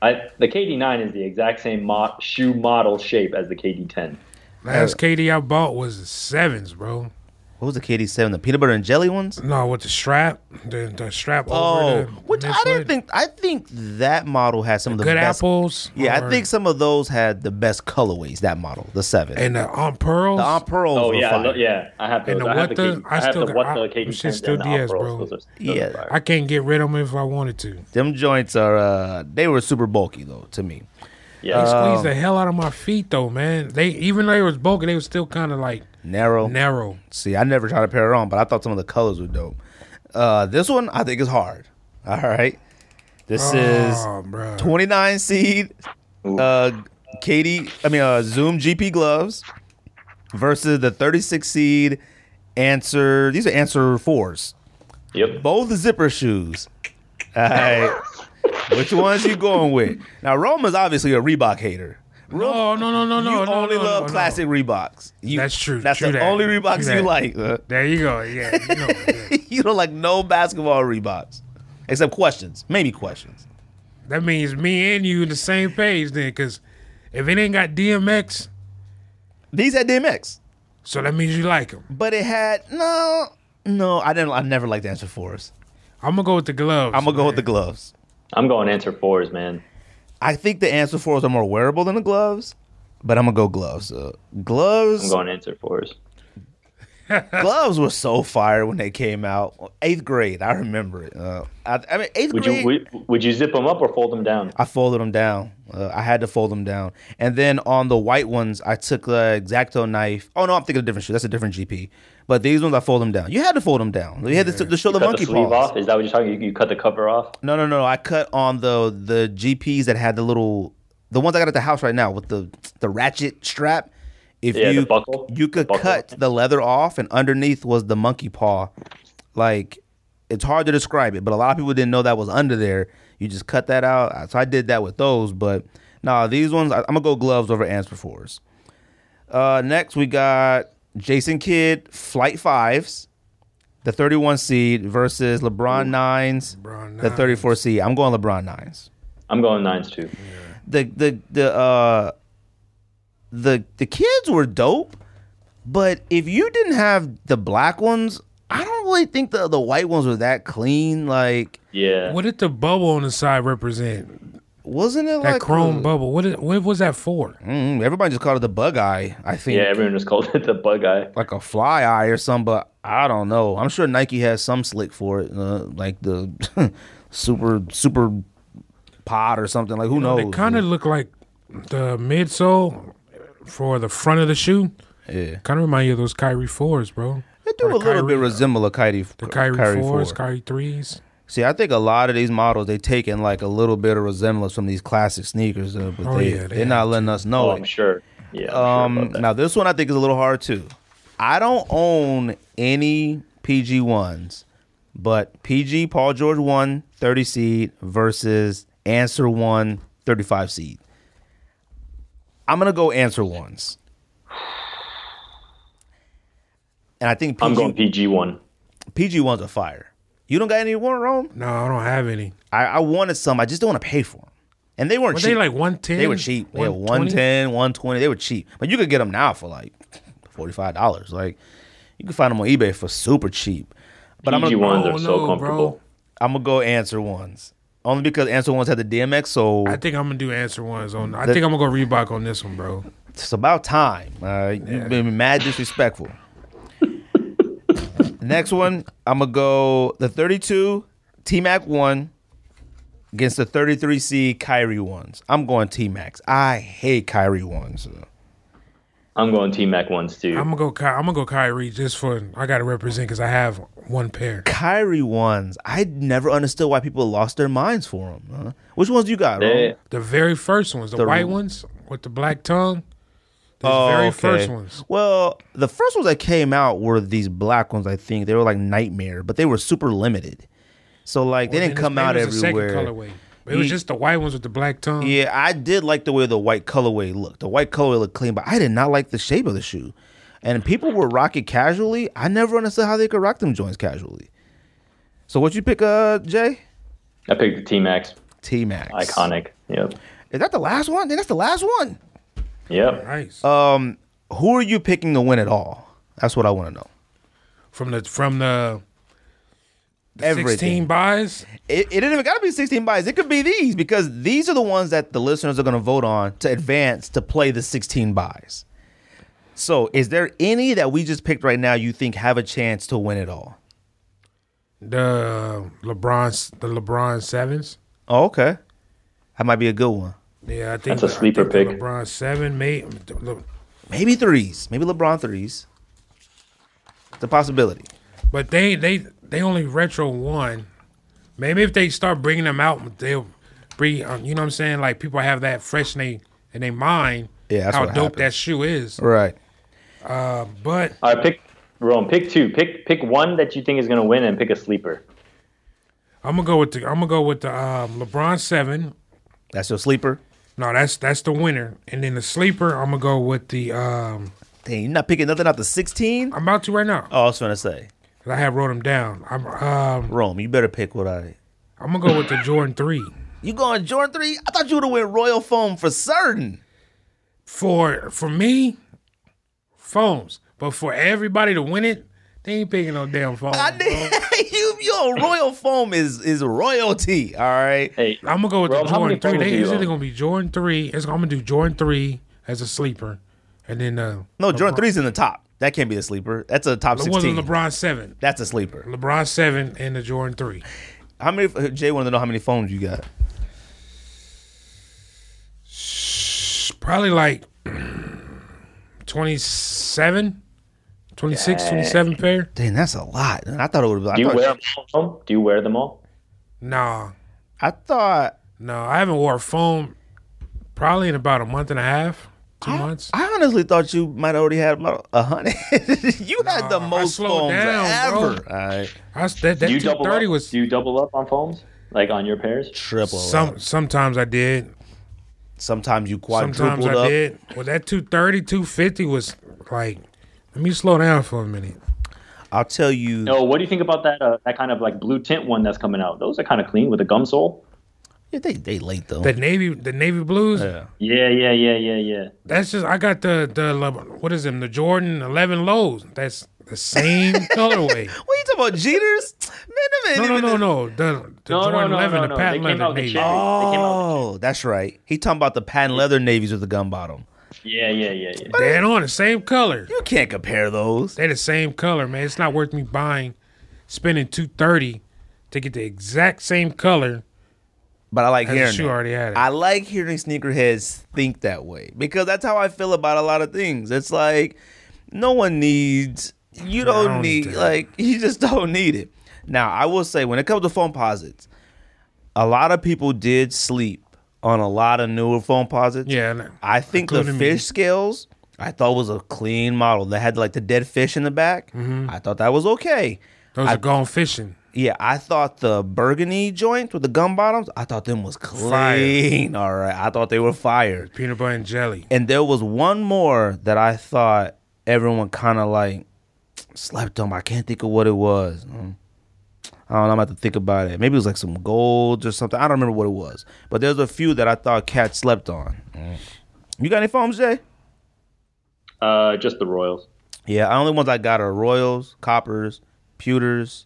[SPEAKER 6] I, the KD9 is the exact same mo- shoe model shape as the KD10.
[SPEAKER 5] Uh,
[SPEAKER 7] Last KD I bought was the sevens, bro.
[SPEAKER 5] What was the KD seven? The peanut butter and jelly ones?
[SPEAKER 7] No, with the strap, the, the strap
[SPEAKER 5] Oh,
[SPEAKER 7] over the
[SPEAKER 5] which I didn't
[SPEAKER 7] midfoot.
[SPEAKER 5] think. I think that model had some of the
[SPEAKER 7] Good
[SPEAKER 5] best.
[SPEAKER 7] apples.
[SPEAKER 5] Yeah, I
[SPEAKER 7] or-
[SPEAKER 5] think some of those had the best colorways. That model, the seven,
[SPEAKER 7] And the on pearls.
[SPEAKER 5] the on pearls.
[SPEAKER 6] Oh
[SPEAKER 5] were
[SPEAKER 6] yeah, I
[SPEAKER 5] fire.
[SPEAKER 6] lo- yeah. I have those.
[SPEAKER 7] And the
[SPEAKER 6] I have the
[SPEAKER 7] what the-
[SPEAKER 6] KD,
[SPEAKER 7] I
[SPEAKER 6] I have
[SPEAKER 7] still
[SPEAKER 6] the
[SPEAKER 7] got-
[SPEAKER 6] what
[SPEAKER 7] I-
[SPEAKER 6] the
[SPEAKER 7] those shit's
[SPEAKER 6] KD10
[SPEAKER 7] still
[SPEAKER 6] and the
[SPEAKER 7] DS,
[SPEAKER 6] Off-Roads.
[SPEAKER 7] bro.
[SPEAKER 6] Those are- those
[SPEAKER 5] Yeah.
[SPEAKER 6] are fire.
[SPEAKER 7] I can't get rid of them if I wanted to.
[SPEAKER 5] Them joints are. uh They were super bulky though to me.
[SPEAKER 6] yeah.
[SPEAKER 5] Um,
[SPEAKER 7] Squeeze the hell out of my feet though, man. They even though it was bulky, they was still kind of like
[SPEAKER 5] Narrow.
[SPEAKER 7] narrow.
[SPEAKER 5] See, I never tried a pair on, but I thought some of the colors were dope. Uh, this one I think is hard. All right, this
[SPEAKER 7] oh, bro.
[SPEAKER 5] is 29 seed. Uh, Katie, I mean uh, Zoom GP gloves versus the 36 seed answer. These are answer fours.
[SPEAKER 6] yep.
[SPEAKER 5] Both zipper shoes. All right, which ones you going with? Now Roma's obviously a Reebok hater.
[SPEAKER 7] No, Oh, no, no, no,
[SPEAKER 5] You
[SPEAKER 7] no. no,
[SPEAKER 5] only
[SPEAKER 7] no,
[SPEAKER 5] love
[SPEAKER 7] no, no.
[SPEAKER 5] classic Reeboks. You-
[SPEAKER 7] That's true,
[SPEAKER 5] That's
[SPEAKER 7] true
[SPEAKER 5] the
[SPEAKER 7] that,
[SPEAKER 5] only
[SPEAKER 7] true
[SPEAKER 5] Reeboks you
[SPEAKER 7] that.
[SPEAKER 5] like. uh.
[SPEAKER 7] There you go. Yeah, you know, yeah.
[SPEAKER 5] <laughs> you don't like no basketball Reeboks. Except questions. Maybe questions.
[SPEAKER 7] that means me and you the same page then, because if it ain't got DMX,
[SPEAKER 5] These had DMX.
[SPEAKER 7] so that means you like him.
[SPEAKER 5] But it had no no, I didn't I never liked the answer fours.
[SPEAKER 7] I'm gonna go with the gloves.
[SPEAKER 5] I'm gonna go with the gloves.
[SPEAKER 6] I'm going answer fours, man.
[SPEAKER 5] I think the answer fours are more wearable than the gloves, but I'm gonna go gloves. Uh, gloves
[SPEAKER 6] I'm going answer fours.
[SPEAKER 5] gloves were so fire when they came out. Eighth grade, I remember it. Uh, I, I mean eighth
[SPEAKER 6] Would
[SPEAKER 5] grade
[SPEAKER 6] you would, would you zip them up or fold them down?
[SPEAKER 5] I folded them down. Uh, I had to fold them down. And then on the white ones, I took the exacto knife. Oh no, I'm thinking of a different shoe. That's a different GP. But these ones, I fold them down. You had to fold them down. You had to, to show the
[SPEAKER 6] Cut the
[SPEAKER 5] monkey
[SPEAKER 6] sleeve
[SPEAKER 5] paws.
[SPEAKER 6] off? Is that what you're talking? You, you cut the cover off?
[SPEAKER 5] No, no, no. I cut on the the GPs that had the little, the ones I got at the house right now with the the ratchet strap. If
[SPEAKER 6] Yeah, the
[SPEAKER 5] you
[SPEAKER 6] buckle.
[SPEAKER 5] you could
[SPEAKER 6] The buckle.
[SPEAKER 5] cut the leather off, and underneath was the monkey paw. Like it's hard to describe it, but a lot of people didn't know that was under there. You just cut that out. So I did that with those, but nah, these ones I, I'm gonna go gloves over answer fours. Uh, next we got Jason Kidd Flight Fives, the 31 seed versus LeBron Nines,
[SPEAKER 7] LeBron
[SPEAKER 5] the 34 seed. I'm going LeBron Nines.
[SPEAKER 6] I'm going nines too.
[SPEAKER 5] The the the uh the the kids were dope, but if you didn't have the black ones, I don't really think the the white ones were that clean. Like
[SPEAKER 6] Yeah.
[SPEAKER 7] What did the bubble on the side represent?
[SPEAKER 5] wasn't it
[SPEAKER 7] That
[SPEAKER 5] like
[SPEAKER 7] chrome
[SPEAKER 5] uh,
[SPEAKER 7] bubble. What? Did, what was that for?
[SPEAKER 5] mm, everybody just called it the bug eye. I think
[SPEAKER 6] yeah, everyone just called it the bug eye.
[SPEAKER 5] like a fly eye or something, but I don't know. I'm sure Nike has some slick for it, uh, like the <laughs> super super pod or something. Like who knows?
[SPEAKER 7] It kind of looked like the midsole for the front of the shoe.
[SPEAKER 5] yeah.
[SPEAKER 7] Kind of remind you of those Kyrie fours, bro.
[SPEAKER 5] They do
[SPEAKER 7] Or
[SPEAKER 5] a little
[SPEAKER 7] Kyrie- uh,
[SPEAKER 5] bit resemble a Kyrie,
[SPEAKER 7] The Kyrie, fours,
[SPEAKER 5] 4.
[SPEAKER 7] Kyrie threes.
[SPEAKER 5] See, I think a lot of these models they taking like a little bit of resemblance from these classic sneakers, uh, but
[SPEAKER 7] Oh,
[SPEAKER 5] they,
[SPEAKER 7] yeah, they
[SPEAKER 5] they are not letting us know
[SPEAKER 6] Oh,
[SPEAKER 5] it.
[SPEAKER 6] I'm sure. Yeah. I'm sure
[SPEAKER 5] Um,
[SPEAKER 6] about that.
[SPEAKER 5] now this one I think is a little hard too. I don't own any PG ones, but PG Paul George one 30 seed versus Answer one 35 seed. I'm gonna go Answer ones, and I think
[SPEAKER 6] I'm
[SPEAKER 5] PG,
[SPEAKER 6] going PG one.
[SPEAKER 5] PG ones are fire. You don't got any one Rome?
[SPEAKER 7] No, I don't have any.
[SPEAKER 5] I, I wanted some. I just don't want to pay for them. And they weren't
[SPEAKER 7] Were
[SPEAKER 5] cheap.
[SPEAKER 7] they like 110?
[SPEAKER 5] They were cheap. They had 110, 120. They were cheap. But you could get them now for like $45. Like you can find them on eBay for super cheap. But I'm
[SPEAKER 6] PG
[SPEAKER 5] gonna,
[SPEAKER 6] ones
[SPEAKER 7] Oh,
[SPEAKER 6] are so
[SPEAKER 7] no,
[SPEAKER 6] comfortable.
[SPEAKER 7] bro.
[SPEAKER 5] I'm gonna go answer ones. Only because answer ones had the DMX soul.
[SPEAKER 7] I think I'm gonna do answer ones on. I think I'm gonna go Reebok on this one, bro.
[SPEAKER 5] It's about time. All right? You've been mad disrespectful. <laughs> Next one, I'm gonna go the 32 T Mac one against the 33C Kyrie ones. I'm going T Max. I hate Kyrie ones.
[SPEAKER 6] I'm going T Mac ones too.
[SPEAKER 7] I'm gonna go. Ky- I'm gonna go Kyrie just for. I gotta represent because I have one pair.
[SPEAKER 5] Kyrie ones. I never understood why people lost their minds for them. Huh? Which ones you got?
[SPEAKER 6] They-
[SPEAKER 5] Ro?
[SPEAKER 7] The very first ones, the,
[SPEAKER 5] The-
[SPEAKER 7] white ones with the black tongue. The
[SPEAKER 5] Oh,
[SPEAKER 7] very
[SPEAKER 5] okay.
[SPEAKER 7] first ones.
[SPEAKER 5] Well, the first ones that came out were these black ones. I think they were like nightmare, but they were super limited. So like they
[SPEAKER 7] Well,
[SPEAKER 5] didn't
[SPEAKER 7] then
[SPEAKER 5] come
[SPEAKER 7] it- it
[SPEAKER 5] out
[SPEAKER 7] was the second
[SPEAKER 5] everywhere.
[SPEAKER 7] colorway. It was
[SPEAKER 5] Ye-
[SPEAKER 7] just the white ones with the black tongue.
[SPEAKER 5] Yeah, I did like the way the white colorway looked. The white colorway looked clean, but I did not like the shape of the shoe. And people were rocking casually. I never understood how they could rock them joints casually. So what you pick, uh, Jay?
[SPEAKER 6] I picked the T Max.
[SPEAKER 5] T Max.
[SPEAKER 6] Iconic. Yep.
[SPEAKER 5] Is that the last one? Then that's the last one.
[SPEAKER 6] Yep.
[SPEAKER 7] Nice.
[SPEAKER 5] Uh, Who are you picking to win it all? That's what I want to know.
[SPEAKER 7] from the from the, the
[SPEAKER 5] Everything.
[SPEAKER 7] 16 buys.
[SPEAKER 5] It, it didn't even got to be 16 buys. It could be these because these are the ones that the listeners are going to vote on to advance to play the 16 buys. So is there any that we just picked right now you think have a chance to win it all?
[SPEAKER 7] The uh, LeBron's the LeBron sevens.
[SPEAKER 5] Oh, okay. That might be a good one.
[SPEAKER 7] Yeah, I think
[SPEAKER 6] That's a
[SPEAKER 7] I
[SPEAKER 6] sleeper
[SPEAKER 7] think the
[SPEAKER 6] pick.
[SPEAKER 7] LeBron seven, mate. Le-
[SPEAKER 5] Maybe threes. Maybe LeBron threes. It's a possibility.
[SPEAKER 7] But they they they only retro one. Maybe if they start bringing them out, they'll bring. um, You know what I'm saying? Like people have that fresh in they in their mind.
[SPEAKER 5] Yeah, that's
[SPEAKER 7] how
[SPEAKER 5] what
[SPEAKER 7] dope
[SPEAKER 5] happened.
[SPEAKER 7] that shoe is.
[SPEAKER 5] Right.
[SPEAKER 7] But
[SPEAKER 6] All right, pick Rome. Pick two. Pick pick one that you think is gonna win, and pick a sleeper.
[SPEAKER 7] I'm gonna go with the I'm gonna go with the um, LeBron seven.
[SPEAKER 5] That's your sleeper.
[SPEAKER 7] No, that's that's the winner. And then the sleeper, I'm gonna go with the. Um,
[SPEAKER 5] Dang, you're not picking nothing out the 16?
[SPEAKER 7] I'm about to right now.
[SPEAKER 5] Oh, I was trying to say.
[SPEAKER 7] 'cause I have wrote them down. I'm um,
[SPEAKER 5] Rome, you better pick what I.
[SPEAKER 7] I'm gonna go with the Jordan three
[SPEAKER 5] You going Jordan 3? I thought you would have went Royal Foam for certain.
[SPEAKER 7] for for me. Phones, but for everybody to win it, they ain't picking no damn phone.
[SPEAKER 5] I did. <laughs> you, yo, Royal Foam is is royalty, all right?
[SPEAKER 6] Hey,
[SPEAKER 7] I'm gonna go with
[SPEAKER 6] Rob,
[SPEAKER 7] the
[SPEAKER 6] how many phones
[SPEAKER 7] Jordan three. They,
[SPEAKER 6] do you
[SPEAKER 7] it's either
[SPEAKER 6] own?
[SPEAKER 7] gonna be Jordan three. It's, I'm gonna do Jordan three as a sleeper, and then uh,
[SPEAKER 5] No, Jordan 3's in the top. That can't be a sleeper. That's a top
[SPEAKER 7] it wasn't
[SPEAKER 5] 16.
[SPEAKER 7] LeBron seven,
[SPEAKER 5] That's a sleeper.
[SPEAKER 7] LeBron seven, and the Jordan three.
[SPEAKER 5] How many, Jay wanted to know how many phones you got.
[SPEAKER 7] It's probably like <clears throat> 27, 26, 27 pair.
[SPEAKER 5] Dang, that's a lot. I thought it would have
[SPEAKER 6] do
[SPEAKER 5] been.
[SPEAKER 6] you
[SPEAKER 5] I
[SPEAKER 6] wear
[SPEAKER 5] thought,
[SPEAKER 6] them all? Rome? Do you wear them all?
[SPEAKER 7] Nah,
[SPEAKER 5] I thought
[SPEAKER 7] no, I haven't wore a phone probably in about a month and a half, two months.
[SPEAKER 5] I honestly thought you might already had about a hundred. <laughs> you had the
[SPEAKER 7] Nah, I
[SPEAKER 5] most
[SPEAKER 7] slowed
[SPEAKER 5] phones
[SPEAKER 7] down, bro.
[SPEAKER 5] ever. All right,
[SPEAKER 7] I, s- that that
[SPEAKER 6] Do you
[SPEAKER 7] two
[SPEAKER 6] double
[SPEAKER 7] thirty
[SPEAKER 6] up?
[SPEAKER 7] was
[SPEAKER 6] Do you double up on phones? Like on your pairs?
[SPEAKER 5] triple. up.
[SPEAKER 7] some. Sometimes I did.
[SPEAKER 5] Sometimes you uh, quadrupled
[SPEAKER 7] Sometimes I
[SPEAKER 5] up.
[SPEAKER 7] did. Well, that 230, 250 was like, let me slow down for a minute.
[SPEAKER 5] I'll tell you.
[SPEAKER 6] No. What do you think about that? Uh, that kind of like blue tint one that's coming out. Those are kind of clean with a gum sole.
[SPEAKER 5] Yeah, they they late though.
[SPEAKER 7] The navy, the navy blues.
[SPEAKER 6] Yeah, yeah, yeah, yeah, yeah.
[SPEAKER 7] That's just I got the the Le- what is it? The Jordan Eleven lows. That's
[SPEAKER 5] <laughs>
[SPEAKER 7] the same colorway.
[SPEAKER 5] what are you talking about, Jeters? Man,
[SPEAKER 7] No,
[SPEAKER 5] them
[SPEAKER 7] no,
[SPEAKER 5] ain't
[SPEAKER 7] no,
[SPEAKER 5] even-
[SPEAKER 7] no. The, the
[SPEAKER 6] No, no,
[SPEAKER 7] Jordan
[SPEAKER 6] no,
[SPEAKER 7] Eleven,
[SPEAKER 6] no,
[SPEAKER 7] the
[SPEAKER 6] no.
[SPEAKER 7] patent
[SPEAKER 6] They came
[SPEAKER 7] leather
[SPEAKER 6] out the
[SPEAKER 7] navy.
[SPEAKER 6] cherry. They came out
[SPEAKER 5] Oh, that's right. He talking about the patent leather navies with the gun bottom.
[SPEAKER 6] Yeah, yeah, yeah, yeah.
[SPEAKER 7] Dead on the same color.
[SPEAKER 5] You can't compare those.
[SPEAKER 7] They the same color, man. It's not worth me buying, spending two thirty to get the exact same color
[SPEAKER 5] But I like
[SPEAKER 7] as the
[SPEAKER 5] hearing.
[SPEAKER 7] shoe
[SPEAKER 5] that.
[SPEAKER 7] already had. It.
[SPEAKER 5] I like hearing sneakerheads think that way because that's how I feel about a lot of things. It's like no one needs you don't,
[SPEAKER 7] don't
[SPEAKER 5] need,
[SPEAKER 7] need that.
[SPEAKER 5] like <laughs> you just don't need it. Now I will say when it comes to phone posits, a lot of people did sleep on a lot of newer phone posits.
[SPEAKER 7] yeah, and
[SPEAKER 5] I think the
[SPEAKER 7] Including me.
[SPEAKER 5] fish scales I thought was a clean model that had like the dead fish in the back.
[SPEAKER 7] Mm-hmm.
[SPEAKER 5] I thought that was okay.
[SPEAKER 7] those are gone fishing.
[SPEAKER 5] Yeah, I thought the burgundy joints with the gum bottoms, I thought them was
[SPEAKER 7] Fire.
[SPEAKER 5] clean. All right, I thought they were fire.
[SPEAKER 7] Peanut butter and jelly.
[SPEAKER 5] And there was one more that I thought everyone kind of like slept on. but I can't think of what it was. Mm. I don't know. I'm about to think about it. Maybe it was like some golds or something. I don't remember what it was. But there's a few that I thought Cat slept on. Mm. You got any foams, Jay?
[SPEAKER 6] Uh, just the Royals.
[SPEAKER 5] Yeah, the only ones I got are Royals, Coppers, Pewters,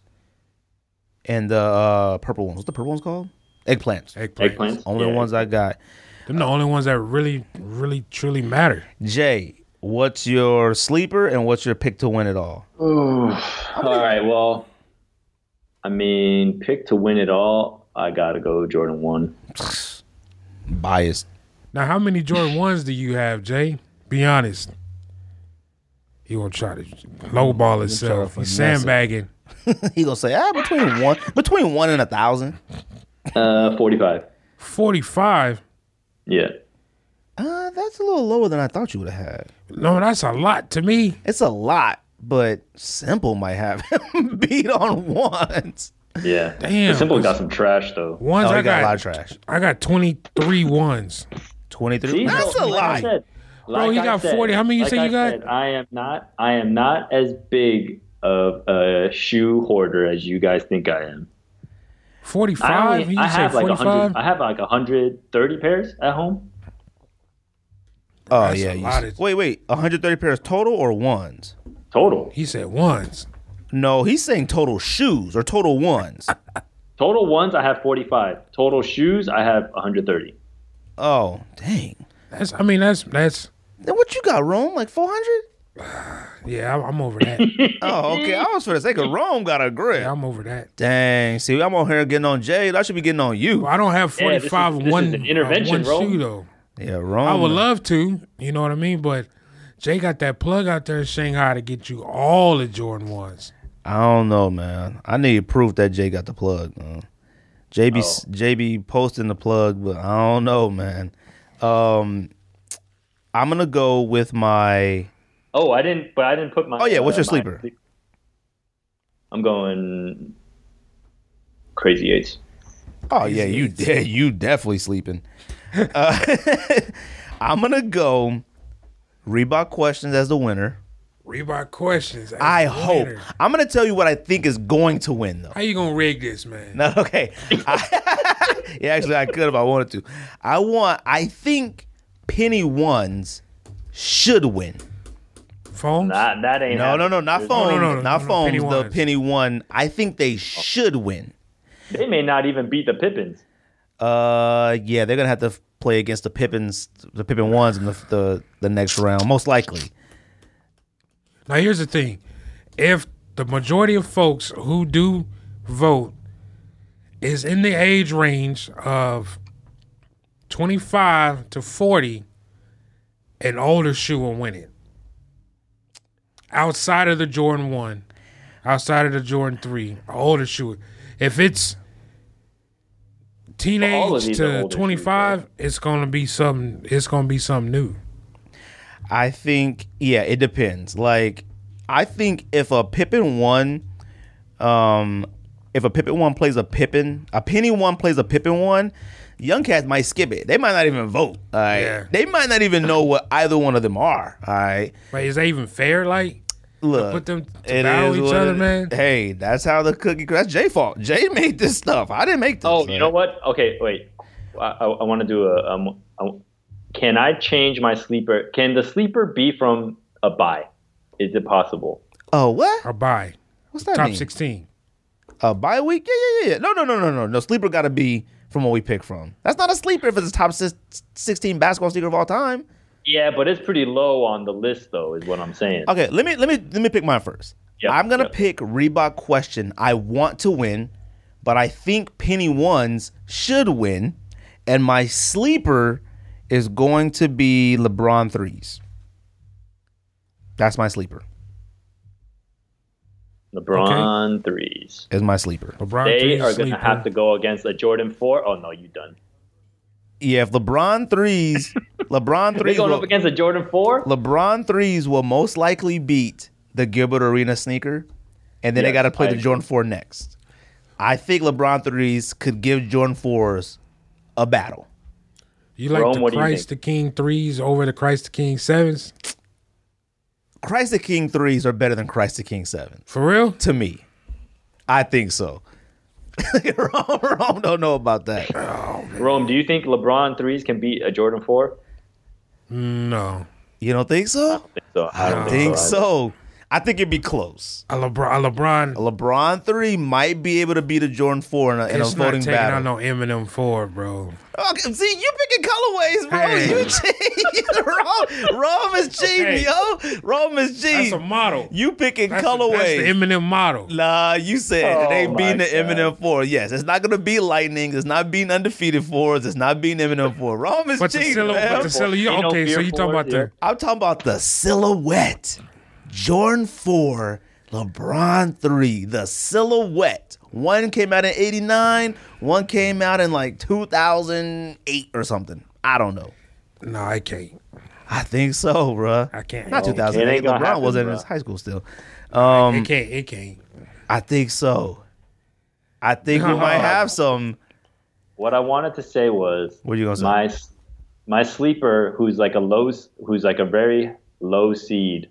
[SPEAKER 5] and the uh, purple ones. What's the purple ones called? Eggplants.
[SPEAKER 7] Eggplants.
[SPEAKER 6] Eggplants.
[SPEAKER 5] Only
[SPEAKER 6] Yeah.
[SPEAKER 5] ones I got.
[SPEAKER 7] Them the only ones that really, really, truly matter.
[SPEAKER 5] Jay, what's your sleeper and what's your pick to win it all?
[SPEAKER 6] All right. Well, I mean, pick to win it all. I gotta go Jordan one.
[SPEAKER 5] Biased.
[SPEAKER 7] Now, how many Jordan ones do you have, Jay? Be honest. He gonna try to lowball himself.
[SPEAKER 5] to
[SPEAKER 7] He's
[SPEAKER 5] finesse it.
[SPEAKER 7] sandbagging.
[SPEAKER 5] <laughs> he gonna say ah between one between one and a thousand.
[SPEAKER 6] Uh, forty-five.
[SPEAKER 7] Forty-five.
[SPEAKER 6] Yeah.
[SPEAKER 5] Uh, that's a little lower than I thought you would have had.
[SPEAKER 7] No, that's a lot to me.
[SPEAKER 5] It's a lot, but simple might have him <laughs> beat on ones.
[SPEAKER 6] Yeah.
[SPEAKER 7] Damn.
[SPEAKER 6] The simple got some trash though.
[SPEAKER 7] Ones
[SPEAKER 5] Oh,
[SPEAKER 7] I
[SPEAKER 5] he got
[SPEAKER 7] got,
[SPEAKER 5] a lot of trash.
[SPEAKER 7] I got 23 ones.
[SPEAKER 5] Twenty
[SPEAKER 6] See,
[SPEAKER 5] three. That's
[SPEAKER 6] no,
[SPEAKER 5] a
[SPEAKER 6] like I
[SPEAKER 5] lot.
[SPEAKER 6] said-
[SPEAKER 7] Bro, he
[SPEAKER 6] I
[SPEAKER 7] got 40. How many you say
[SPEAKER 6] I
[SPEAKER 7] you got?
[SPEAKER 6] said, I am not. I am not as big of a shoe hoarder as you guys think I am. I,
[SPEAKER 7] 45?
[SPEAKER 6] only,
[SPEAKER 7] He
[SPEAKER 6] I
[SPEAKER 7] said
[SPEAKER 6] have like
[SPEAKER 7] 45?
[SPEAKER 6] hundred. I have like hundred thirty pairs at home.
[SPEAKER 5] Oh
[SPEAKER 7] That's
[SPEAKER 5] yeah.
[SPEAKER 7] a
[SPEAKER 5] you
[SPEAKER 7] lot
[SPEAKER 5] s-
[SPEAKER 7] of-
[SPEAKER 5] wait, wait. One hundred thirty pairs total or ones?
[SPEAKER 6] Total.
[SPEAKER 7] He said ones.
[SPEAKER 5] No, he's saying total shoes or total ones.
[SPEAKER 6] Total ones. I have forty-five. Total shoes. I have hundred thirty.
[SPEAKER 5] Oh dang.
[SPEAKER 7] That's. I mean, that's that's.
[SPEAKER 5] Then what you got, Rome? Like four hundred?
[SPEAKER 7] Yeah, I'm, I'm over that.
[SPEAKER 6] <laughs>
[SPEAKER 5] Oh okay. I was for the sake of Rome got a grip.
[SPEAKER 7] Yeah, I'm over that.
[SPEAKER 5] Dang. See, I'm on here getting on Jade. I should be getting on you.
[SPEAKER 7] Well, I don't have
[SPEAKER 6] Yeah, this is-
[SPEAKER 7] 45
[SPEAKER 6] this is
[SPEAKER 7] one,
[SPEAKER 6] an intervention,
[SPEAKER 7] uh,
[SPEAKER 6] bro.
[SPEAKER 7] one shoe though.
[SPEAKER 5] Yeah, Rome.
[SPEAKER 7] I would love to, you know what I mean, but Jay got that plug out there in Shanghai to get you all the Jordan ones.
[SPEAKER 5] I don't know, man. I need proof that Jay got the plug. Man. JB
[SPEAKER 7] Oh.
[SPEAKER 5] JB posting the plug, but I don't know, man. Um, I'm gonna go with my.
[SPEAKER 6] Oh, I didn't. But I didn't put my.
[SPEAKER 5] Oh, yeah, what's your
[SPEAKER 6] my
[SPEAKER 5] sleeper?
[SPEAKER 6] sleep- I'm going crazy eights.
[SPEAKER 5] Oh yeah, you did. You definitely sleeping. Uh, <laughs> I'm gonna go. Reebok questions as the winner.
[SPEAKER 7] Reebok questions. as
[SPEAKER 5] I
[SPEAKER 7] the
[SPEAKER 5] hope.
[SPEAKER 7] winner.
[SPEAKER 5] I'm gonna tell you what I think is going to win, though. <laughs>
[SPEAKER 7] How you gonna rig this, man?
[SPEAKER 5] No,
[SPEAKER 7] <laughs>
[SPEAKER 5] okay. I- <laughs> yeah, actually, I could if I wanted to. I want. I think Penny ones should win.
[SPEAKER 7] Phones?
[SPEAKER 6] That that ain't.
[SPEAKER 5] No, no,
[SPEAKER 6] happening.
[SPEAKER 5] no, not phones,
[SPEAKER 7] no, no, no,
[SPEAKER 5] not
[SPEAKER 7] no,
[SPEAKER 5] phones.
[SPEAKER 7] Penny
[SPEAKER 5] the
[SPEAKER 7] ones. Oh.
[SPEAKER 5] penny one. I think they should win.
[SPEAKER 6] They may not even beat the Pippins.
[SPEAKER 5] Uh, yeah, they're gonna have to f- play against the Pippins, the Pippin ones in the, the the next round, most likely.
[SPEAKER 7] Now here's the thing: if the majority of folks who do vote is in the age range of 25 to 40, an older shoe will win it. Outside of the Jordan one, outside of the Jordan three, an older shoe. If it's
[SPEAKER 6] all of
[SPEAKER 7] teenage
[SPEAKER 6] these are older
[SPEAKER 7] to
[SPEAKER 6] shoes,
[SPEAKER 7] 25, it's gonna be something. It's gonna be something new.
[SPEAKER 5] I think yeah, it depends. Like I think if a Pippin one, um, if a Pippin one plays a Pippin, a Penny one plays a Pippin one, young cats might skip it. They might not even vote. All right,
[SPEAKER 7] Yeah.
[SPEAKER 5] they might not even know what either one of them are. All right,
[SPEAKER 7] Like, is that even fair? Like,
[SPEAKER 5] look,
[SPEAKER 7] put them to
[SPEAKER 5] it
[SPEAKER 7] battle
[SPEAKER 5] is
[SPEAKER 7] each
[SPEAKER 5] what
[SPEAKER 7] other,
[SPEAKER 5] it-
[SPEAKER 7] man?
[SPEAKER 5] Hey, that's how the cookie. That's Jay fault. Jay made this stuff. I didn't make this.
[SPEAKER 6] Oh, you know what? Okay, wait. I, I, I want to do a, um, I- Can I change my sleeper? Can the sleeper be from a buy? Is it possible?
[SPEAKER 5] Oh, what?
[SPEAKER 7] or buy.
[SPEAKER 5] What's that
[SPEAKER 7] top
[SPEAKER 5] mean?
[SPEAKER 7] 16.
[SPEAKER 5] A bye week? Yeah, yeah, yeah, yeah. No, no, no, no, no, no. Sleeper got to be from what we pick from. That's not a sleeper if it's the top sis- 16 basketball sleeper of all time.
[SPEAKER 6] Yeah, but it's pretty low on the list, though. Is what I'm saying.
[SPEAKER 5] Okay, let me let me let me pick mine first.
[SPEAKER 6] Yep,
[SPEAKER 5] I'm gonna
[SPEAKER 6] yep.
[SPEAKER 5] pick Reebok question. I want to win, but I think Penny ones should win, and my sleeper is going to be LeBron threes. That's my sleeper.
[SPEAKER 6] LeBron threes.
[SPEAKER 5] Is my sleeper.
[SPEAKER 7] LeBron
[SPEAKER 6] They
[SPEAKER 7] three
[SPEAKER 6] are
[SPEAKER 7] sleeper.
[SPEAKER 6] gonna have to go against a Jordan four. Oh no, you done.
[SPEAKER 5] Yeah, if LeBron
[SPEAKER 6] <laughs>
[SPEAKER 5] threes, LeBron
[SPEAKER 6] They're
[SPEAKER 5] threes.
[SPEAKER 6] going
[SPEAKER 5] will-
[SPEAKER 6] up against a Jordan four.
[SPEAKER 5] LeBron threes will most likely beat the Gilbert Arena sneaker, and then they got
[SPEAKER 6] Yes,
[SPEAKER 5] to play
[SPEAKER 6] I
[SPEAKER 5] the
[SPEAKER 6] agree.
[SPEAKER 5] Jordan Four next. I think LeBron threes could give Jordan fours a battle.
[SPEAKER 7] You like
[SPEAKER 6] Rome,
[SPEAKER 7] the
[SPEAKER 6] what do you
[SPEAKER 7] Christ the King threes over the Christ the King sevens?
[SPEAKER 5] Christ the King threes are better than Christ the King sevens
[SPEAKER 7] For real?
[SPEAKER 5] to me. I think so. <laughs> Rome, Rome don't know about that.
[SPEAKER 6] Rome, do you think LeBron threes can beat a Jordan four?
[SPEAKER 7] No,
[SPEAKER 5] You don't think so?
[SPEAKER 6] So I don't
[SPEAKER 5] I think
[SPEAKER 6] so.
[SPEAKER 5] so. I think it'd be close.
[SPEAKER 7] a LeBron, a LeBron.
[SPEAKER 5] A LeBron three might be able to beat a Jordan four in a, in a
[SPEAKER 7] it's not
[SPEAKER 5] voting
[SPEAKER 7] taking
[SPEAKER 5] battle.
[SPEAKER 7] out no Eminem four, bro.
[SPEAKER 5] Okay, see, you picking colorways, bro.
[SPEAKER 7] Hey.
[SPEAKER 5] You <laughs> cheating. Rome, Rome is cheating,
[SPEAKER 7] Hey.
[SPEAKER 5] yo. Rome is cheating.
[SPEAKER 7] That's a model.
[SPEAKER 5] you picking
[SPEAKER 7] That's,
[SPEAKER 5] colorways.
[SPEAKER 7] that's the Eminem model.
[SPEAKER 5] Nah, you said that they
[SPEAKER 6] Oh my
[SPEAKER 5] beating the
[SPEAKER 6] God.
[SPEAKER 5] Eminem four. Yes, it's not gonna be lightning. It's not beating undefeated fours. It's not beating Eminem four. Rome is
[SPEAKER 7] But the
[SPEAKER 5] cheating.
[SPEAKER 7] silhouette,
[SPEAKER 5] man.
[SPEAKER 7] but the silhou- you-
[SPEAKER 6] You know
[SPEAKER 7] okay, so
[SPEAKER 6] Fear
[SPEAKER 7] you talking about the
[SPEAKER 6] Ford,
[SPEAKER 5] I'm talking about the silhouette. Jordan 4, LeBron 3, the silhouette. One came out in 89, one came out in like 2008 or something. I don't know.
[SPEAKER 7] no, I can't.
[SPEAKER 5] I think so, bruh.
[SPEAKER 7] I can't.
[SPEAKER 5] Not
[SPEAKER 7] It ain't
[SPEAKER 5] 2008.
[SPEAKER 6] gonna
[SPEAKER 5] LeBron
[SPEAKER 6] happen,
[SPEAKER 5] was in
[SPEAKER 6] bruh.
[SPEAKER 5] his high school still. Um,
[SPEAKER 7] It can't. It can't.
[SPEAKER 5] I think so. I think we
[SPEAKER 7] <laughs>
[SPEAKER 5] might have some.
[SPEAKER 6] What I wanted to say was
[SPEAKER 5] What you gonna say?
[SPEAKER 6] my s- my sleeper who's like a low s- who's like a very low seed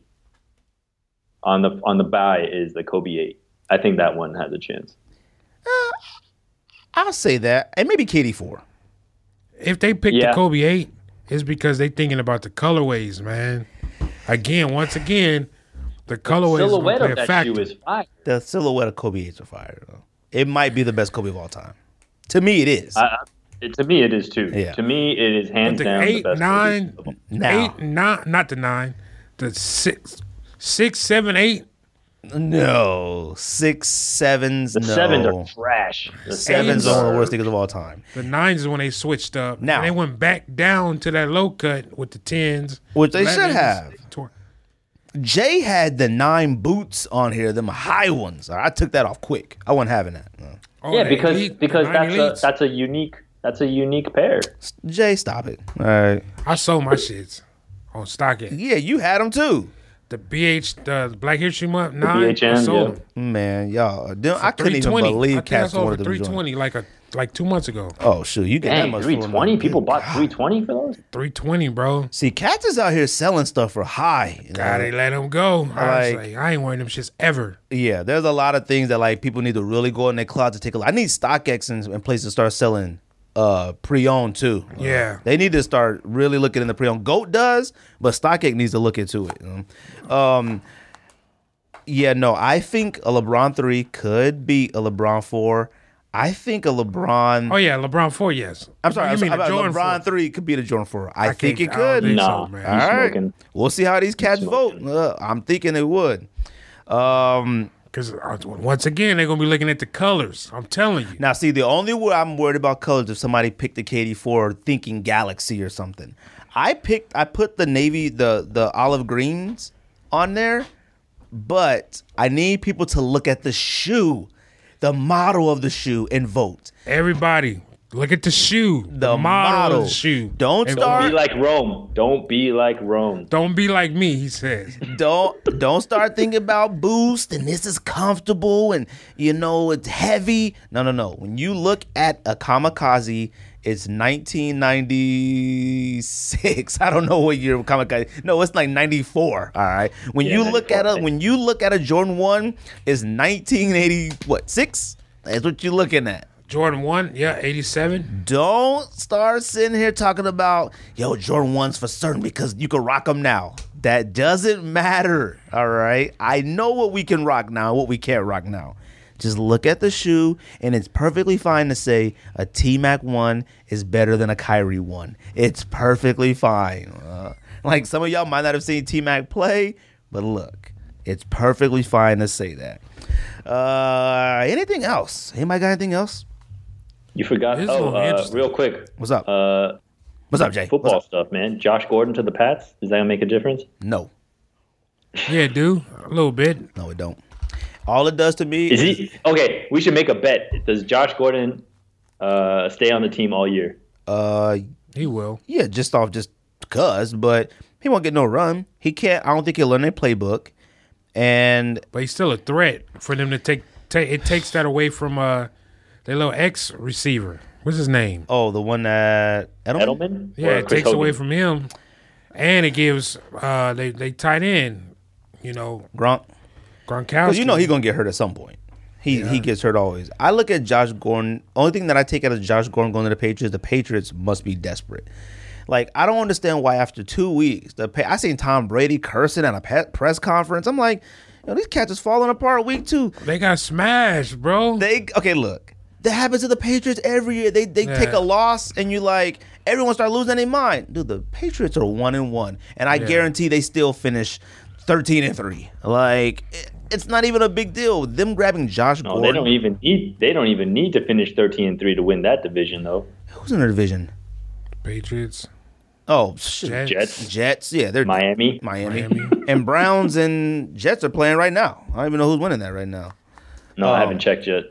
[SPEAKER 6] on the on the buy is the Kobe eight. I think that one has a chance.
[SPEAKER 5] I'll say that. And maybe KD 4.
[SPEAKER 7] If they pick
[SPEAKER 6] Yeah.
[SPEAKER 7] the Kobe eight, it's because they thinking about the colorways, man. Again, once again, the colorways is gonna
[SPEAKER 6] Silhouette
[SPEAKER 7] play
[SPEAKER 6] of
[SPEAKER 7] a
[SPEAKER 6] that
[SPEAKER 7] factor.
[SPEAKER 6] shoe is fire.
[SPEAKER 5] The silhouette of Kobe is a fire, though. It might be the best Kobe of all time. To me, it is.
[SPEAKER 6] I, I, it, to me, it is too.
[SPEAKER 5] Yeah.
[SPEAKER 6] To me, it is hands
[SPEAKER 7] the
[SPEAKER 6] down
[SPEAKER 7] eight,
[SPEAKER 6] the best.
[SPEAKER 7] nine,
[SPEAKER 5] now.
[SPEAKER 7] eight, nine, not the nine, the six, six, seven, eight.
[SPEAKER 5] No, six sevens.
[SPEAKER 6] the
[SPEAKER 5] no.
[SPEAKER 6] sevens are trash. The
[SPEAKER 5] sevens
[SPEAKER 7] Sevens
[SPEAKER 5] are one of the
[SPEAKER 6] are-
[SPEAKER 5] worst niggas of all time.
[SPEAKER 7] The nines is when they switched up.
[SPEAKER 5] Now-
[SPEAKER 7] and they went back down to that low cut with the tens,
[SPEAKER 5] Which they should
[SPEAKER 7] 11s,
[SPEAKER 5] have.
[SPEAKER 7] 20.
[SPEAKER 5] Jay had the nine boots on here, them high ones. I took that off quick. I wasn't having that. No.
[SPEAKER 7] Oh,
[SPEAKER 6] Yeah,
[SPEAKER 7] the
[SPEAKER 6] because
[SPEAKER 7] elite- the
[SPEAKER 6] because
[SPEAKER 7] nine
[SPEAKER 6] that's a,
[SPEAKER 7] elites.
[SPEAKER 6] that's a unique that's a unique pair.
[SPEAKER 5] Jay, stop it. All right.
[SPEAKER 7] I sold my shits on StockX.
[SPEAKER 5] Yeah, you had them too,
[SPEAKER 7] The BH, the Black History Month nine, I
[SPEAKER 6] BHM,
[SPEAKER 7] sold
[SPEAKER 6] yeah.
[SPEAKER 7] them.
[SPEAKER 5] man. Y'all, them- I couldn't even
[SPEAKER 7] 320. I
[SPEAKER 5] believe
[SPEAKER 7] think I
[SPEAKER 5] Cats
[SPEAKER 7] sold
[SPEAKER 5] wanted
[SPEAKER 7] for
[SPEAKER 5] them to
[SPEAKER 7] three
[SPEAKER 5] join.
[SPEAKER 7] twenty like a like two months ago.
[SPEAKER 5] Oh shoot, you get that
[SPEAKER 6] Dang,
[SPEAKER 5] much for
[SPEAKER 6] three twenty
[SPEAKER 5] them.
[SPEAKER 6] people
[SPEAKER 5] Good
[SPEAKER 6] bought
[SPEAKER 5] God.
[SPEAKER 6] three twenty for those.
[SPEAKER 7] Three twenty, bro.
[SPEAKER 5] See, Cats is out here selling stuff for high. you know?
[SPEAKER 7] God, they let them go. I was
[SPEAKER 5] Like-
[SPEAKER 7] like, I ain't wearing them shits ever.
[SPEAKER 5] Yeah, there's a lot of things that like people need to really go in their closet to take a look. I need StockX and, and places to start selling uh pre-owned too. Uh,
[SPEAKER 7] Yeah.
[SPEAKER 5] they need to start really looking in the pre-owned. Goat does, but StockX needs to look into it. you know? Um, yeah, no, I think a LeBron three could be a LeBron four. I think a LeBron.
[SPEAKER 7] Oh yeah, LeBron four, yes.
[SPEAKER 5] I'm sorry,
[SPEAKER 7] You
[SPEAKER 5] I'm
[SPEAKER 7] mean
[SPEAKER 5] sorry,
[SPEAKER 7] the Jordan
[SPEAKER 5] LeBron
[SPEAKER 7] four?
[SPEAKER 5] three could be the Jordan four. I,
[SPEAKER 7] I
[SPEAKER 5] think it
[SPEAKER 7] can't- I
[SPEAKER 5] cold
[SPEAKER 7] don't think so,
[SPEAKER 6] Nah,
[SPEAKER 7] man.
[SPEAKER 6] he's
[SPEAKER 5] all right.
[SPEAKER 6] smoking.
[SPEAKER 5] We'll see how these cats vote.
[SPEAKER 6] smoking.
[SPEAKER 5] Uh, I'm thinking it would. Um,
[SPEAKER 7] Because uh, once again, they're gonna be looking at the colors. I'm telling you.
[SPEAKER 5] Now, see, the only way I'm worried about colors if somebody picked the KD4 thinking Galaxy or something. I picked, I put the navy, the the olive greens on there, but I need people to look at the shoe, the model of the shoe, and vote.
[SPEAKER 7] Everybody, look at the shoe.
[SPEAKER 5] The
[SPEAKER 7] model, of
[SPEAKER 5] model.
[SPEAKER 7] the shoe.
[SPEAKER 5] Don't
[SPEAKER 7] And
[SPEAKER 5] start-
[SPEAKER 6] Be like Rome. Don't be like Rome.
[SPEAKER 7] Don't be like me, he says.
[SPEAKER 5] Don't don't start thinking about boost and this is comfortable and you know it's heavy. No, no, no. When you look at a kamikaze, it's 1996. <laughs> I don't know what year kamikaze. No, it's like 94. All right. When
[SPEAKER 6] Yeah,
[SPEAKER 5] you look at
[SPEAKER 6] 94,
[SPEAKER 5] a when you look at a Jordan one, it's 1980 what six? That's what you're looking at.
[SPEAKER 7] Jordan one, yeah, eighty seven.
[SPEAKER 5] Don't start sitting here talking about yo Jordan ones for certain because you can rock them now. That doesn't matter. All right, I know what we can rock now, and what we can't rock now. Just look at the shoe, and it's perfectly fine to say a T Mac one is better than a Kyrie one. It's perfectly fine. Uh, like some of y'all might not have seen T Mac play, but look, it's perfectly fine to say that. Uh, anything else? Anybody got anything else?
[SPEAKER 6] You forgot.
[SPEAKER 7] This is
[SPEAKER 6] oh,
[SPEAKER 7] gonna be
[SPEAKER 6] uh,
[SPEAKER 7] interesting.
[SPEAKER 6] real quick.
[SPEAKER 5] What's up?
[SPEAKER 6] Uh,
[SPEAKER 5] What's up, Jay? What's
[SPEAKER 6] football
[SPEAKER 5] up?
[SPEAKER 6] stuff, man. Josh Gordon to the Pats. Is that gonna make a difference?
[SPEAKER 5] No.
[SPEAKER 7] Yeah, dude. A little bit.
[SPEAKER 5] No, it don't. All it does to me
[SPEAKER 6] Is
[SPEAKER 7] <laughs>
[SPEAKER 6] he okay? We should make a bet. Does Josh Gordon uh, stay on the team all year?
[SPEAKER 5] uh
[SPEAKER 7] He will.
[SPEAKER 5] yeah, just off just cuz, but he won't get no run. He can't I don't think he'll learn their playbook. And
[SPEAKER 7] But he's still a threat for them to take take it takes that away from uh their little ex receiver. What's his name?
[SPEAKER 5] oh, the one that Edelman?
[SPEAKER 6] Edelman?
[SPEAKER 7] Yeah,
[SPEAKER 6] Or
[SPEAKER 7] it
[SPEAKER 6] Chris
[SPEAKER 7] takes away
[SPEAKER 6] Hogan?
[SPEAKER 7] from him. And it gives uh they, they tight end, you know,
[SPEAKER 5] Gronk.
[SPEAKER 7] Gronkowski.
[SPEAKER 5] Cuz you know he's going to get hurt at some point. He he gets hurt always. I look at Josh Gordon. Only thing that I take out of Josh Gordon going to the Patriots, the Patriots must be desperate. Like I don't understand why after two weeks, the pa- I seen Tom Brady cursing at a pe- press conference. I'm like, yo, these cats is falling apart week two.
[SPEAKER 7] They got smashed, bro.
[SPEAKER 5] They okay, look. That happens to the Patriots every year. They they take
[SPEAKER 7] Yeah.
[SPEAKER 5] a loss and you like everyone start losing their mind. Dude, the Patriots are one and one, and I guarantee they still finish thirteen and three. Like it- it's not even a big deal. Them grabbing Josh
[SPEAKER 6] No,
[SPEAKER 5] Gordon.
[SPEAKER 6] they don't even need. They don't even need to finish thirteen and three to win that division, though.
[SPEAKER 5] Who's in their division?
[SPEAKER 7] Patriots.
[SPEAKER 5] Oh, shit.
[SPEAKER 7] Jets.
[SPEAKER 6] Jets,
[SPEAKER 5] Jets. Yeah, they're
[SPEAKER 6] Miami.
[SPEAKER 5] Miami. <laughs> and Browns and Jets are playing right now. I don't even know who's winning that right now.
[SPEAKER 6] No,
[SPEAKER 5] Oh.
[SPEAKER 6] I haven't checked yet.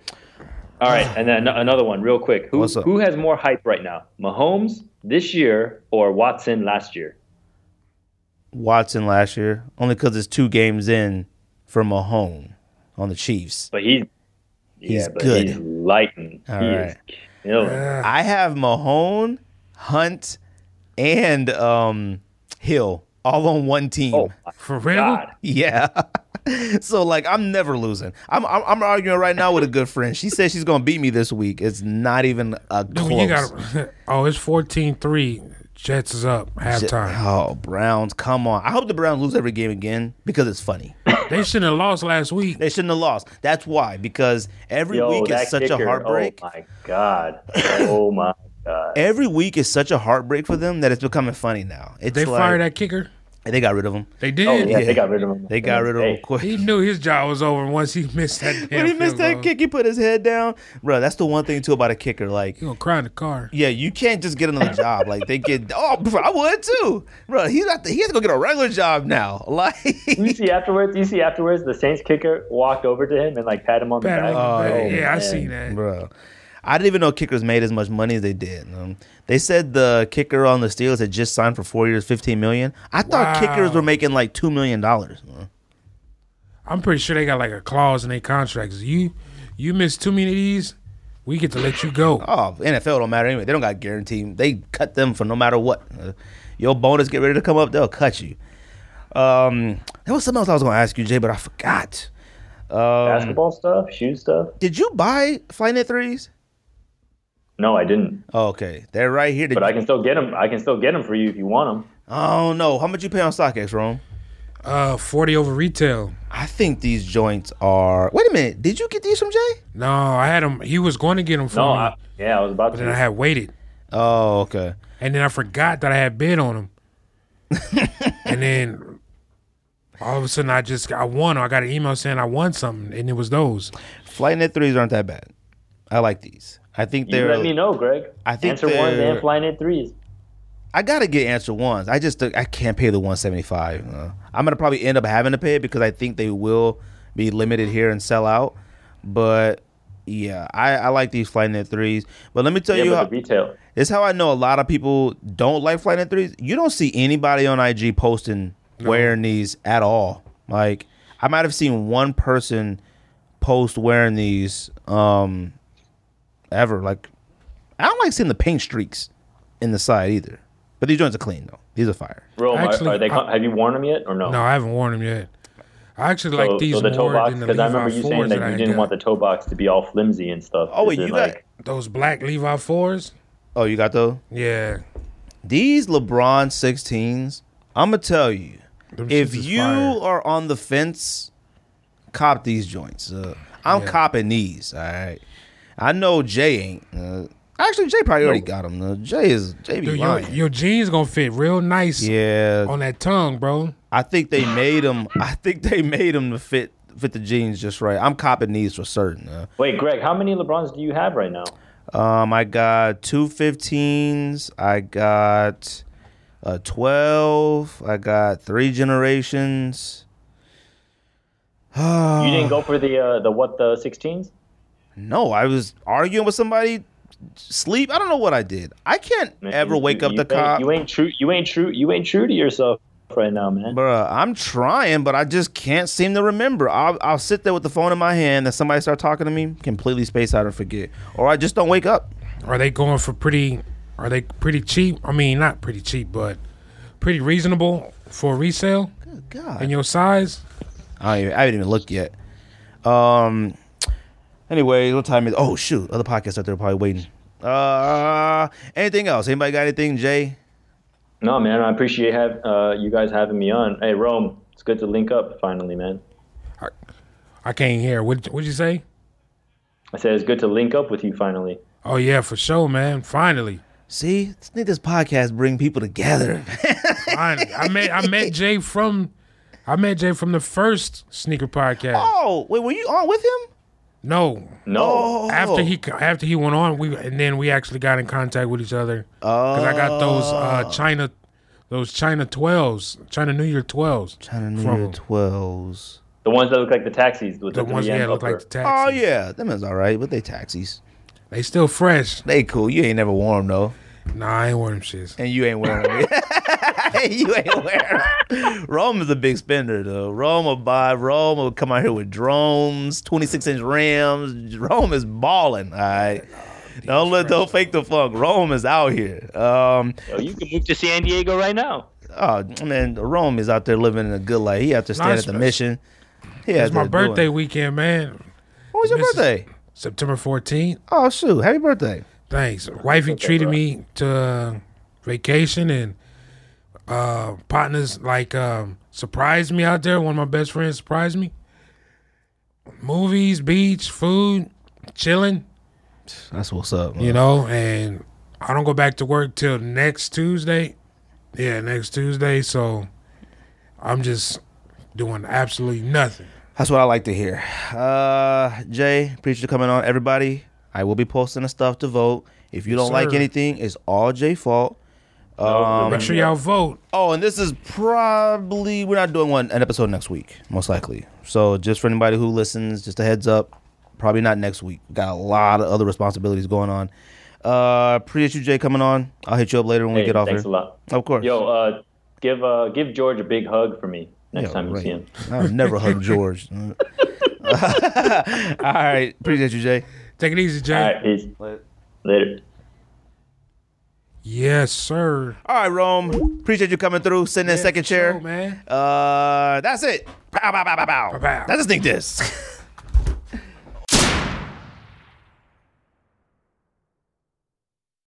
[SPEAKER 6] All right, and then an- another one, real quick. Who
[SPEAKER 5] What's up?
[SPEAKER 6] who has more hype right now, Mahomes this year or Watson last year?
[SPEAKER 5] Watson last year, only because it's two games in from a home on the Chiefs.
[SPEAKER 6] But he's
[SPEAKER 5] He's
[SPEAKER 6] yeah, but
[SPEAKER 5] good.
[SPEAKER 6] He's lighting.
[SPEAKER 5] All
[SPEAKER 6] he
[SPEAKER 5] right.
[SPEAKER 6] is killing.
[SPEAKER 5] I have Mahone, Hunt, and um, Hill all on one team.
[SPEAKER 6] Oh my
[SPEAKER 7] For real?
[SPEAKER 6] God.
[SPEAKER 5] <laughs> Yeah. so like I'm never losing. I'm, I'm I'm arguing right now with a good friend. She says she's gonna beat me this week. It's not even a
[SPEAKER 7] Dude,
[SPEAKER 5] close.
[SPEAKER 7] you got <laughs> Oh, it's 14-3. Jets is up halftime.
[SPEAKER 5] Oh Browns, come on! I hope the Browns lose every game again because it's funny.
[SPEAKER 7] They shouldn't have lost last week.
[SPEAKER 5] They shouldn't have lost. That's why because every
[SPEAKER 6] Yo,
[SPEAKER 5] week
[SPEAKER 6] that
[SPEAKER 5] is such
[SPEAKER 6] kicker.
[SPEAKER 5] a heartbreak.
[SPEAKER 6] Oh my God.
[SPEAKER 5] <laughs>
[SPEAKER 6] Oh my God.
[SPEAKER 5] Every week is such a heartbreak for them that it's becoming funny now. It's
[SPEAKER 7] They
[SPEAKER 5] like,
[SPEAKER 7] fired that kicker.
[SPEAKER 5] They got rid of him.
[SPEAKER 7] They did.
[SPEAKER 6] Oh yeah, they got rid of him.
[SPEAKER 5] They got rid of him
[SPEAKER 6] Hey,
[SPEAKER 5] quick. <laughs>
[SPEAKER 7] He knew his job was over once he <laughs> missed that. Damn
[SPEAKER 5] when he missed
[SPEAKER 7] field
[SPEAKER 5] that
[SPEAKER 7] goal.
[SPEAKER 5] kick, he put his head down. Bro, that's the one thing too about a kicker. Like,
[SPEAKER 7] He gonna cry in the car.
[SPEAKER 5] yeah, you can't just get another job. Like they get. Oh, bro, I would too, bro. He's not. He has to go get a regular job now. <laughs> Like,
[SPEAKER 6] You see afterwards. You see afterwards. The Saints kicker walked over to him and like pat him on the
[SPEAKER 7] Pat
[SPEAKER 6] back.
[SPEAKER 7] him
[SPEAKER 5] Um,
[SPEAKER 7] on the back. yeah, I
[SPEAKER 6] man.
[SPEAKER 7] see that.
[SPEAKER 5] bro, I didn't even know kickers made as much money as they did. Um, they said the kicker on the Steelers had just signed for four years, fifteen million. I thought
[SPEAKER 7] Wow.
[SPEAKER 5] kickers were making like two million dollars.
[SPEAKER 7] I'm pretty sure they got like a clause in their contracts. You you miss too many of these, we get to let you go.
[SPEAKER 5] Oh, NFL don't matter anyway. They don't got guaranteed. They cut them for no matter what. Uh, your bonus get ready to come up, they'll cut you. Um, there was something else I was going to ask you, Jay, but I forgot.
[SPEAKER 6] Basketball stuff, shoe stuff.
[SPEAKER 5] Did you buy Flyknit threes?
[SPEAKER 6] No, I didn't.
[SPEAKER 5] Oh, okay, they're right here. Did
[SPEAKER 6] But I
[SPEAKER 5] you,
[SPEAKER 6] can still get them. I can still get them for you if you want them.
[SPEAKER 5] oh no, how much you pay on StockX, Rome?
[SPEAKER 7] Uh, forty over retail.
[SPEAKER 5] I think these joints are. Wait a minute, did you get these from Jay?
[SPEAKER 7] No, I had him. He was going to get him for
[SPEAKER 6] No,
[SPEAKER 7] me,
[SPEAKER 6] I, yeah, I was about
[SPEAKER 7] but
[SPEAKER 6] to.
[SPEAKER 7] then I had waited,
[SPEAKER 5] Oh, okay.
[SPEAKER 7] and then I forgot that I had bid on him, and then. All of a sudden, I just I won. Or I got an email saying I won something, and it was those.
[SPEAKER 5] Flyknit threes aren't that bad. I like these. I think
[SPEAKER 6] you
[SPEAKER 5] they're.
[SPEAKER 6] let me know, Greg.
[SPEAKER 5] I think
[SPEAKER 6] answer ones
[SPEAKER 5] they're-
[SPEAKER 6] and flying in threes.
[SPEAKER 5] I gotta get answer ones. I just I can't pay the one seventy five. I'm gonna probably end up having to pay it because I think they will be limited here and sell out. But yeah, I, I like these Flyknit threes. But let me tell
[SPEAKER 6] Yeah,
[SPEAKER 5] you,
[SPEAKER 6] but
[SPEAKER 5] how,
[SPEAKER 6] the retail.
[SPEAKER 5] this is how I know a lot of people don't like Flyknit threes. You don't see anybody on IG posting wearing these at all. Like I might have seen one person post wearing these um ever. Like I don't like seeing the paint streaks in the side either. But these joints are clean though. These are fire.
[SPEAKER 6] Rome, are-
[SPEAKER 7] Actually,
[SPEAKER 6] are, they?
[SPEAKER 7] I-
[SPEAKER 6] have you worn them yet or no?
[SPEAKER 7] No, I haven't worn them yet. I actually
[SPEAKER 6] So,
[SPEAKER 7] like these
[SPEAKER 6] so the toe
[SPEAKER 7] more
[SPEAKER 6] box,
[SPEAKER 7] than the
[SPEAKER 6] because
[SPEAKER 7] Levi
[SPEAKER 6] I remember you saying
[SPEAKER 7] fours
[SPEAKER 6] that
[SPEAKER 7] I
[SPEAKER 6] you
[SPEAKER 7] had
[SPEAKER 6] didn't
[SPEAKER 7] got.
[SPEAKER 6] want the toe box to be all flimsy and stuff.
[SPEAKER 5] Oh,
[SPEAKER 6] Is
[SPEAKER 5] wait,
[SPEAKER 6] it
[SPEAKER 5] you got
[SPEAKER 6] like,
[SPEAKER 7] those black Levi fours.
[SPEAKER 5] Oh, you got those?
[SPEAKER 7] Yeah,
[SPEAKER 5] These LeBron 16s, I'ma tell you,
[SPEAKER 7] Them
[SPEAKER 5] if
[SPEAKER 7] shits is
[SPEAKER 5] you
[SPEAKER 7] fire.
[SPEAKER 5] are on the fence, cop these joints. Uh, I'm copping these. All right. I know Jay ain't. Uh, actually, Jay probably already got them. Uh, Jay is Jay be
[SPEAKER 7] Dude, your,
[SPEAKER 5] lying.
[SPEAKER 7] your jeans gonna fit real nice
[SPEAKER 5] yeah,
[SPEAKER 7] on that tongue, bro.
[SPEAKER 5] I think they made them. <laughs> I think they made them to fit fit the jeans just right. I'm copping these for certain. Uh,
[SPEAKER 6] wait, Greg, how many LeBrons do you have right now?
[SPEAKER 5] Um, I got two 15s. I got a 12. I got three generations.
[SPEAKER 6] you didn't go for the uh, the what the 16s?
[SPEAKER 5] No, I was arguing with somebody. Sleep. I don't know what I did. I can't
[SPEAKER 6] Man,
[SPEAKER 5] ever
[SPEAKER 6] you-
[SPEAKER 5] wake
[SPEAKER 6] you-
[SPEAKER 5] up
[SPEAKER 6] you
[SPEAKER 5] the
[SPEAKER 6] ain't-
[SPEAKER 5] cop.
[SPEAKER 6] You ain't true. You ain't true. You ain't true to yourself right now, man.
[SPEAKER 5] Bruh, I'm trying, but I just can't seem to remember. I'll, I'll sit there with the phone in my hand and somebody start talking to me, completely space out and forget. Or I just don't wake up.
[SPEAKER 7] Are they going for pretty? Are they pretty cheap? I mean, not pretty cheap, but pretty reasonable for resale
[SPEAKER 5] God.
[SPEAKER 7] in your size.
[SPEAKER 5] I, don't even, I haven't even looked yet. Um, Anyway, what time is? Oh shoot, other podcasts out there probably waiting. Uh, anything else? Anybody got anything, Jay?
[SPEAKER 6] No, man, I appreciate have uh, you guys having me on. Hey, Rome, it's good to link up finally, man.
[SPEAKER 7] I can't hear. What what'd you say?
[SPEAKER 6] I said it's good to link up with you finally.
[SPEAKER 7] Oh yeah, for sure, man. Finally.
[SPEAKER 5] See, I think this podcast bring people together. <laughs>
[SPEAKER 7] Finally. I met I met Jay from I met Jay from the first sneaker podcast.
[SPEAKER 5] oh, wait, were you on with him?
[SPEAKER 7] No.
[SPEAKER 6] No,
[SPEAKER 5] Oh,
[SPEAKER 7] After he after he went on, we and then we actually got in contact with each other. Oh. Cuz I got those
[SPEAKER 5] Oh.
[SPEAKER 7] uh China those China 12s, China New Year 12s.
[SPEAKER 5] China New
[SPEAKER 7] from
[SPEAKER 5] Year
[SPEAKER 7] him.
[SPEAKER 5] twelves.
[SPEAKER 6] the ones that look like the taxis with the,
[SPEAKER 7] The ones
[SPEAKER 6] three
[SPEAKER 7] yeah,
[SPEAKER 6] end
[SPEAKER 7] look
[SPEAKER 6] upper.
[SPEAKER 7] like the taxis.
[SPEAKER 5] Oh yeah, them is all right, but they taxis.
[SPEAKER 7] They still fresh.
[SPEAKER 5] They cool. You ain't never worn them though,
[SPEAKER 7] Nah, I ain't wearing them shits.
[SPEAKER 5] and you ain't wearing them. <laughs> you ain't wearing them. Rome is a big spender though. Rome will buy. Rome will come out here with drones, twenty six inch rims. Rome is balling. All right. Don't let don't fake the funk. Rome is out here. Um,
[SPEAKER 6] Yo, Oh, you can move to San Diego right now.
[SPEAKER 5] oh man, Rome is out there living a good life. He out there standing at the
[SPEAKER 7] Nice.
[SPEAKER 5] mission. He out
[SPEAKER 7] It's my
[SPEAKER 5] there doing-
[SPEAKER 7] birthday weekend, man.
[SPEAKER 5] When was your
[SPEAKER 7] Mrs.
[SPEAKER 5] birthday?
[SPEAKER 7] September 14th.
[SPEAKER 5] Oh shoot! Happy birthday.
[SPEAKER 7] Thanks. Wifey treated me to uh, vacation and uh, partners like um, surprised me out there. One of my best friends surprised me. Movies, beach, food, chilling,
[SPEAKER 5] That's what's up.
[SPEAKER 7] you know, and I don't go back to work till next Tuesday. Yeah, next Tuesday. So I'm just doing absolutely nothing.
[SPEAKER 5] That's what I like to hear. Uh, Jay, appreciate you coming on. Everybody, I will be posting the stuff to vote. If you don't like
[SPEAKER 7] sir.
[SPEAKER 5] anything, it's all Jay fault.
[SPEAKER 6] Um,
[SPEAKER 7] Make sure y'all vote.
[SPEAKER 5] Oh, and this is probably we're not doing one an episode next week, most likely. So just for anybody who listens, just a heads up, probably not next week. Got a lot of other responsibilities going on. Uh, appreciate you, Jay, coming on. I'll hit you up later when we
[SPEAKER 6] Hey,
[SPEAKER 5] get off
[SPEAKER 6] thanks
[SPEAKER 5] here.
[SPEAKER 6] a lot.
[SPEAKER 5] Of course.
[SPEAKER 6] Yo, uh, give uh, give George a big hug for me next
[SPEAKER 5] Yeah,
[SPEAKER 6] time you
[SPEAKER 5] right.
[SPEAKER 6] see him.
[SPEAKER 5] I've never hugged George. <laughs>
[SPEAKER 6] <laughs>
[SPEAKER 5] all right, appreciate you, Jay.
[SPEAKER 7] Take it easy, Jay.
[SPEAKER 6] All right, peace. Later.
[SPEAKER 7] Yes, sir.
[SPEAKER 5] All right, Rome. Appreciate you coming through. Sitting in second
[SPEAKER 7] for
[SPEAKER 5] chair.
[SPEAKER 7] sure, man.
[SPEAKER 5] Uh, that's it. Pow, pow, pow, pow, pow.
[SPEAKER 7] pow.
[SPEAKER 5] <laughs> That's a sneak disc.